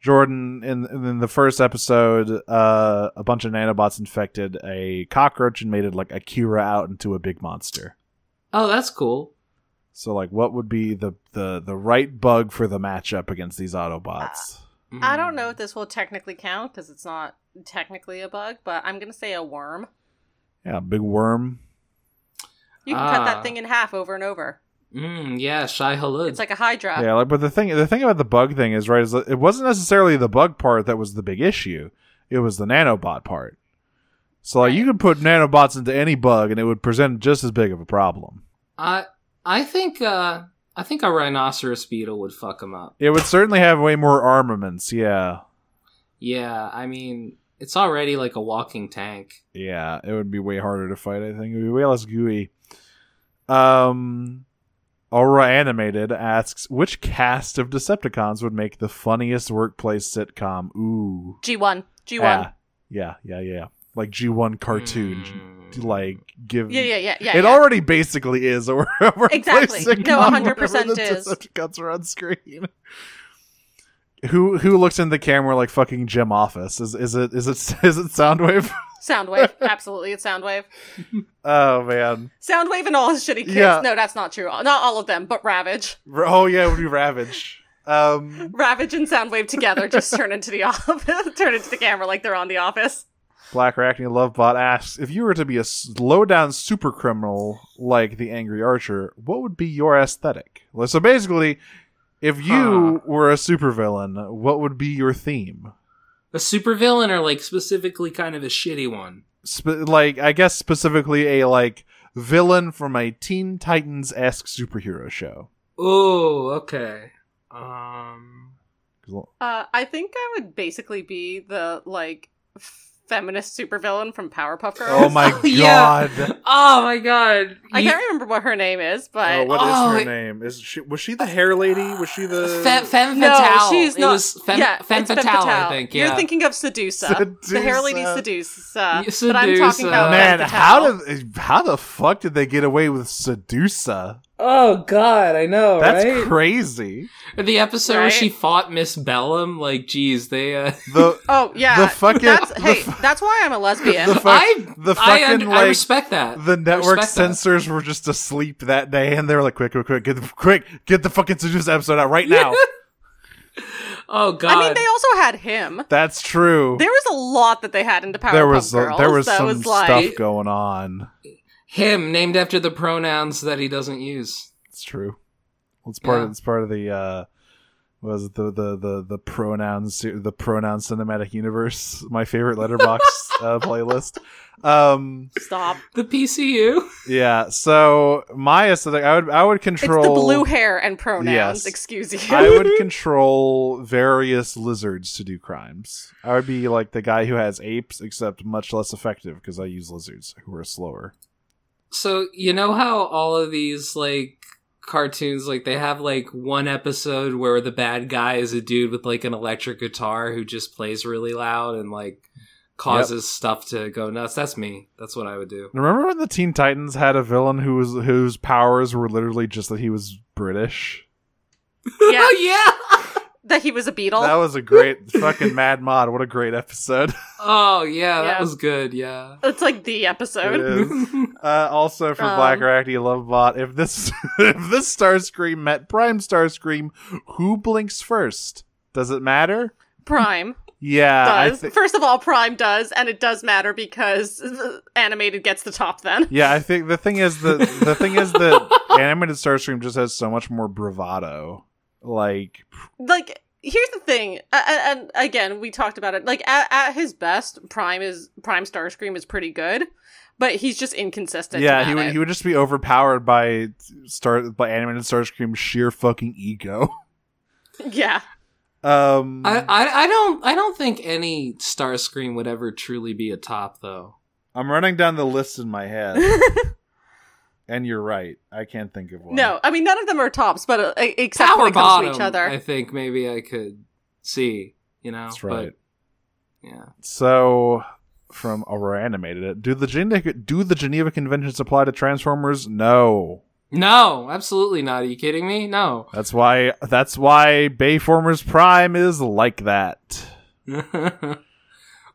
[SPEAKER 3] Jordan, in in the first episode, uh, a bunch of nanobots infected a cockroach and made it like Akira out into a big monster.
[SPEAKER 4] oh, that's cool.
[SPEAKER 3] So like what would be the the the right bug for the matchup against these Autobots?
[SPEAKER 2] I don't know if this will technically count because it's not technically a bug, but I'm gonna say a worm.
[SPEAKER 3] yeah, big worm.
[SPEAKER 2] You can cut
[SPEAKER 4] Ah.
[SPEAKER 2] that thing in half over and over.
[SPEAKER 4] Mm, yeah, Shy Halud.
[SPEAKER 2] It's like a Hydra.
[SPEAKER 3] yeah, like but the thing the thing about the bug thing is right is that it wasn't necessarily the bug part that was the big issue. It was the nanobot part. So like you could put nanobots into any bug and it would present just as big of a problem.
[SPEAKER 4] I I think uh I think a rhinoceros beetle would fuck him up.
[SPEAKER 3] It would certainly have way more armaments. Yeah.
[SPEAKER 4] Yeah, I mean it's already like a walking tank.
[SPEAKER 3] Yeah, it would be way harder to fight. I think it would be way less gooey. Um, Aura Animated asks which cast of Decepticons would make the funniest workplace sitcom. Ooh,
[SPEAKER 2] G one. G one.
[SPEAKER 3] yeah, yeah, yeah, yeah, like G one cartoon,
[SPEAKER 2] Hmm.
[SPEAKER 4] Mm.
[SPEAKER 3] G- like give.
[SPEAKER 2] Yeah, yeah, yeah, yeah.
[SPEAKER 3] it
[SPEAKER 2] yeah.
[SPEAKER 3] already basically is a wor- a workplace
[SPEAKER 2] Exactly. No,
[SPEAKER 3] sitcom
[SPEAKER 2] 100%
[SPEAKER 3] whenever the
[SPEAKER 2] is.
[SPEAKER 3] Decepticons are on screen. Who who looks in the camera like fucking Jim Office? Is is it is it is it Soundwave?
[SPEAKER 2] Soundwave. Absolutely, it's Soundwave.
[SPEAKER 3] Oh man.
[SPEAKER 2] Soundwave and all his shitty kids.
[SPEAKER 3] Yeah.
[SPEAKER 2] No, that's not true. Not all of them, but Ravage.
[SPEAKER 3] Ra- Oh yeah, it would be Ravage. Um,
[SPEAKER 2] Ravage and Soundwave together just turn into the office, turn into the camera like they're on the office.
[SPEAKER 3] Black Arachne Lovebot asks if you were to be a slow down super criminal like the Angry Archer, what would be your aesthetic? Well, So basically, if you were a supervillain, what would be your theme?
[SPEAKER 4] A supervillain or like specifically kind of a shitty one.
[SPEAKER 3] Sp- like I guess specifically a like villain from a Teen Titans esque superhero show.
[SPEAKER 4] Oh, okay. Um
[SPEAKER 3] 'Cause-
[SPEAKER 2] Uh, I think I would basically be the like feminist supervillain from Powerpuff Girls.
[SPEAKER 3] Oh my
[SPEAKER 4] Yeah.
[SPEAKER 3] god!
[SPEAKER 4] Oh my god.
[SPEAKER 2] I
[SPEAKER 4] You-
[SPEAKER 2] can't remember what her name is,
[SPEAKER 3] Oh,
[SPEAKER 2] but
[SPEAKER 3] what is
[SPEAKER 4] Oh,
[SPEAKER 3] her
[SPEAKER 4] it-
[SPEAKER 3] name? Is she was she the hair lady? Was she the
[SPEAKER 4] Fe- femme
[SPEAKER 2] Uh, no,
[SPEAKER 4] fatale.
[SPEAKER 2] she's
[SPEAKER 4] It
[SPEAKER 2] not.
[SPEAKER 4] was femme,
[SPEAKER 2] yeah,
[SPEAKER 4] femme
[SPEAKER 2] it's Femme
[SPEAKER 4] fatale, I
[SPEAKER 2] Fatale.
[SPEAKER 4] think. Yeah.
[SPEAKER 2] You're thinking of Sedusa. The hair lady Sedusa.
[SPEAKER 4] You-
[SPEAKER 2] But I'm talking
[SPEAKER 4] Sedusa.
[SPEAKER 2] about
[SPEAKER 3] Man,
[SPEAKER 2] Femme
[SPEAKER 3] how
[SPEAKER 2] Fatale.
[SPEAKER 3] did how the fuck did they get away with Sedusa?
[SPEAKER 4] oh god, I know,
[SPEAKER 3] That's crazy.
[SPEAKER 4] the episode where she
[SPEAKER 2] Right?
[SPEAKER 4] fought Miss Bellum, like geez, they uh
[SPEAKER 3] The
[SPEAKER 2] Oh yeah,
[SPEAKER 3] The fucking-
[SPEAKER 2] That's,
[SPEAKER 3] the
[SPEAKER 2] hey,
[SPEAKER 3] fu-
[SPEAKER 2] that's why I'm a lesbian.
[SPEAKER 3] the fuck
[SPEAKER 4] I
[SPEAKER 3] the
[SPEAKER 4] I,
[SPEAKER 3] fucking
[SPEAKER 4] under-
[SPEAKER 3] like
[SPEAKER 4] I respect that.
[SPEAKER 3] the network
[SPEAKER 4] Respect that.
[SPEAKER 3] censors were just asleep that day, and they were like, "Quick, quick, quick, get the, quick, get the fucking Sedusa episode out right now."
[SPEAKER 4] Oh god.
[SPEAKER 2] I mean, they also had him.
[SPEAKER 3] That's true.
[SPEAKER 2] There was a lot that they had into Powerpuff
[SPEAKER 3] There was a-
[SPEAKER 2] Girls.
[SPEAKER 3] there was
[SPEAKER 2] that
[SPEAKER 3] some
[SPEAKER 2] was like,
[SPEAKER 3] stuff going on.
[SPEAKER 4] him named after the pronouns that he doesn't use.
[SPEAKER 3] It's true. Well, it's part
[SPEAKER 4] Yeah.
[SPEAKER 3] of it's part of the uh, was it the the the the pronoun se- the pronoun cinematic universe. My favorite letterbox uh, playlist. Um,
[SPEAKER 2] Stop.
[SPEAKER 4] The PCU.
[SPEAKER 3] yeah. So my aesthetic, I would I would control.
[SPEAKER 2] It's the blue hair and pronouns.
[SPEAKER 3] Yes.
[SPEAKER 2] Excuse you.
[SPEAKER 3] I would control various lizards to do crimes. I would be like the guy who has apes, except much less effective because I use lizards who are slower.
[SPEAKER 4] So you know how all of these like cartoons like they have like one episode where the bad guy is a dude with like an electric guitar who just plays really loud and like causes stuff to go nuts. That's me. That's what I would do.
[SPEAKER 3] Remember when the Teen Titans had a villain who was whose powers were literally just that he was British?
[SPEAKER 2] Yeah.
[SPEAKER 4] oh yeah.
[SPEAKER 2] that he was a beetle.
[SPEAKER 3] That was a great fucking Mad Mod. What a great episode.
[SPEAKER 4] Oh yeah, that
[SPEAKER 2] Yeah.
[SPEAKER 4] was good. Yeah.
[SPEAKER 2] That's like the
[SPEAKER 3] It
[SPEAKER 2] episode.
[SPEAKER 3] is. Uh, also from
[SPEAKER 2] Um,
[SPEAKER 3] Black Arachne Love Bot, if this if this Starscream met Prime Starscream, who blinks first? Does it matter?
[SPEAKER 2] Prime.
[SPEAKER 3] Yeah, Uh, I
[SPEAKER 2] does.
[SPEAKER 3] thi-
[SPEAKER 2] First of all, Prime does, and it does matter because animated gets the top then.
[SPEAKER 3] yeah, I think the thing is the the thing is that animated Starstream just has so much more bravado. Like
[SPEAKER 2] Like, here's the thing, a- a- and again, we talked about it. Like, at, at his best, Prime is Prime Starscream is pretty good, but he's just inconsistent.
[SPEAKER 3] yeah,
[SPEAKER 2] about
[SPEAKER 3] he would
[SPEAKER 2] it.
[SPEAKER 3] he would just be overpowered by star by animated Starscream's sheer fucking ego.
[SPEAKER 2] yeah.
[SPEAKER 3] Um
[SPEAKER 4] I, I I don't I don't think any Starscream would ever truly be a top though.
[SPEAKER 3] I'm running down the list in my head. and you're right. I can't think of one.
[SPEAKER 2] No, I mean none of them are tops, but uh, e- except when it
[SPEAKER 4] Power
[SPEAKER 2] comes
[SPEAKER 4] bottom.
[SPEAKER 2] to each other.
[SPEAKER 4] I think maybe I could see. You know,
[SPEAKER 3] That's right.
[SPEAKER 4] But, yeah.
[SPEAKER 3] So from oh, we animated it. Do the Geneva do the Geneva Conventions apply to Transformers? No.
[SPEAKER 4] No, absolutely not. Are you kidding me? No.
[SPEAKER 3] That's why that's why Bayformers Prime is like that.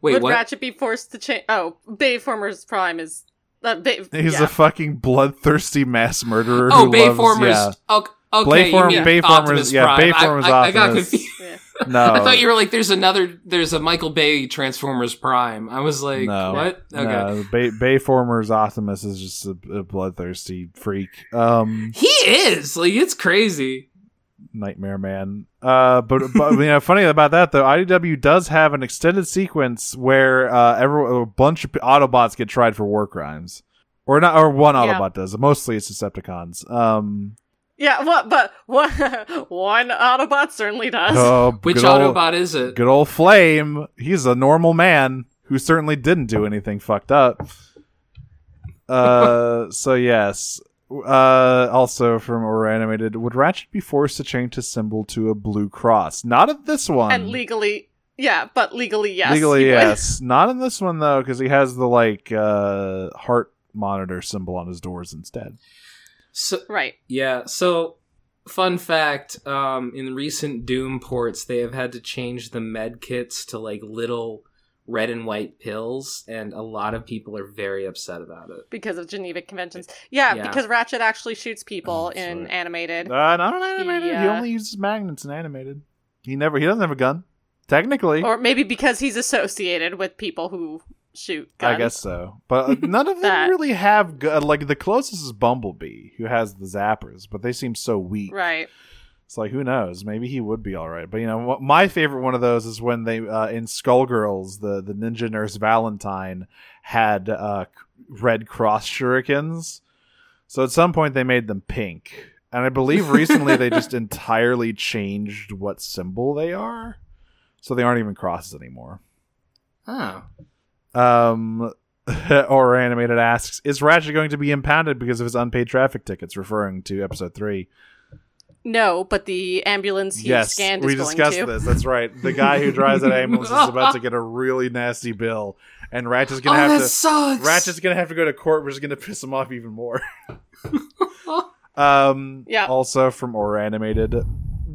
[SPEAKER 4] Wait,
[SPEAKER 2] Would
[SPEAKER 4] what?
[SPEAKER 2] Ratchet be forced to change? Oh, Bayformers Prime is. Uh, Bay-
[SPEAKER 3] He's
[SPEAKER 2] yeah.
[SPEAKER 3] a fucking bloodthirsty mass murderer.
[SPEAKER 4] oh,
[SPEAKER 3] who
[SPEAKER 4] Bayformers.
[SPEAKER 3] Loves,
[SPEAKER 4] Okay, okay,
[SPEAKER 3] Bayform-
[SPEAKER 4] you mean
[SPEAKER 3] Bayformers-
[SPEAKER 4] Optimus
[SPEAKER 3] yeah,
[SPEAKER 4] Prime.
[SPEAKER 3] Bayformers
[SPEAKER 4] I,
[SPEAKER 3] uh,
[SPEAKER 4] I, I got
[SPEAKER 3] Optimus.
[SPEAKER 4] confused.
[SPEAKER 2] Yeah.
[SPEAKER 3] yeah. No,
[SPEAKER 4] I thought you were like, there's another, there's a Michael Bay Transformers Prime. I was like,
[SPEAKER 3] no,
[SPEAKER 4] what? Okay.
[SPEAKER 3] no. Bay, Bayformers Optimus is just a, a bloodthirsty freak. Um,
[SPEAKER 4] He is like it's crazy.
[SPEAKER 3] Nightmare Man. Uh, but, but you know, funny about that though, IDW does have an extended sequence where uh, every a bunch of Autobots get tried for war crimes, or not, or one
[SPEAKER 2] Yeah.
[SPEAKER 3] Autobot does. Mostly it's Decepticons. Um,
[SPEAKER 2] Yeah, what? But what? one Autobot certainly does.
[SPEAKER 3] oh,
[SPEAKER 4] Which
[SPEAKER 3] good ol-
[SPEAKER 4] Autobot is it?
[SPEAKER 3] Good old Flame. He's a normal man who certainly didn't do anything fucked up. Uh, so yes. Uh, also from Aura Animated, would Ratchet be forced to change his symbol to a blue cross? Not at this one.
[SPEAKER 2] and legally, yeah, but legally, yes.
[SPEAKER 3] Legally,
[SPEAKER 2] he would.
[SPEAKER 3] yes. Not in this one though, because he has the like uh heart monitor symbol on his doors instead.
[SPEAKER 4] So
[SPEAKER 2] Right.
[SPEAKER 4] yeah. So fun fact: um, in recent Doom ports, they have had to change the med kits to like little red and white pills, and a lot of people are very upset about it.
[SPEAKER 2] Because of Geneva conventions. Yeah,
[SPEAKER 4] Yeah.
[SPEAKER 2] because Ratchet actually shoots people
[SPEAKER 3] Oh, that's
[SPEAKER 2] in
[SPEAKER 3] right.
[SPEAKER 2] animated.
[SPEAKER 3] Uh, not in animated. He
[SPEAKER 2] Yeah.
[SPEAKER 3] only uses magnets in animated. He never. He doesn't have a gun. Technically,
[SPEAKER 2] Or maybe because he's associated with people who shoot guns.
[SPEAKER 3] I guess so. But uh, none of them
[SPEAKER 2] That.
[SPEAKER 3] really have gu- like the closest is Bumblebee, who has the zappers, but they seem so weak.
[SPEAKER 2] Right.
[SPEAKER 3] It's like who knows? Maybe he would be all right. But you know, what, my favorite one of those is when they uh, in Skullgirls, the the ninja nurse Valentine had uh, c- red cross shurikens. So at some point they made them pink, and I believe recently they just entirely changed what symbol they are, so they aren't even crosses anymore.
[SPEAKER 4] Oh,
[SPEAKER 3] Um, or animated asks, is Ratchet going to be impounded because of his unpaid traffic tickets? Referring to episode three.
[SPEAKER 2] No, but the ambulance he
[SPEAKER 3] yes,
[SPEAKER 2] scanned
[SPEAKER 3] we
[SPEAKER 2] is going
[SPEAKER 3] discussed
[SPEAKER 2] to.
[SPEAKER 3] this. That's right. The guy who drives that ambulance is about to get a really nasty bill, and
[SPEAKER 4] oh,
[SPEAKER 3] Ratchet's gonna
[SPEAKER 4] that
[SPEAKER 3] have to.
[SPEAKER 4] sucks.
[SPEAKER 3] Ratchet's gonna have to go to court, which is gonna piss him off even more. um.
[SPEAKER 2] Yeah.
[SPEAKER 3] Also from Aura Animated,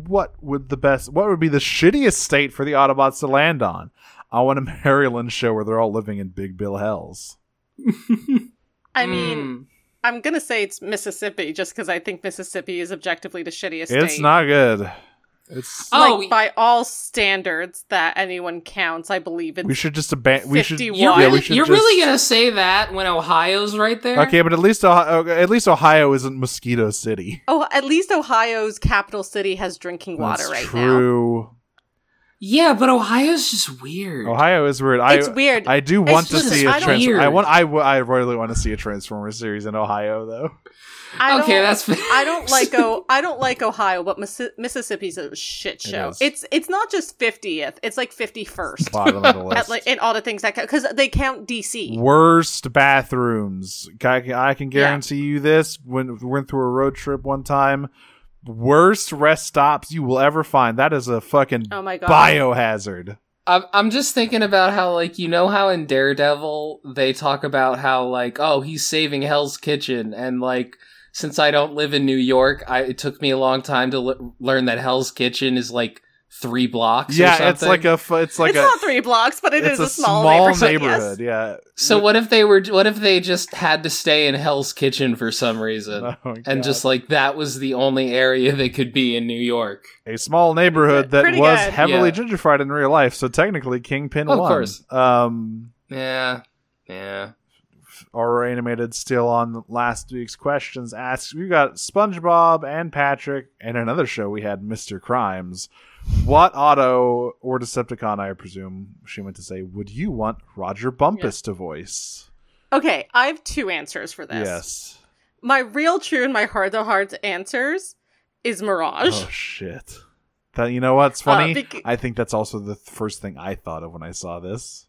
[SPEAKER 3] what would the best? What would be the shittiest state for the Autobots to land on? I want a Maryland show where they're all living in Big Bill hells.
[SPEAKER 2] I mean,
[SPEAKER 4] Mm.
[SPEAKER 2] I'm gonna say it's Mississippi just because I think Mississippi is objectively the shittiest state.
[SPEAKER 3] It's not good. It's
[SPEAKER 4] Oh,
[SPEAKER 2] like
[SPEAKER 4] we-
[SPEAKER 2] by all standards that anyone counts. I believe it's
[SPEAKER 3] we should just abandon. We should.
[SPEAKER 2] 51.
[SPEAKER 4] You're
[SPEAKER 2] Yeah,
[SPEAKER 4] really,
[SPEAKER 3] we should
[SPEAKER 4] you're really
[SPEAKER 3] just-
[SPEAKER 4] gonna say that when Ohio's right there?
[SPEAKER 3] Okay, but at least Ohio, at least Ohio isn't Mosquito City.
[SPEAKER 2] oh, at least Ohio's capital city has drinking water
[SPEAKER 3] That's
[SPEAKER 2] right
[SPEAKER 3] true.
[SPEAKER 4] Yeah, but Ohio's just weird.
[SPEAKER 3] Ohio is weird.
[SPEAKER 2] now.
[SPEAKER 3] I,
[SPEAKER 2] It's weird.
[SPEAKER 3] I do
[SPEAKER 2] It's
[SPEAKER 3] want to
[SPEAKER 2] just-
[SPEAKER 3] see
[SPEAKER 2] I
[SPEAKER 3] a
[SPEAKER 2] don't-
[SPEAKER 3] trans.
[SPEAKER 4] Weird.
[SPEAKER 3] I want. I, w- I really want to see a Transformers series in Ohio, though.
[SPEAKER 2] I
[SPEAKER 4] okay,
[SPEAKER 2] don't-
[SPEAKER 4] that's fair.
[SPEAKER 2] I don't like oh I don't like Ohio, but Missi- Mississippi's a shit show.
[SPEAKER 3] is.
[SPEAKER 2] it's it's not just fiftieth; it's like fifty first.
[SPEAKER 3] Bottom of the list.
[SPEAKER 2] At like in all the things that count because they count DC.
[SPEAKER 3] Worst bathrooms. I can, I can guarantee you this. When we went through a road trip one time, worst rest stops you will ever find. That is a fucking
[SPEAKER 2] Oh my god!
[SPEAKER 3] biohazard.
[SPEAKER 4] I'm, I'm just thinking about how, like, you know how in Daredevil they talk about how, like, oh, he's saving Hell's Kitchen, and like, since I don't live in New York, I, it took me a long time to l- learn that Hell's Kitchen is like three blocks. or
[SPEAKER 3] yeah,
[SPEAKER 4] something.
[SPEAKER 3] it's like a fu- it's like
[SPEAKER 2] it's
[SPEAKER 3] a
[SPEAKER 2] not three blocks, but
[SPEAKER 3] it's
[SPEAKER 2] it's a, small, neighborhood. yes.
[SPEAKER 3] Yeah.
[SPEAKER 4] So what if they were? What if they just had to stay in Hell's Kitchen for some reason,
[SPEAKER 3] Oh my
[SPEAKER 4] and
[SPEAKER 3] God.
[SPEAKER 4] just like that was the only area they could be in New York?
[SPEAKER 3] a small neighborhood that
[SPEAKER 2] Pretty
[SPEAKER 3] was
[SPEAKER 2] good.
[SPEAKER 3] heavily
[SPEAKER 4] Yeah.
[SPEAKER 3] gentrified in real life. So technically, Kingpin
[SPEAKER 4] Of
[SPEAKER 3] won.
[SPEAKER 4] course.
[SPEAKER 3] Um,
[SPEAKER 4] Yeah, yeah.
[SPEAKER 3] or animated still on last week's questions asks we got SpongeBob and Patrick and another show we had Mr. Crimes. What auto or Decepticon, I presume she meant to say, would you want Roger Bumpus to voice?
[SPEAKER 2] Okay, I have two answers for this.
[SPEAKER 3] Yes.
[SPEAKER 2] My real, true, and my heart to heart answers is Mirage.
[SPEAKER 3] Oh shit. That you know
[SPEAKER 2] Uh,
[SPEAKER 3] what's funny?
[SPEAKER 2] bec-
[SPEAKER 3] I think that's also the first thing I thought of when I saw this.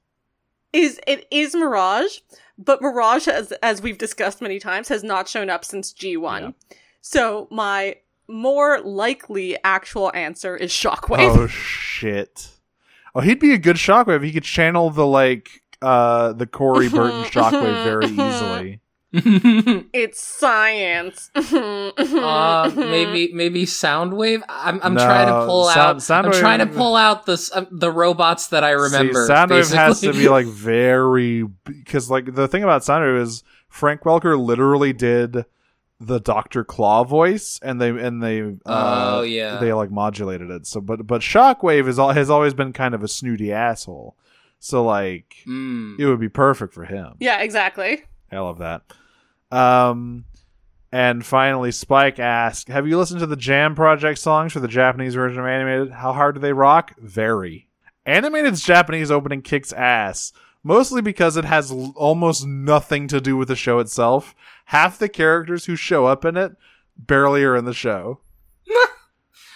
[SPEAKER 2] Is it is Mirage, but Mirage, as as we've discussed many times, has not shown up since G one. So my more likely actual answer is Shockwave.
[SPEAKER 3] Oh shit. Oh, he'd be a good Shockwave. He could channel the like uh the Corey Burton Shockwave very easily.
[SPEAKER 2] It's science.
[SPEAKER 4] uh, maybe maybe Soundwave. I'm I'm trying
[SPEAKER 3] No,
[SPEAKER 4] to pull
[SPEAKER 3] Sound-
[SPEAKER 4] out. I'm trying to
[SPEAKER 3] Soundwave-
[SPEAKER 4] pull out the s- um, the robots that I remember.
[SPEAKER 3] See, Soundwave has to
[SPEAKER 4] basically.
[SPEAKER 3] be like very because like the thing about Soundwave is Frank Welker literally did the Doctor Claw voice, and they and they uh,
[SPEAKER 4] Oh, yeah.
[SPEAKER 3] they like modulated it. So but but Shockwave is all has always been kind of a snooty asshole. So like
[SPEAKER 4] Mm.
[SPEAKER 3] it would be perfect for him.
[SPEAKER 2] yeah, exactly.
[SPEAKER 3] I love that. Um, and finally, Spike asked, "Have you listened to the Jam Project songs for the Japanese version of animated? How hard do they rock? Very. Animated's Japanese opening kicks ass, mostly because it has l- almost nothing to do with the show itself. Half the characters who show up in it barely are in the show.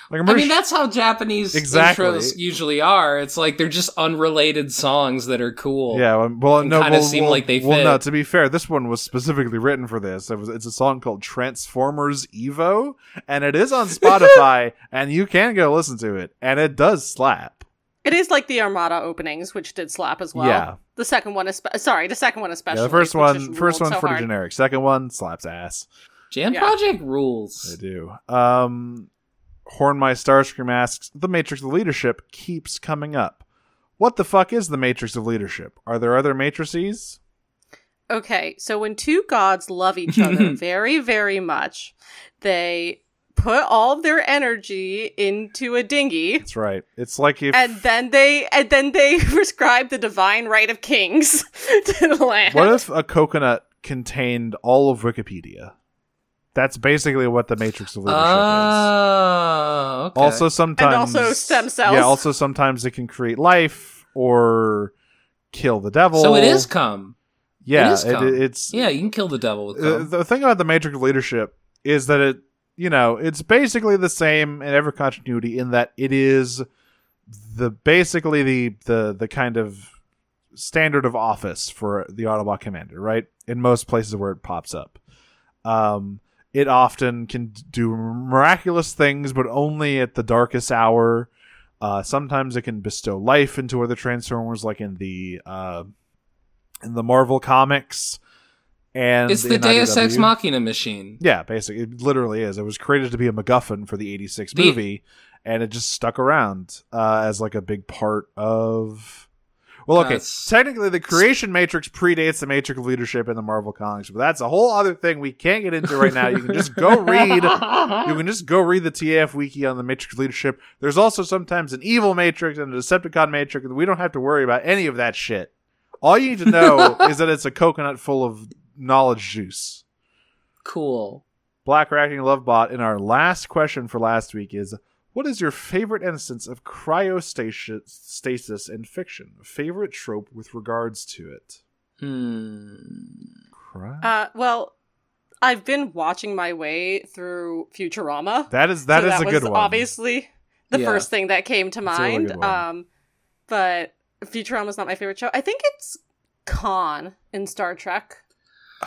[SPEAKER 3] like I'm
[SPEAKER 4] I
[SPEAKER 3] pretty
[SPEAKER 4] mean,
[SPEAKER 3] su-
[SPEAKER 4] that's how Japanese
[SPEAKER 3] Exactly.
[SPEAKER 4] intros usually are. It's like they're just unrelated songs that are cool.
[SPEAKER 3] Yeah, well, well
[SPEAKER 4] and
[SPEAKER 3] no,
[SPEAKER 4] kinda
[SPEAKER 3] well,
[SPEAKER 4] seem
[SPEAKER 3] well-
[SPEAKER 4] like they
[SPEAKER 3] Well, no,
[SPEAKER 4] fit.
[SPEAKER 3] to be fair, this one was specifically written for this. It was, it's a song called Transformers Evo, and it is on Spotify, and you can go listen to it, and it does slap.
[SPEAKER 2] It is like the Armada openings, which did slap as well.
[SPEAKER 3] Yeah.
[SPEAKER 2] The second one is sorry, the second one especially.
[SPEAKER 3] Yeah, the first
[SPEAKER 2] which just
[SPEAKER 3] one, first
[SPEAKER 2] ruled
[SPEAKER 3] one's
[SPEAKER 2] so
[SPEAKER 3] pretty
[SPEAKER 2] hard.
[SPEAKER 3] generic. Second one slaps ass.
[SPEAKER 4] Jam
[SPEAKER 2] Yeah.
[SPEAKER 4] Project
[SPEAKER 3] They
[SPEAKER 4] rules.
[SPEAKER 3] do. Um, Horn My Starscream asks, "The Matrix of Leadership keeps coming up. What the fuck is the Matrix of Leadership? Are there other matrices?
[SPEAKER 2] Okay, so when two gods love each other very, very much, they put all of their energy into a dinghy,
[SPEAKER 3] That's right. It's like if
[SPEAKER 2] and then they and then they prescribe the divine right of kings to the land.
[SPEAKER 3] What if a coconut contained all of Wikipedia? That's basically what the Matrix of Leadership is.
[SPEAKER 4] Oh, okay.
[SPEAKER 3] Also, sometimes
[SPEAKER 2] also stem cells.
[SPEAKER 3] Yeah, also sometimes it can create life or kill the devil.
[SPEAKER 4] so it is cum.
[SPEAKER 3] Yeah,
[SPEAKER 4] it is cum.
[SPEAKER 3] it's
[SPEAKER 4] yeah, you can kill the devil with
[SPEAKER 3] uh,
[SPEAKER 4] cum.
[SPEAKER 3] the thing about the Matrix of Leadership is that it, you know, it's basically the same in every continuity in that it is the basically the the the kind of standard of office for the Autobot commander, right? In most places where it pops up, um, it often can do miraculous things, but only at the darkest hour. Uh, sometimes it can bestow life into other Transformers, like in the uh, in the Marvel comics. And
[SPEAKER 4] it's the
[SPEAKER 3] in
[SPEAKER 4] Deus Ex
[SPEAKER 3] IDW.
[SPEAKER 4] Machina machine.
[SPEAKER 3] Yeah, basically, it literally is. It was created to be a MacGuffin for the '86
[SPEAKER 4] The-
[SPEAKER 3] movie, and it just stuck around uh, as like a big part of. Well, okay,
[SPEAKER 4] That's-
[SPEAKER 3] technically, the creation matrix predates the matrix of leadership in the Marvel comics, but that's a whole other thing we can't get into right now. You can just go read. You can just go read the TAF wiki on the Matrix leadership. There's also sometimes an evil Matrix and a Decepticon Matrix, and we don't have to worry about any of that shit. All you need to know is that it's a coconut full of knowledge juice.
[SPEAKER 4] Cool.
[SPEAKER 3] Black Racking Lovebot, and our last question for last week is what is your favorite instance of cryostasis stasis in fiction? Favorite trope with regards to it?
[SPEAKER 4] Hmm.
[SPEAKER 3] Cry-
[SPEAKER 2] Uh, well, I've been watching my way through Futurama.
[SPEAKER 3] that is that
[SPEAKER 2] so
[SPEAKER 3] is
[SPEAKER 2] that
[SPEAKER 3] a
[SPEAKER 2] was
[SPEAKER 3] good one.
[SPEAKER 2] Obviously, the
[SPEAKER 4] Yeah.
[SPEAKER 2] first thing that came to
[SPEAKER 3] That's a really
[SPEAKER 2] mind.
[SPEAKER 3] good one.
[SPEAKER 2] Um, but Futurama's not my favorite show. I think it's Khan in Star Trek.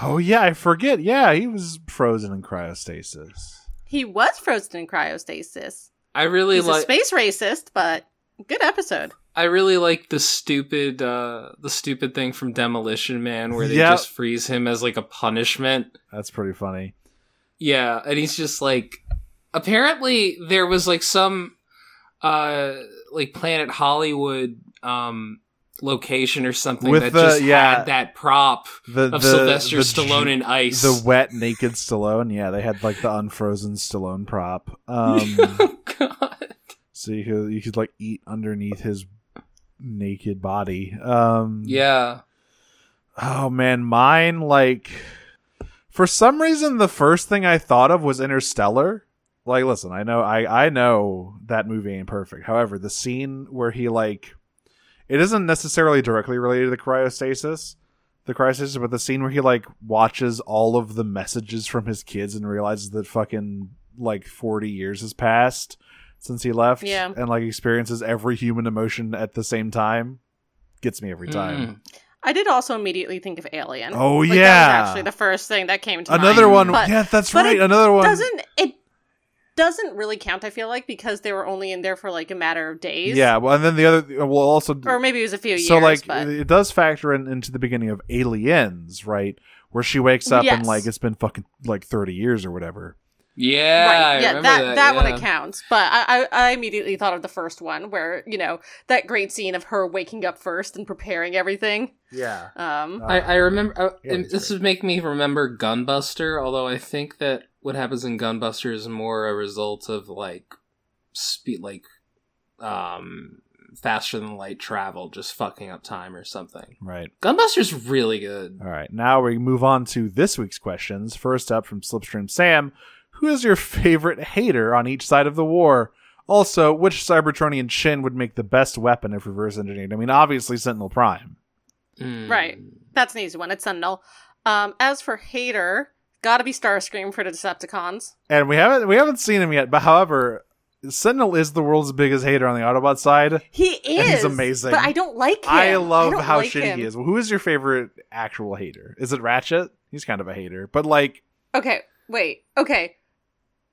[SPEAKER 3] Oh yeah, I forget. Yeah, he was frozen in cryostasis.
[SPEAKER 2] He was frozen in cryostasis.
[SPEAKER 4] I really
[SPEAKER 2] He's a
[SPEAKER 4] like.
[SPEAKER 2] space racist, but good episode.
[SPEAKER 4] I really like the stupid, uh, the stupid thing from Demolition Man where they
[SPEAKER 3] Yeah.
[SPEAKER 4] just freeze him as like a punishment.
[SPEAKER 3] That's pretty funny.
[SPEAKER 4] Yeah, and he's just like apparently there was like some uh like Planet Hollywood um location or something
[SPEAKER 3] With
[SPEAKER 4] that
[SPEAKER 3] the-
[SPEAKER 4] just
[SPEAKER 3] yeah.
[SPEAKER 4] had that prop
[SPEAKER 3] The,
[SPEAKER 4] of
[SPEAKER 3] the-
[SPEAKER 4] Sylvester
[SPEAKER 3] the
[SPEAKER 4] Stallone
[SPEAKER 3] ju-
[SPEAKER 4] in ice.
[SPEAKER 3] the wet naked Stallone. Yeah, they had like the unfrozen Stallone prop. Um,
[SPEAKER 4] oh god.
[SPEAKER 3] so you could you could like eat underneath his naked body. Um,
[SPEAKER 4] Yeah.
[SPEAKER 3] Oh man, mine like for some reason the first thing I thought of was Interstellar. Like, listen, I know I I know that movie ain't perfect. However, the scene where he like it isn't necessarily directly related to the cryostasis, the cryostasis, but the scene where he like watches all of the messages from his kids and realizes that fucking like forty years has passed since he left,
[SPEAKER 2] Yeah.
[SPEAKER 3] and like experiences every human emotion at the same time, gets me every time.
[SPEAKER 4] Mm.
[SPEAKER 2] I did also immediately think of Alien.
[SPEAKER 3] Oh,
[SPEAKER 2] Like, that
[SPEAKER 3] yeah.
[SPEAKER 2] was actually the first thing that came to
[SPEAKER 3] Another
[SPEAKER 2] mind,
[SPEAKER 3] one.
[SPEAKER 2] but
[SPEAKER 3] yeah, that's
[SPEAKER 2] but
[SPEAKER 3] right.
[SPEAKER 2] it
[SPEAKER 3] Another one.
[SPEAKER 2] Doesn't it? Doesn't really count. I feel like because they were only in there for like a matter of days.
[SPEAKER 3] yeah. Well, and then the other. Well, also.
[SPEAKER 2] or maybe it was a few years.
[SPEAKER 3] so like
[SPEAKER 2] but
[SPEAKER 3] it does factor in into the beginning of Aliens, right? Where she wakes up and
[SPEAKER 2] Yes.
[SPEAKER 3] like it's been fucking like thirty years or whatever.
[SPEAKER 4] Yeah, I
[SPEAKER 2] right, yeah, that
[SPEAKER 4] remember
[SPEAKER 2] that, one
[SPEAKER 4] yeah.
[SPEAKER 2] accounts. But I, I I immediately thought of the first one where you know that great scene of her waking up first and preparing everything.
[SPEAKER 3] Yeah.
[SPEAKER 2] Um,
[SPEAKER 4] I, I remember. Uh,
[SPEAKER 3] Yeah,
[SPEAKER 4] and
[SPEAKER 3] that's
[SPEAKER 4] this
[SPEAKER 3] right.
[SPEAKER 4] would make me remember Gunbuster, although I think that what happens in Gunbuster is more a result of like speed, like um, faster than light travel, just fucking up time or something.
[SPEAKER 3] Right.
[SPEAKER 4] Gunbuster's really good.
[SPEAKER 3] All right. Now we move on to this week's questions. First up from Slipstream Sam, who is your favorite hater on each side of the war? Also, which Cybertronian chin would make the best weapon if reverse engineered? I mean, obviously Sentinel Prime.
[SPEAKER 4] Mm.
[SPEAKER 2] Right. that's an easy one. It's Sentinel. Um, as for Hater, gotta be Starscream for the Decepticons.
[SPEAKER 3] and we haven't we haven't seen him yet. But however, Sentinel is the world's biggest hater on the Autobot side.
[SPEAKER 2] He is.
[SPEAKER 3] And he's amazing.
[SPEAKER 2] But I don't like him.
[SPEAKER 3] I love
[SPEAKER 2] don't
[SPEAKER 3] how
[SPEAKER 2] like
[SPEAKER 3] shitty
[SPEAKER 2] him.
[SPEAKER 3] he is. Who is your favorite actual hater? Is it Ratchet? He's kind of a hater, but like,
[SPEAKER 2] Okay, wait. Okay.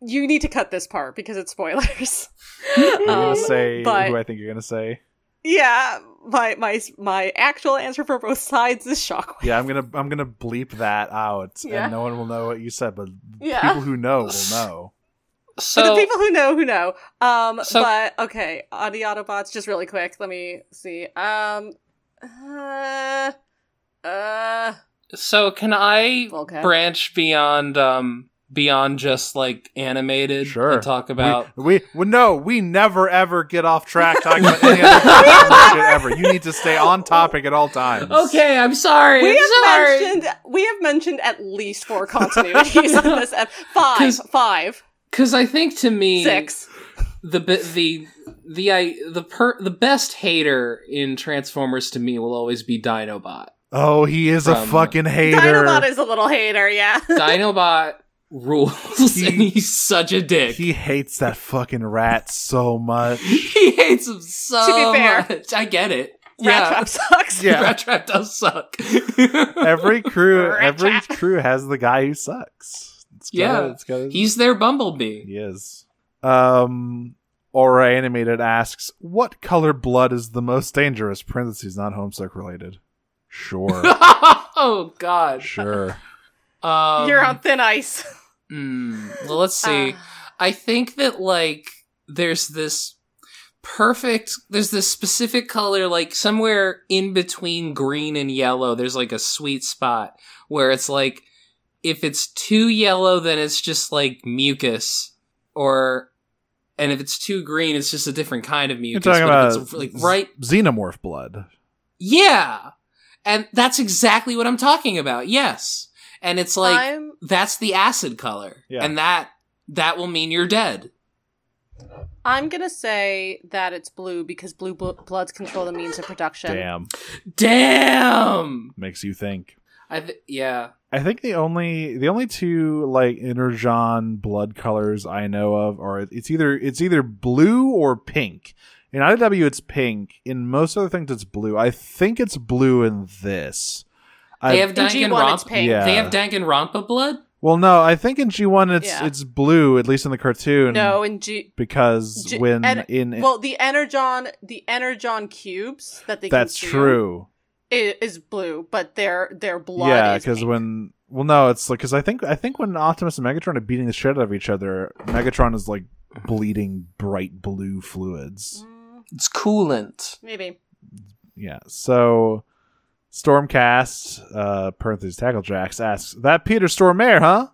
[SPEAKER 2] You need to cut this part because it's spoilers.
[SPEAKER 3] I'm gonna
[SPEAKER 2] Um,
[SPEAKER 3] say
[SPEAKER 2] but-
[SPEAKER 3] who I think you're gonna say.
[SPEAKER 2] yeah, my my my actual answer for both sides is Shockwave.
[SPEAKER 3] Yeah, I'm gonna I'm gonna bleep that out,
[SPEAKER 2] Yeah.
[SPEAKER 3] and no one will know what you said, but
[SPEAKER 2] Yeah.
[SPEAKER 3] people who know will know.
[SPEAKER 2] But the
[SPEAKER 4] So
[SPEAKER 2] people who know who know. Um
[SPEAKER 4] So-
[SPEAKER 2] but okay, on the Autobots just really quick. Let me see. Um uh uh
[SPEAKER 4] so can I
[SPEAKER 2] Volcat.
[SPEAKER 4] branch beyond um beyond just like animated
[SPEAKER 3] Sure.
[SPEAKER 4] and talk about
[SPEAKER 3] we, we well, no, we never ever get off track talking about any other shit ever. You need to stay on topic at all times.
[SPEAKER 4] Okay, I'm sorry.
[SPEAKER 2] we
[SPEAKER 4] I'm
[SPEAKER 2] have
[SPEAKER 4] sorry.
[SPEAKER 2] mentioned we have mentioned at least four continuities in this ep- five
[SPEAKER 4] 'Cause-
[SPEAKER 2] five
[SPEAKER 4] Because I think to me,
[SPEAKER 2] six
[SPEAKER 4] the bi- the the I the per the best hater in Transformers to me will always be Dinobot.
[SPEAKER 3] Oh, he is a
[SPEAKER 4] From-
[SPEAKER 3] fucking hater.
[SPEAKER 2] Dinobot is a little hater, yeah.
[SPEAKER 4] Dinobot rules,
[SPEAKER 3] He-
[SPEAKER 4] and he's such a dick. He,
[SPEAKER 3] He hates that fucking rat so much.
[SPEAKER 4] hates him so
[SPEAKER 2] To be fair.
[SPEAKER 4] much. I get it.
[SPEAKER 2] Rat
[SPEAKER 4] yeah,
[SPEAKER 2] Trap sucks.
[SPEAKER 3] Yeah.
[SPEAKER 4] Rat Trap does suck.
[SPEAKER 3] Every crew,
[SPEAKER 2] Rat
[SPEAKER 3] every
[SPEAKER 2] trap.
[SPEAKER 3] crew has the guy who sucks. It's gotta-
[SPEAKER 4] Yeah.
[SPEAKER 3] it's gotta-
[SPEAKER 4] he's their Bumblebee.
[SPEAKER 3] he is. Um, Aura Animated asks, "What color blood is the most dangerous?" Parentheses, not homesick related. Sure,
[SPEAKER 4] oh God.
[SPEAKER 3] sure.
[SPEAKER 4] Um,
[SPEAKER 2] You're on thin ice.
[SPEAKER 4] mm, well, let's see.
[SPEAKER 2] Uh,
[SPEAKER 4] I think that like there's this perfect there's this specific color like somewhere in between green and yellow there's like a sweet spot where it's like if it's too yellow then it's just like mucus or and if it's too green it's just a different kind of mucus
[SPEAKER 3] talking
[SPEAKER 4] but if
[SPEAKER 3] about
[SPEAKER 4] it's, like right
[SPEAKER 3] Xenomorph blood.
[SPEAKER 4] yeah and that's exactly what i'm talking about yes and it's like
[SPEAKER 2] I'm
[SPEAKER 4] that's the acid color
[SPEAKER 3] Yeah.
[SPEAKER 4] and that that will mean you're dead
[SPEAKER 2] I'm gonna say that it's blue because blue bl- bloods control the means of production.
[SPEAKER 3] Damn,
[SPEAKER 4] Damn.
[SPEAKER 3] makes you think.
[SPEAKER 4] I th- yeah.
[SPEAKER 3] I think the only the only two like intergen blood colors I know of are it's either it's either blue or pink. In IDW it's pink. In most other things it's blue. I think it's blue in this. I,
[SPEAKER 4] They have
[SPEAKER 2] In G1, it's
[SPEAKER 4] Danganronpa.
[SPEAKER 2] pink.
[SPEAKER 3] Yeah.
[SPEAKER 4] They have Danganronpa blood.
[SPEAKER 3] well no, I think in G one it's
[SPEAKER 2] Yeah.
[SPEAKER 3] it's blue at least in the cartoon.
[SPEAKER 2] No, and G.
[SPEAKER 3] because
[SPEAKER 2] G-
[SPEAKER 3] when
[SPEAKER 2] and-
[SPEAKER 3] in
[SPEAKER 2] Well, the energon, the energon cubes that they
[SPEAKER 3] that's
[SPEAKER 2] consume
[SPEAKER 3] true.
[SPEAKER 2] i- is, blue, but their their blood.
[SPEAKER 3] Yeah,
[SPEAKER 2] because
[SPEAKER 3] because when well no, it's like because I think I think when Optimus and Megatron are beating the shit out of each other, Megatron is like bleeding bright blue fluids.
[SPEAKER 2] Mm,
[SPEAKER 5] It's coolant.
[SPEAKER 2] maybe.
[SPEAKER 3] Yeah. So Stormcast, uh parentheses tackle jacks asks, That Peter Stormare, huh?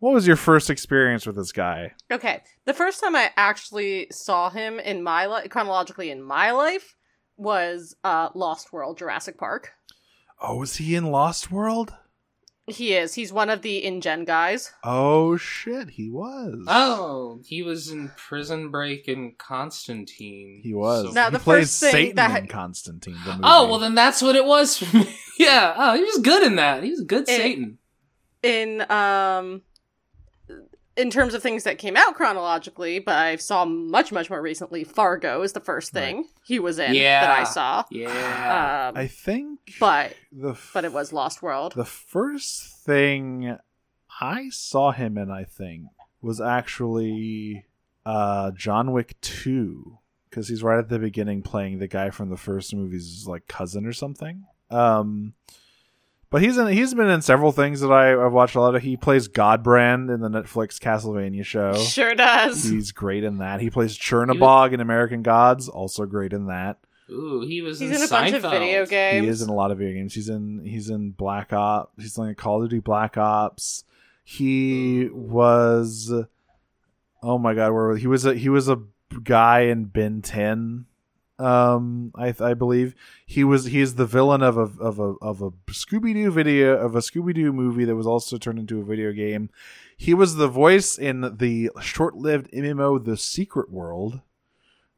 [SPEAKER 3] What was your first experience with this guy?
[SPEAKER 2] Okay. The first time I actually saw him in my life, chronologically in my life, was uh, Lost World Jurassic Park.
[SPEAKER 3] Oh, is he in Lost World?
[SPEAKER 2] He is. He's one of the InGen guys.
[SPEAKER 3] Oh shit, he was.
[SPEAKER 4] Oh, he was in Prison Break and Constantine.
[SPEAKER 3] He was.
[SPEAKER 2] Now,
[SPEAKER 3] he
[SPEAKER 2] the
[SPEAKER 3] plays
[SPEAKER 2] first thing
[SPEAKER 3] Satan
[SPEAKER 2] that-
[SPEAKER 3] in Constantine. The movie.
[SPEAKER 4] Oh well, then that's what it was for me. Eh. yeah. Oh, he was good in that. He was a good
[SPEAKER 2] It-
[SPEAKER 4] Satan.
[SPEAKER 2] in um in terms of things that came out chronologically, but I saw much much more recently. Fargo is the first thing he was in that I
[SPEAKER 4] Yeah. Uh,
[SPEAKER 2] saw.
[SPEAKER 4] Yeah.
[SPEAKER 2] Um,
[SPEAKER 3] I think
[SPEAKER 2] but
[SPEAKER 3] the f-
[SPEAKER 2] but it was Lost World.
[SPEAKER 3] the first thing I saw him in. I think was actually uh, John Wick Two because he's right at the beginning playing the guy from the first movie's like cousin or something. Um, but he's in, he's been in several things that I, I've watched a lot of. He plays Godbrand in the Netflix Castlevania show.
[SPEAKER 2] Sure does.
[SPEAKER 3] He's great in that. He plays Chernabog in American Gods, also great in that.
[SPEAKER 4] Uh, Ooh, he was
[SPEAKER 2] He's
[SPEAKER 4] in,
[SPEAKER 2] in a bunch of
[SPEAKER 4] Seinfeld.
[SPEAKER 2] video games.
[SPEAKER 3] He is in a lot of video games. He's in he's in Black Ops. He's in Call of Duty Black Ops. He was Oh my god, where he was a he was a guy in Ben 10. Um I I believe he was he is the villain of a of a of a Scooby-Doo video of a Scooby-Doo movie that was also turned into a video game. He was the voice in the short-lived MMO The Secret World,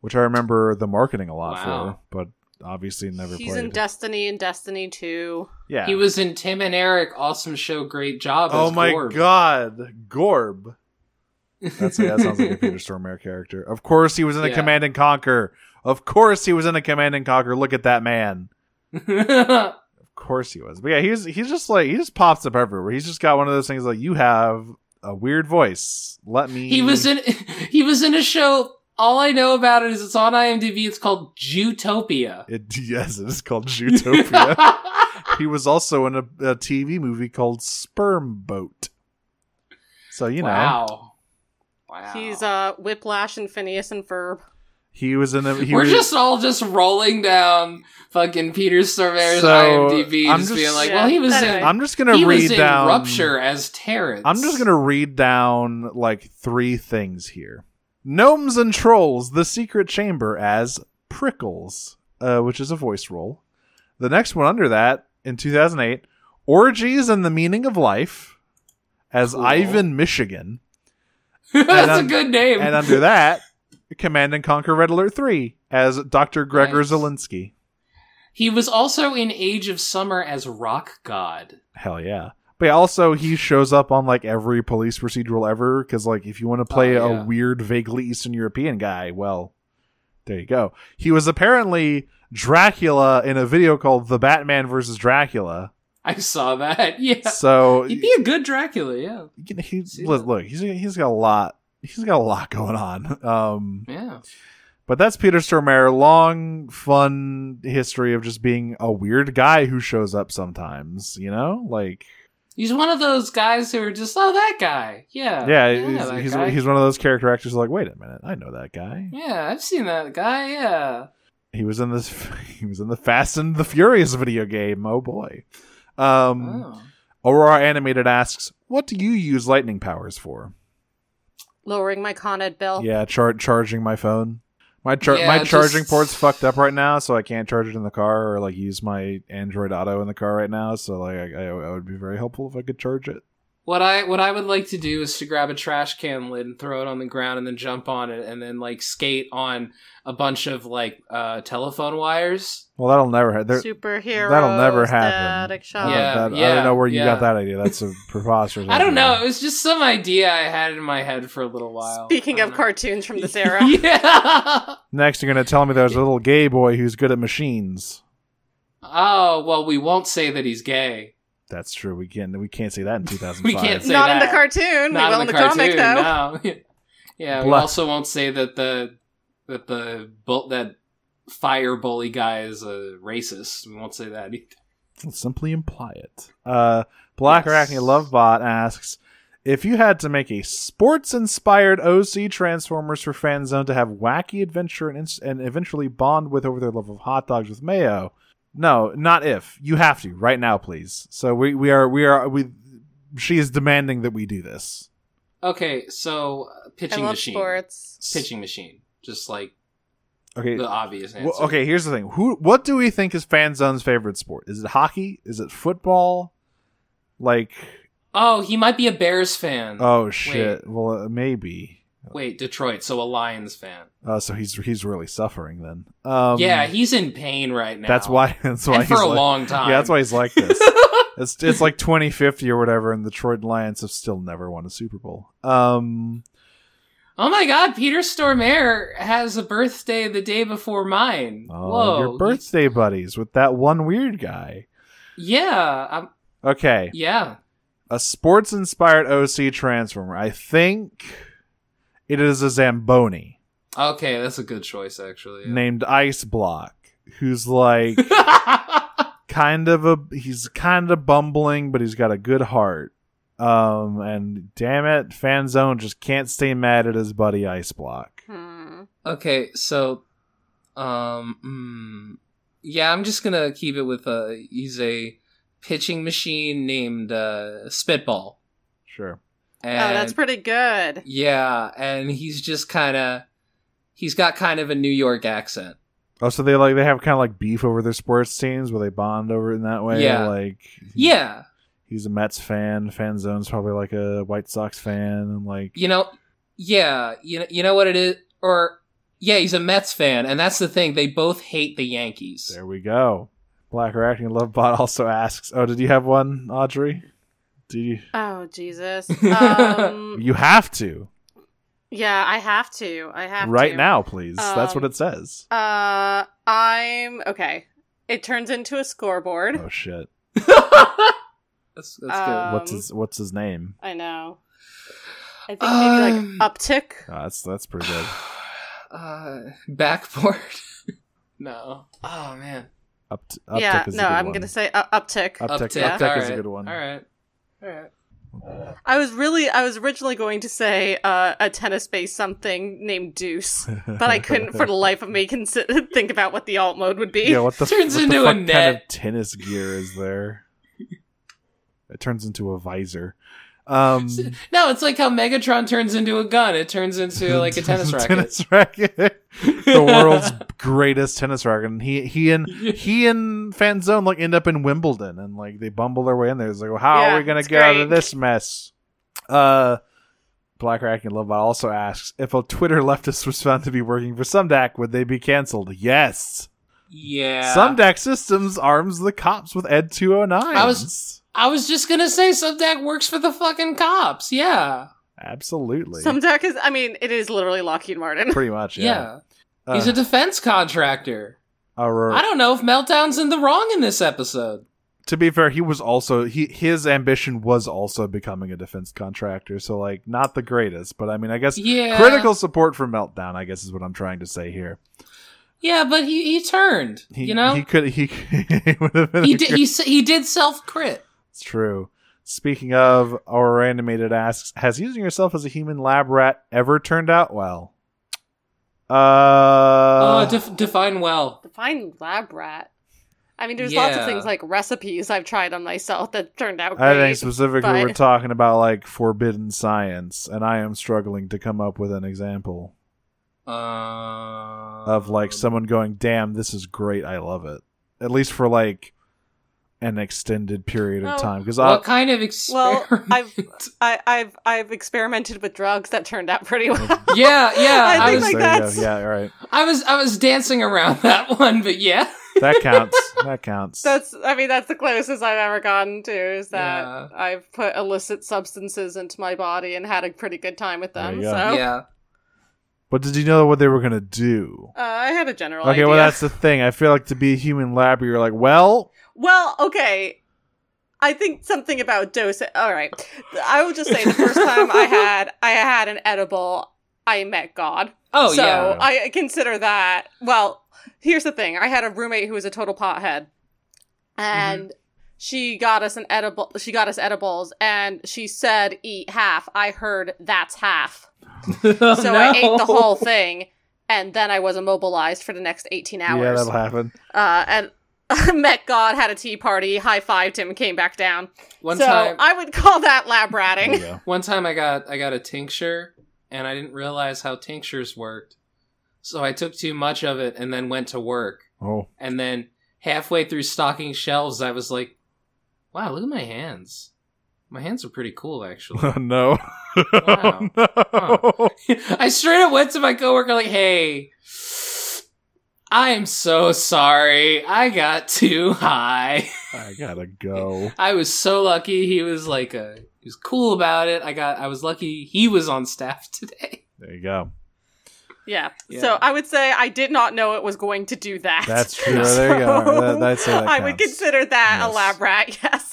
[SPEAKER 3] which I remember the marketing a lot
[SPEAKER 4] Wow.
[SPEAKER 3] for, but obviously never
[SPEAKER 2] He's
[SPEAKER 3] played.
[SPEAKER 2] in Destiny and Destiny Two.
[SPEAKER 3] Yeah.
[SPEAKER 4] He was in Tim and Eric. Awesome show. Great job.
[SPEAKER 3] oh
[SPEAKER 4] as
[SPEAKER 3] my
[SPEAKER 4] Gorb.
[SPEAKER 3] god, Gorb. That's yeah, that sounds like a Peter Stormare character. Of course he was in a
[SPEAKER 4] Yeah.
[SPEAKER 3] Command and Conquer. Of course he was in a Command and Conquer. Look at that man. Of course he was. But yeah, he's he's just like he just pops up everywhere. He's just got one of those things like you have a weird voice. Let me
[SPEAKER 4] he was in. He was in a show. All I know about it is it's on IMDb. It's called Jutopia.
[SPEAKER 3] it, yes, it is called Zootopia. he was also in a, a TV movie called Sperm Boat. So you know
[SPEAKER 4] Wow. Wow.
[SPEAKER 2] He's uh Whiplash and Phineas and Ferb.
[SPEAKER 3] he was in a he
[SPEAKER 4] We're
[SPEAKER 3] was,
[SPEAKER 4] just all just rolling down fucking Peter Cervera's
[SPEAKER 3] So,
[SPEAKER 4] IMDb,
[SPEAKER 3] I'm
[SPEAKER 4] just,
[SPEAKER 3] just-
[SPEAKER 4] being like,
[SPEAKER 2] Yeah,
[SPEAKER 4] "Well, he was
[SPEAKER 2] anyway.
[SPEAKER 4] in
[SPEAKER 3] I'm just gonna
[SPEAKER 4] he
[SPEAKER 3] read
[SPEAKER 4] was in
[SPEAKER 3] down
[SPEAKER 4] Rupture as Terrence."
[SPEAKER 3] I'm just gonna read down like three things here. Gnomes and trolls, the secret chamber as Prickles, uh, which is a voice role. The next one under that in 2008, orgies and the meaning of life as
[SPEAKER 4] Cool.
[SPEAKER 3] Ivan Michigan, and
[SPEAKER 4] That's a
[SPEAKER 3] I'm-
[SPEAKER 4] good name.
[SPEAKER 3] and under that, Command and Conquer Red Alert 3 as Dr. Gregor
[SPEAKER 4] Nice.
[SPEAKER 3] Zelinsky.
[SPEAKER 4] he was also in Age of Summer as Rock God.
[SPEAKER 3] Hell yeah. But yeah, also he shows up on like every police procedural ever because like if you want to play
[SPEAKER 4] Oh,
[SPEAKER 3] a
[SPEAKER 4] yeah.
[SPEAKER 3] weird, vaguely Eastern European guy, well, there you go. He was apparently Dracula in a video called "The Batman versus Dracula."
[SPEAKER 4] I saw that. Yeah,
[SPEAKER 3] So
[SPEAKER 4] he'd be a good Dracula. Yeah,
[SPEAKER 3] you know, he's
[SPEAKER 4] See
[SPEAKER 3] look,
[SPEAKER 4] that?
[SPEAKER 3] look, he's he's got a lot. He's got a lot going on. Um,
[SPEAKER 4] yeah.
[SPEAKER 3] but that's Peter Stormare. Long, fun history of just being a weird guy who shows up sometimes. You know, like
[SPEAKER 4] He's one of those guys who are just, "Oh, that guy." Yeah,
[SPEAKER 3] yeah,
[SPEAKER 4] that
[SPEAKER 3] he's,
[SPEAKER 4] guy.
[SPEAKER 3] he's, he's one of those character actors who's like, wait a minute, I know that guy.
[SPEAKER 4] yeah. I've seen that guy. Yeah,
[SPEAKER 3] He was in this he was in the Fast and the Furious video game. Oh boy. Um
[SPEAKER 4] oh.
[SPEAKER 3] Aurora Animated asks, what do you use lightning powers for?
[SPEAKER 2] Lowering my con ed bill.
[SPEAKER 3] Yeah, char- charging my phone. My char-
[SPEAKER 4] Oh. Yeah,
[SPEAKER 3] my
[SPEAKER 4] just-
[SPEAKER 3] charging port's fucked up right now, so I can't charge it in the car or like use my Android Auto in the car right now. So like I, I, I would be very helpful if I could charge it.
[SPEAKER 4] What I what I would like to do is to grab a trash can lid and throw it on the ground and then jump on it and then like skate on a bunch of like uh, telephone wires.
[SPEAKER 3] Well, that'll never happen.
[SPEAKER 2] Superheroes.
[SPEAKER 3] That'll never happen.
[SPEAKER 2] static
[SPEAKER 3] I
[SPEAKER 2] shock.
[SPEAKER 3] don't,
[SPEAKER 4] Yeah,
[SPEAKER 3] that, I don't know where you
[SPEAKER 4] yeah,
[SPEAKER 3] got
[SPEAKER 4] yeah.
[SPEAKER 3] that idea. That's a preposterous.
[SPEAKER 4] I don't
[SPEAKER 3] idea.
[SPEAKER 4] know. It was just some idea I had in my head for a little while.
[SPEAKER 2] Speaking
[SPEAKER 4] I
[SPEAKER 2] of
[SPEAKER 4] don't know.
[SPEAKER 2] cartoons from this era.
[SPEAKER 4] yeah.
[SPEAKER 3] Next, you're gonna tell me there's a little gay boy who's good at machines.
[SPEAKER 4] Oh well, we won't say that he's gay.
[SPEAKER 3] That's true. We can't. We can't say that in 2005.
[SPEAKER 4] We can't say
[SPEAKER 2] Not in the
[SPEAKER 4] that.
[SPEAKER 2] cartoon. we will in the, comic though.
[SPEAKER 4] No. yeah. We
[SPEAKER 3] Blah.
[SPEAKER 4] also won't say that the that the bull that fire bully guy is a racist. We won't say that either.
[SPEAKER 3] Let's simply imply it. Uh, Black
[SPEAKER 4] Yes.
[SPEAKER 3] Arachne Lovebot asks, If you had to make a sports inspired OC Transformers for FanZone to have wacky adventure and, ins- and eventually bond with over their love of hot dogs with mayo, no, not if. You have to right now, please. So we, we are we are we. She is demanding that we do this.
[SPEAKER 4] Okay, so uh, pitching
[SPEAKER 2] I love
[SPEAKER 4] machine.
[SPEAKER 2] sports.
[SPEAKER 4] Pitching machine. Just like
[SPEAKER 3] Okay.
[SPEAKER 4] the obvious answer.
[SPEAKER 3] Well, okay. Here's the thing. Who? What do we think is FanZone's favorite sport? Is it hockey? Is it football? Like,
[SPEAKER 4] Oh, he might be a Bears fan.
[SPEAKER 3] oh shit. Well, uh, maybe.
[SPEAKER 4] Wait, Detroit, so a Lions fan.
[SPEAKER 3] Uh, so he's he's really suffering then. Um,
[SPEAKER 4] yeah, he's in pain right now.
[SPEAKER 3] that's why. That's why
[SPEAKER 4] and for
[SPEAKER 3] he's
[SPEAKER 4] a
[SPEAKER 3] like-
[SPEAKER 4] long time.
[SPEAKER 3] Yeah, that's why he's like this. it's it's like 2050 or whatever, and the Detroit Lions have still never won a Super Bowl. Um,
[SPEAKER 4] Oh my god, Peter Stormare has a birthday the day before mine.
[SPEAKER 3] oh,
[SPEAKER 4] Whoa.
[SPEAKER 3] your birthday buddies with that one weird guy.
[SPEAKER 4] Yeah, I'm,
[SPEAKER 3] Okay,
[SPEAKER 4] yeah.
[SPEAKER 3] a sports-inspired OC transformer. I think it is a Zamboni.
[SPEAKER 4] Okay, that's a good choice actually.
[SPEAKER 3] named Ice Block, who's like kind of a he's kind of bumbling, but he's got a good heart. Um, and damn it, Fanzone just can't stay mad at his buddy Ice Block.
[SPEAKER 2] Hmm.
[SPEAKER 4] okay, so um mm, yeah, I'm just going to keep it with uh he's a pitching machine named uh Spitball.
[SPEAKER 3] Sure.
[SPEAKER 2] Oh, that's pretty good.
[SPEAKER 4] Yeah, and he's just kind of he's got kind of a New York accent.
[SPEAKER 3] Oh, so they like they have kind of like beef over their sports teams where they bond over it in that way.
[SPEAKER 4] Yeah.
[SPEAKER 3] Like
[SPEAKER 4] Yeah.
[SPEAKER 3] he's a Mets fan. Fanzone's probably like a White Sox fan, and like
[SPEAKER 4] You know, yeah, you know, you know what it is or yeah, he's a Mets fan and that's the thing. They both hate the Yankees.
[SPEAKER 3] there we go. Blacker acting love bot also asks, "Oh, did you have one, Audrey? Did you?
[SPEAKER 2] Oh Jesus. Um,
[SPEAKER 3] You have to.
[SPEAKER 2] yeah, I have to. I have
[SPEAKER 3] right
[SPEAKER 2] to.
[SPEAKER 3] now, please. That's what
[SPEAKER 2] Um,
[SPEAKER 3] it says.
[SPEAKER 2] Uh, I'm okay. It turns into a scoreboard.
[SPEAKER 3] Oh shit!
[SPEAKER 4] that's that's good.
[SPEAKER 2] Uh,
[SPEAKER 3] what's
[SPEAKER 2] um,
[SPEAKER 3] his What's his name?
[SPEAKER 2] I know. I think maybe
[SPEAKER 4] Um,
[SPEAKER 2] like uptick.
[SPEAKER 3] Oh, that's that's pretty good.
[SPEAKER 4] Uh backboard. no. Oh man.
[SPEAKER 3] Up, t- uptick
[SPEAKER 2] yeah,
[SPEAKER 3] is a
[SPEAKER 2] no,
[SPEAKER 3] good
[SPEAKER 2] I'm
[SPEAKER 3] one.
[SPEAKER 2] gonna say uh, uptick.
[SPEAKER 3] Up- Uptick-
[SPEAKER 4] Uptick,
[SPEAKER 3] Uptick is a
[SPEAKER 4] alright,
[SPEAKER 3] good one.
[SPEAKER 4] All right. All right.
[SPEAKER 2] I was really, I was originally going to say uh, a tennis-based something named Deuce, but I couldn't for the life of me consi- think about what the alt mode would be.
[SPEAKER 3] yeah, what the
[SPEAKER 4] Turns
[SPEAKER 3] what the
[SPEAKER 4] into a
[SPEAKER 3] fuck kind of
[SPEAKER 4] net.
[SPEAKER 3] tennis gear is there? It turns into a visor. Um,
[SPEAKER 4] No, it's like how Megatron turns into a gun. It turns into like a tennis racket.
[SPEAKER 3] tennis racket. the world's greatest tennis racket. And he he and he and Fanzone like end up in Wimbledon and like they bumble their way in there. It's like, well, how
[SPEAKER 2] Yeah,
[SPEAKER 3] are we gonna
[SPEAKER 2] it's
[SPEAKER 3] get out of
[SPEAKER 2] great.
[SPEAKER 3] this mess? Uh Black Racket Love Bot also asks if a Twitter leftist was found to be working for Sumdac, would they be canceled? Yes.
[SPEAKER 4] Yeah.
[SPEAKER 3] Sumdac Systems arms the cops with Ed 209.
[SPEAKER 4] I was- I was just gonna say Subdak works for the fucking cops. Yeah.
[SPEAKER 3] absolutely
[SPEAKER 2] Some deck is, I mean, it is literally Lockheed Martin.
[SPEAKER 3] pretty much. Yeah, Uh,
[SPEAKER 4] Yeah. He's a defense contractor. I don't know if Meltdown's in the wrong in this episode.
[SPEAKER 3] to be fair, he was also he his ambition was also becoming a defense contractor. So like not the greatest, but I mean I guess
[SPEAKER 4] Yeah.
[SPEAKER 3] critical support for Meltdown. I guess is what I'm trying to say here.
[SPEAKER 4] Yeah, but he, he turned.
[SPEAKER 3] He,
[SPEAKER 4] you know?
[SPEAKER 3] he could he, he would have been.
[SPEAKER 4] He,
[SPEAKER 3] a
[SPEAKER 4] did
[SPEAKER 3] good-
[SPEAKER 4] he, s- he did self crit.
[SPEAKER 3] it's true. Speaking of, our animated asks, has using yourself as a human lab rat ever turned out well? Uh,
[SPEAKER 4] Uh, def- define well.
[SPEAKER 2] The fine lab rat. I mean, there's lots of
[SPEAKER 4] Yeah.
[SPEAKER 2] things like recipes I've tried on myself that turned out great.
[SPEAKER 3] I think specifically we're
[SPEAKER 2] but-
[SPEAKER 3] talking about like forbidden science, and I am struggling to come up with an example.
[SPEAKER 4] Uh,
[SPEAKER 3] of like someone going, "Damn, this is great. I love it." At least for like an extended period of
[SPEAKER 2] Oh,
[SPEAKER 3] time because
[SPEAKER 4] What kind of experiment?
[SPEAKER 2] Well, I've I, I've I've experimented with drugs that turned out pretty well.
[SPEAKER 4] yeah, yeah.
[SPEAKER 2] I
[SPEAKER 4] I,
[SPEAKER 2] think
[SPEAKER 4] was,
[SPEAKER 2] like that's-
[SPEAKER 3] yeah, all right.
[SPEAKER 4] I was, I was dancing around that one, but yeah,
[SPEAKER 3] That counts. that counts.
[SPEAKER 2] That's I mean that's the closest I've ever gotten to is that
[SPEAKER 4] Yeah.
[SPEAKER 2] I've put illicit substances into my body and had a pretty good time with
[SPEAKER 3] There
[SPEAKER 2] them.
[SPEAKER 3] you
[SPEAKER 2] So
[SPEAKER 3] go.
[SPEAKER 2] uh,
[SPEAKER 4] yeah.
[SPEAKER 3] but did you know what they were gonna do?
[SPEAKER 2] Uh, I had a general
[SPEAKER 3] okay,
[SPEAKER 2] idea.
[SPEAKER 3] well that's the thing. I feel like to be a human lab, you're like, well,
[SPEAKER 2] Well, okay. I think something about dose. All right, I will just say the first time I had I had an edible, I met God.
[SPEAKER 4] Oh
[SPEAKER 2] so
[SPEAKER 4] yeah.
[SPEAKER 2] I consider
[SPEAKER 3] Mm-hmm.
[SPEAKER 2] that. Well, here's the thing: I had a roommate who was a total pothead, and she got us an edible she got us edibles and she said eat half i heard that's half
[SPEAKER 4] Oh,
[SPEAKER 2] so i ate the whole thing and then i was immobilized for the next 18
[SPEAKER 3] Yeah,
[SPEAKER 2] hours
[SPEAKER 3] that'll happen.
[SPEAKER 2] uh, and met god had a tea party high-fived him came back down
[SPEAKER 4] One
[SPEAKER 2] so
[SPEAKER 4] time,
[SPEAKER 2] i would call that lab ratting
[SPEAKER 3] There you go.
[SPEAKER 4] one time I got I got a tincture and I didn't realize how tinctures worked. So I took too much of it and then went to work.
[SPEAKER 3] Oh,
[SPEAKER 4] And then halfway through stocking shelves, I was like, "Wow, look at my hands. My hands are pretty cool, actually."
[SPEAKER 3] Oh, no. Oh,
[SPEAKER 4] Wow.
[SPEAKER 3] no.
[SPEAKER 4] Huh. I straight up went to my coworker like, "Hey, I am so sorry. I got too high.
[SPEAKER 3] I gotta go.
[SPEAKER 4] I was so lucky. He was like a." He was cool about it. I got. I was lucky. He was on staff today.
[SPEAKER 3] There you go.
[SPEAKER 2] Yeah.
[SPEAKER 4] Yeah.
[SPEAKER 2] So I would say I did not know it was going to do that.
[SPEAKER 3] That's true. There you go. That- I'd say that
[SPEAKER 2] I would
[SPEAKER 3] counts.
[SPEAKER 2] consider that
[SPEAKER 3] Yes.
[SPEAKER 2] a lab rat. Yes.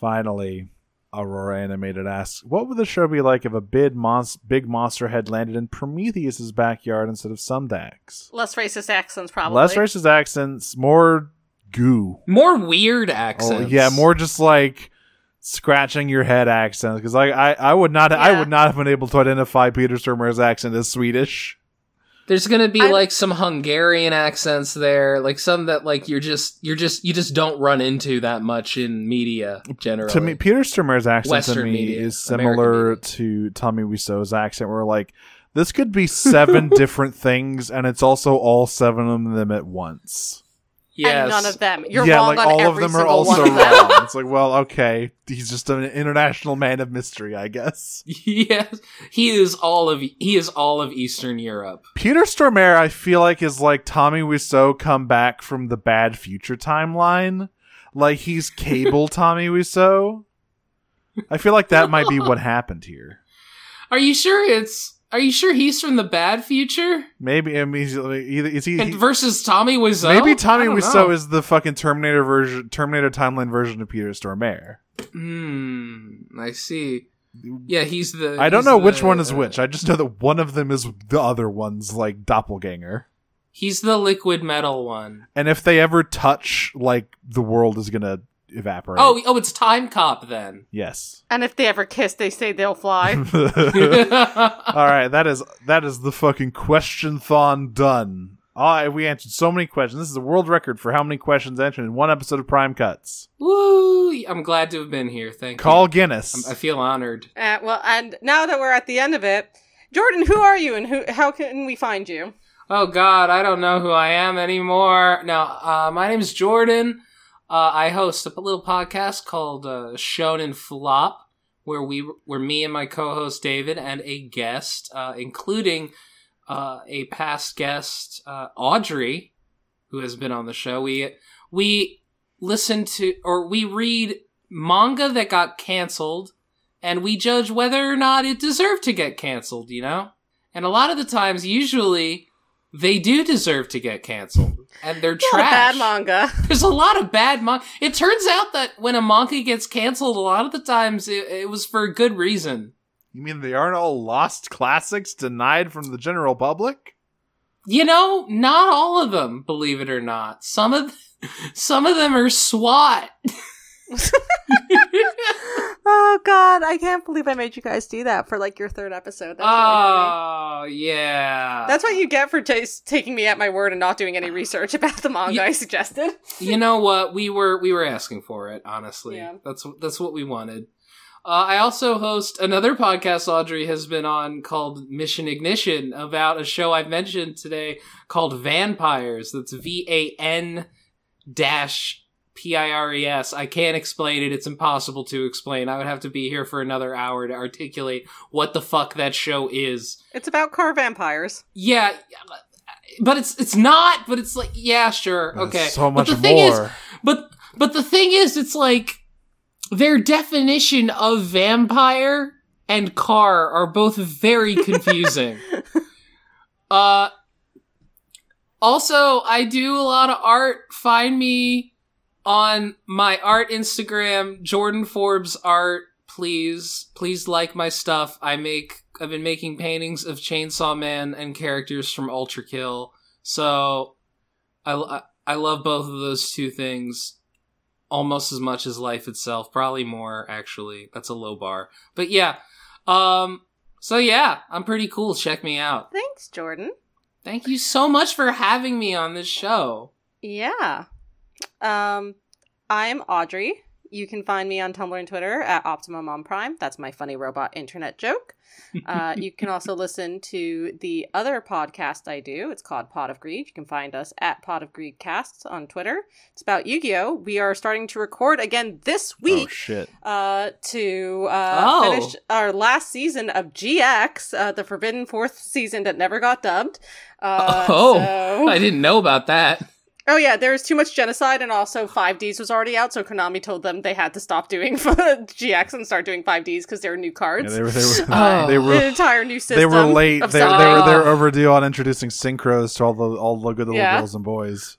[SPEAKER 3] Finally, Aurora Animated asks, "What would the show be like if a big, monst- big monster had landed in Prometheus's backyard instead of Sumdax?
[SPEAKER 2] Less racist accents, probably.
[SPEAKER 3] Less racist accents, more goo.
[SPEAKER 4] More weird
[SPEAKER 3] Oh,
[SPEAKER 4] accents.
[SPEAKER 3] yeah, more just like scratching your head accents. Because like I, I would not, I
[SPEAKER 2] Yeah.
[SPEAKER 3] would not have been able to identify Peter Stormare's accent as Swedish.
[SPEAKER 4] There's gonna be
[SPEAKER 2] I-
[SPEAKER 4] like some Hungarian accents there, like some that like you're just you're just you just don't run into that much in media generally.
[SPEAKER 3] To me, Peter Stormare's accent to
[SPEAKER 4] Western
[SPEAKER 3] me
[SPEAKER 4] media,
[SPEAKER 3] is
[SPEAKER 4] American
[SPEAKER 3] similar
[SPEAKER 4] media.
[SPEAKER 3] to Tommy Wiseau's accent, where like this could be seven different things, and it's also all seven of them at once.
[SPEAKER 4] yes.
[SPEAKER 2] And none of them. You're
[SPEAKER 3] yeah,
[SPEAKER 2] wrong
[SPEAKER 3] like
[SPEAKER 2] on
[SPEAKER 3] all
[SPEAKER 2] every
[SPEAKER 3] of them are
[SPEAKER 2] single
[SPEAKER 3] also
[SPEAKER 2] one of them.
[SPEAKER 3] wrong. It's like, well, okay, he's just an international man of mystery, I guess.
[SPEAKER 4] yes, he is all of he is all of Eastern Europe.
[SPEAKER 3] Peter Stormare, I feel like, is like Tommy Wiseau come back from the bad future timeline. Like he's cable Tommy Wiseau. I feel like that might be what happened here.
[SPEAKER 4] Are you sure it's? Are you sure he's from the bad future?
[SPEAKER 3] Maybe I mean, he's- either is he?
[SPEAKER 4] And
[SPEAKER 3] he-
[SPEAKER 4] versus Tommy Wiseau.
[SPEAKER 3] maybe Tommy
[SPEAKER 4] I don't
[SPEAKER 3] Wiseau
[SPEAKER 4] know.
[SPEAKER 3] is the fucking Terminator version, Terminator timeline version of Peter Stormare.
[SPEAKER 4] Hmm. I see. Yeah, he's the.
[SPEAKER 3] I don't
[SPEAKER 4] he's
[SPEAKER 3] know which
[SPEAKER 4] the,
[SPEAKER 3] one is
[SPEAKER 4] uh,
[SPEAKER 3] which. I just know that one of them is the other one's like doppelganger.
[SPEAKER 4] He's the liquid metal one.
[SPEAKER 3] And if they ever touch, like the world is gonna evaporate.
[SPEAKER 4] Oh, oh, it's Time Cop then.
[SPEAKER 3] yes.
[SPEAKER 2] And if they ever kiss, they say they'll fly.
[SPEAKER 3] All right, that is that is the fucking question thon done. Ah, we answered so many questions. This is a world record for how many questions answered in one episode of Prime Cuts.
[SPEAKER 4] Woo! I'm glad to have been here. Thank
[SPEAKER 3] Call
[SPEAKER 4] you.
[SPEAKER 3] Guinness.
[SPEAKER 4] I'm, I feel honored.
[SPEAKER 2] uh, well, and now that we're at the end of it, Jordan, who are you and who? how can we find you?
[SPEAKER 4] Oh God, I don't know who I am anymore. No, uh, my name is Jordan. Uh, I host a little podcast called uh, Shonen Flop, where we, where me and my co-host David and a guest, uh, including uh, a past guest uh, Audrey, who has been on the show. We we listen to or we read manga that got canceled, and we judge whether or not it deserved to get canceled. You know, and a lot of the times, usually. They do deserve to get canceled, and they're
[SPEAKER 2] Not a
[SPEAKER 4] trash.
[SPEAKER 2] bad manga.
[SPEAKER 4] There's a lot of bad manga. It turns out that when a manga gets canceled, a lot of the times it, it was for a good reason.
[SPEAKER 3] You mean they aren't all lost classics denied from the general public?
[SPEAKER 4] You know, not all of them, believe it or not. Some of some of them are SWAT.
[SPEAKER 2] oh God, I can't believe I made you guys do that for like your third episode. That's really funny.
[SPEAKER 4] oh yeah.
[SPEAKER 2] That's what you get for just taking me at my word and not doing any research about the manga I suggested.
[SPEAKER 4] you know what we were we were asking for it honestly
[SPEAKER 2] Yeah.
[SPEAKER 4] that's that's what we wanted uh, i also host another podcast audrey has been on called mission ignition about a show i've mentioned today called vampires that's v-a-n dash p-i-r-e-s i can't explain it it's impossible to explain i would have to be here for another hour to articulate what the fuck that show is
[SPEAKER 2] It's about car vampires.
[SPEAKER 4] yeah but it's it's not but it's like yeah sure
[SPEAKER 3] There's
[SPEAKER 4] okay
[SPEAKER 3] so much
[SPEAKER 4] but the
[SPEAKER 3] more.
[SPEAKER 4] thing is but but the thing is, it's like their definition of vampire and car are both very confusing. uh also, I do a lot of art. Find me on my art Instagram, Jordan Forbes Art. Please, please like my stuff. I make I've been making paintings of Chainsaw Man and characters from Ultra Kill. So I, I love both of those two things. almost as much as life itself, probably more actually. That's a low bar. But yeah. Um so yeah, I'm pretty cool. Check me out.
[SPEAKER 2] Thanks, Jordan.
[SPEAKER 4] Thank you so much for having me on this show.
[SPEAKER 2] Yeah. Um, I'm Audrey. You can find me on Tumblr and Twitter at Optimum on Prime. That's my funny robot internet joke. Uh, you can also listen to the other podcast I do. It's called Pot of Greed. You can find us at Pot of Greed Casts on Twitter. It's about Yu Gi Oh! We are starting to record again this
[SPEAKER 3] Oh
[SPEAKER 2] week
[SPEAKER 3] shit!
[SPEAKER 2] uh, to uh,
[SPEAKER 4] Oh.
[SPEAKER 2] finish our last season of GX, uh, the Forbidden Fourth season that never got dubbed. Uh,
[SPEAKER 4] Oh,
[SPEAKER 2] so-
[SPEAKER 4] I didn't know about that.
[SPEAKER 2] Oh yeah, there was too much genocide, and also Five Ds was already out, so Konami told them they had to stop doing GX and start doing Five Ds because they were new
[SPEAKER 3] Yeah,
[SPEAKER 2] cards.
[SPEAKER 3] they were they were,
[SPEAKER 4] Oh.
[SPEAKER 3] they
[SPEAKER 2] an
[SPEAKER 3] were
[SPEAKER 2] entire new system.
[SPEAKER 3] they were late. They,
[SPEAKER 2] of
[SPEAKER 3] they
[SPEAKER 2] something.
[SPEAKER 3] were they were overdue on introducing synchros to all the all the good little
[SPEAKER 2] Yeah.
[SPEAKER 3] girls and boys.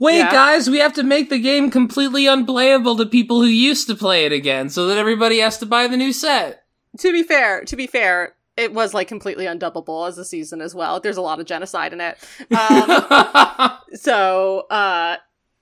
[SPEAKER 4] Wait,
[SPEAKER 2] Yeah.
[SPEAKER 4] guys, we have to make the game completely unplayable to people who used to play it again so that everybody has to buy the new set.
[SPEAKER 2] to be fair, to be fair, it was like completely undubbable as a season as well. There's a lot of genocide in it. Um, so uh,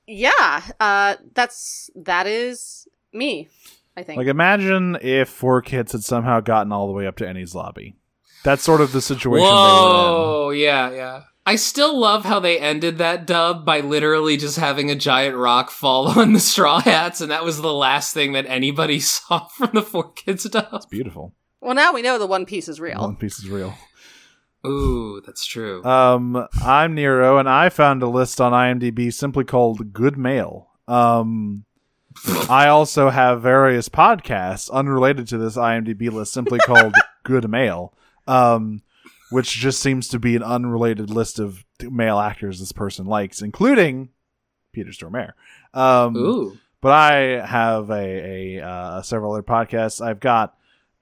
[SPEAKER 2] yeah, uh, that's that is me. I think.
[SPEAKER 3] Like imagine if four kids had somehow gotten all the way up to Ennie's lobby. That's sort of the situation they were in.
[SPEAKER 4] Whoa, yeah, yeah. I still love how they ended that dub by literally just having a giant rock fall on the Straw Hats, and that was the last thing that anybody saw from the Four Kids dub.
[SPEAKER 3] Beautiful.
[SPEAKER 2] well, now we know the One Piece is real.
[SPEAKER 3] One Piece is real.
[SPEAKER 4] Ooh, that's true.
[SPEAKER 3] Um, I'm Nero, and I found a list on IMDb simply called "Good Mail." Um, I also have various podcasts unrelated to this IMDb list, simply called "Good Mail," um, which just seems to be an unrelated list of male actors this person likes, including Peter Stormare. Um,
[SPEAKER 4] Ooh.
[SPEAKER 3] but I have a, a uh, several other podcasts. I've got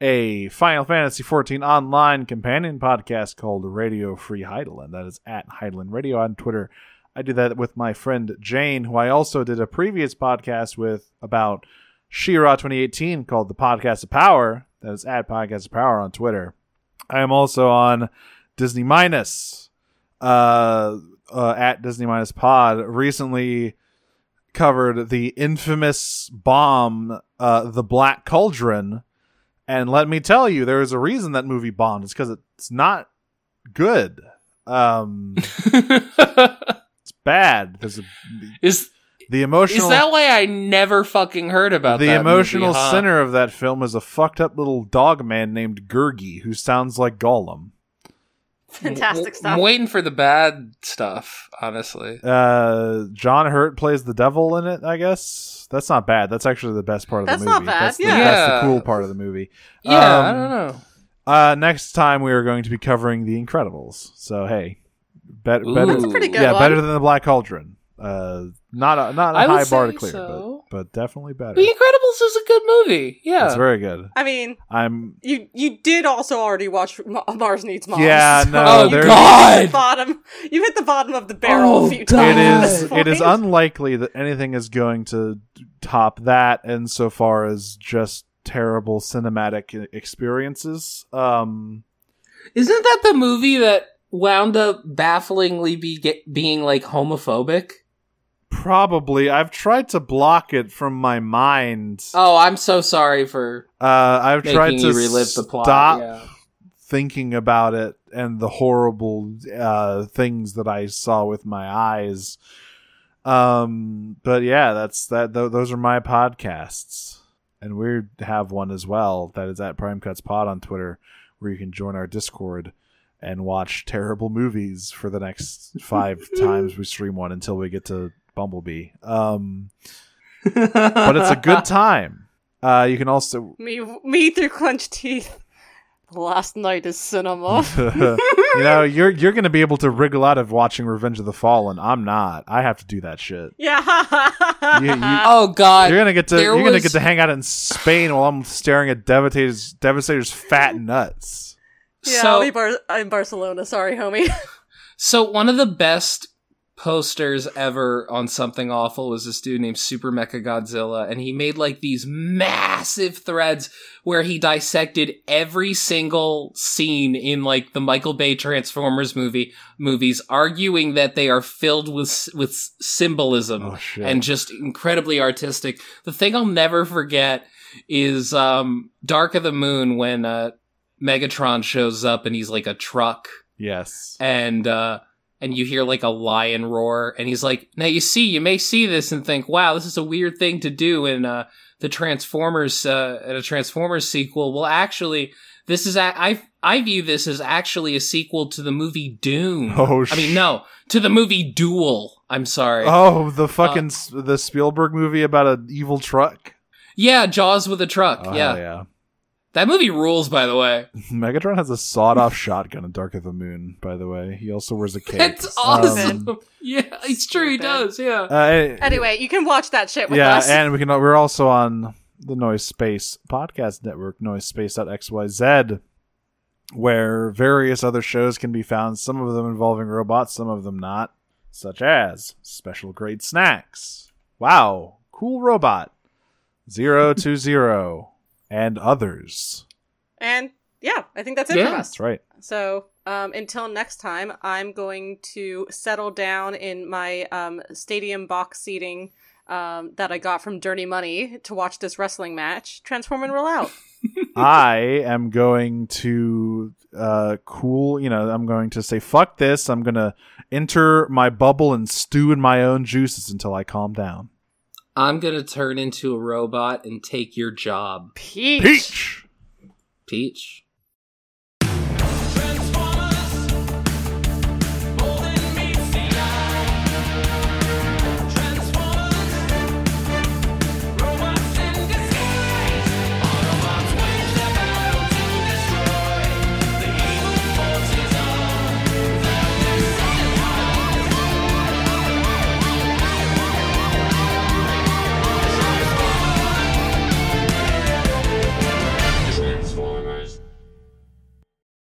[SPEAKER 3] a Final Fantasy XIV online companion podcast called Radio Free Heideland. That is at Heideland Radio on Twitter. I do that with my friend Jane, who I also did a previous podcast with about Shira 2018 called The Podcast of Power. That is at Podcast of Power on Twitter. I am also on Disney Minus, uh, uh, at Disney Minus Pod. Recently, covered the infamous bomb, uh, the Black Cauldron. And let me tell you, there is a reason that movie bombed. It's because it's not good. Um, it's bad. There's a,
[SPEAKER 4] is
[SPEAKER 3] the emotional.
[SPEAKER 4] is that why I never fucking heard about
[SPEAKER 3] the
[SPEAKER 4] that
[SPEAKER 3] emotional
[SPEAKER 4] movie, huh?
[SPEAKER 3] center of that film is a fucked up little dog man named Gurgi, who sounds like Gollum.
[SPEAKER 2] Fantastic
[SPEAKER 4] W-
[SPEAKER 2] stuff.
[SPEAKER 4] I'm waiting for the bad stuff, honestly.
[SPEAKER 3] Uh, John Hurt plays the devil in it. I guess that's not bad. That's actually the best part of
[SPEAKER 2] That's
[SPEAKER 3] the
[SPEAKER 2] not
[SPEAKER 3] movie.
[SPEAKER 2] bad,
[SPEAKER 3] That's, the,
[SPEAKER 2] yeah.
[SPEAKER 3] that's the
[SPEAKER 4] Yeah.
[SPEAKER 3] cool part of the movie.
[SPEAKER 4] Yeah, I
[SPEAKER 3] Um,
[SPEAKER 4] don't know.
[SPEAKER 3] Uh, next time we are going to be covering The Incredibles. So hey, bet-
[SPEAKER 4] Ooh.
[SPEAKER 3] better,
[SPEAKER 4] That's a
[SPEAKER 2] pretty good
[SPEAKER 3] yeah,
[SPEAKER 2] one.
[SPEAKER 3] better than the Black Cauldron. Uh, not a, not a
[SPEAKER 4] I would
[SPEAKER 3] high bar to
[SPEAKER 4] say
[SPEAKER 3] clear,
[SPEAKER 4] so.
[SPEAKER 3] but, but definitely better.
[SPEAKER 4] The Incredibles is a good movie. Yeah.
[SPEAKER 3] It's very good.
[SPEAKER 2] I mean,
[SPEAKER 3] I'm
[SPEAKER 2] you you did also already watch Ma- Mars Needs Moms.
[SPEAKER 3] yeah
[SPEAKER 2] so-
[SPEAKER 3] no
[SPEAKER 4] Oh,
[SPEAKER 3] there-
[SPEAKER 4] God.
[SPEAKER 2] You've hit the bottom. You've hit the bottom of the barrel
[SPEAKER 4] Oh,
[SPEAKER 2] a few
[SPEAKER 4] God.
[SPEAKER 3] it
[SPEAKER 2] times. at
[SPEAKER 3] is
[SPEAKER 2] this
[SPEAKER 3] it is
[SPEAKER 2] point.
[SPEAKER 3] unlikely that anything is going to top that insofar as just terrible cinematic e- experiences. Um,
[SPEAKER 4] Isn't that the movie that wound up bafflingly be get, being like homophobic?
[SPEAKER 3] probably I've tried to block it from my mind.
[SPEAKER 4] Oh, I'm so sorry for
[SPEAKER 3] Uh, I've
[SPEAKER 4] making
[SPEAKER 3] tried to
[SPEAKER 4] you relive the plot.
[SPEAKER 3] stop
[SPEAKER 4] yeah.
[SPEAKER 3] thinking about it and the horrible uh, things that I saw with my eyes. Um, but yeah, that's that. Th- those are my podcasts, and we have one as well that is at Prime Cuts Pod on Twitter, where you can join our Discord and watch terrible movies for the next five times we stream one until we get to Bumblebee. Um, but it's a good time. Uh, you can also
[SPEAKER 2] me me through clenched teeth. Last night is cinema.
[SPEAKER 3] you know, you're you're gonna be able to wriggle out of watching Revenge of the Fallen. I'm not. I have to do that shit.
[SPEAKER 2] yeah.
[SPEAKER 3] You, you,
[SPEAKER 4] Oh God.
[SPEAKER 3] you're gonna get to
[SPEAKER 4] there
[SPEAKER 3] you're gonna
[SPEAKER 4] was-
[SPEAKER 3] get to hang out in Spain while I'm staring at Devastator's Devastator's fat nuts.
[SPEAKER 2] yeah,
[SPEAKER 4] so
[SPEAKER 2] I'm in Bar- I'm in Barcelona. Sorry, homie.
[SPEAKER 4] so one of the best posters ever on something awful was this dude named Super Mecha Godzilla, and he made like these massive threads where he dissected every single scene in like the Michael Bay Transformers movie movies, arguing that they are filled with s- with s- symbolism
[SPEAKER 3] Oh shit.
[SPEAKER 4] and just incredibly artistic. The thing I'll never forget is um, Dark of the Moon when uh, Megatron shows up and he's like a truck
[SPEAKER 3] yes.
[SPEAKER 4] and uh, and you hear like a lion roar and he's like, now you see, you may see this and think, wow, this is a weird thing to do in uh, the Transformers uh, in a Transformers sequel. Well, actually, this is a- I I view this as actually a sequel to the movie Dune.
[SPEAKER 3] Oh
[SPEAKER 4] I mean, no, Uh, to the movie Duel. I'm sorry.
[SPEAKER 3] Oh, the fucking s the Spielberg movie about an evil truck.
[SPEAKER 4] Yeah, Jaws with a truck.
[SPEAKER 3] Oh,
[SPEAKER 4] yeah.
[SPEAKER 3] hell yeah.
[SPEAKER 4] That movie rules, by the way.
[SPEAKER 3] Megatron has a sawed-off shotgun in Dark of the Moon. By the way, he also wears a cape.
[SPEAKER 4] That's awesome. yeah, it's true. He
[SPEAKER 2] Stupid.
[SPEAKER 4] does.
[SPEAKER 3] Um,
[SPEAKER 4] Yeah.
[SPEAKER 3] uh,
[SPEAKER 2] Anyway, you can watch that shit with
[SPEAKER 3] yeah,
[SPEAKER 2] us.
[SPEAKER 3] and we can. We're also on the Noise Space podcast network, noisespace.xyz, where various other shows can be found. Some of them involving robots, some of them not, such as Special Grade Snacks. Wow, cool robot. Zero to zero and others.
[SPEAKER 2] And yeah, I think that's it
[SPEAKER 4] Yeah.
[SPEAKER 2] from us.
[SPEAKER 3] That's right.
[SPEAKER 2] So um, until next time, I'm going to settle down in my um, stadium box seating um, that I got from Dirty Money to watch this wrestling match. Transform and roll out.
[SPEAKER 3] I am going to uh, cool, you know, I'm going to say, fuck this. I'm going to enter my bubble and stew in my own juices until I calm down.
[SPEAKER 4] I'm going to turn into a robot and take your job,
[SPEAKER 2] Peace.
[SPEAKER 3] Peach!
[SPEAKER 4] Peach.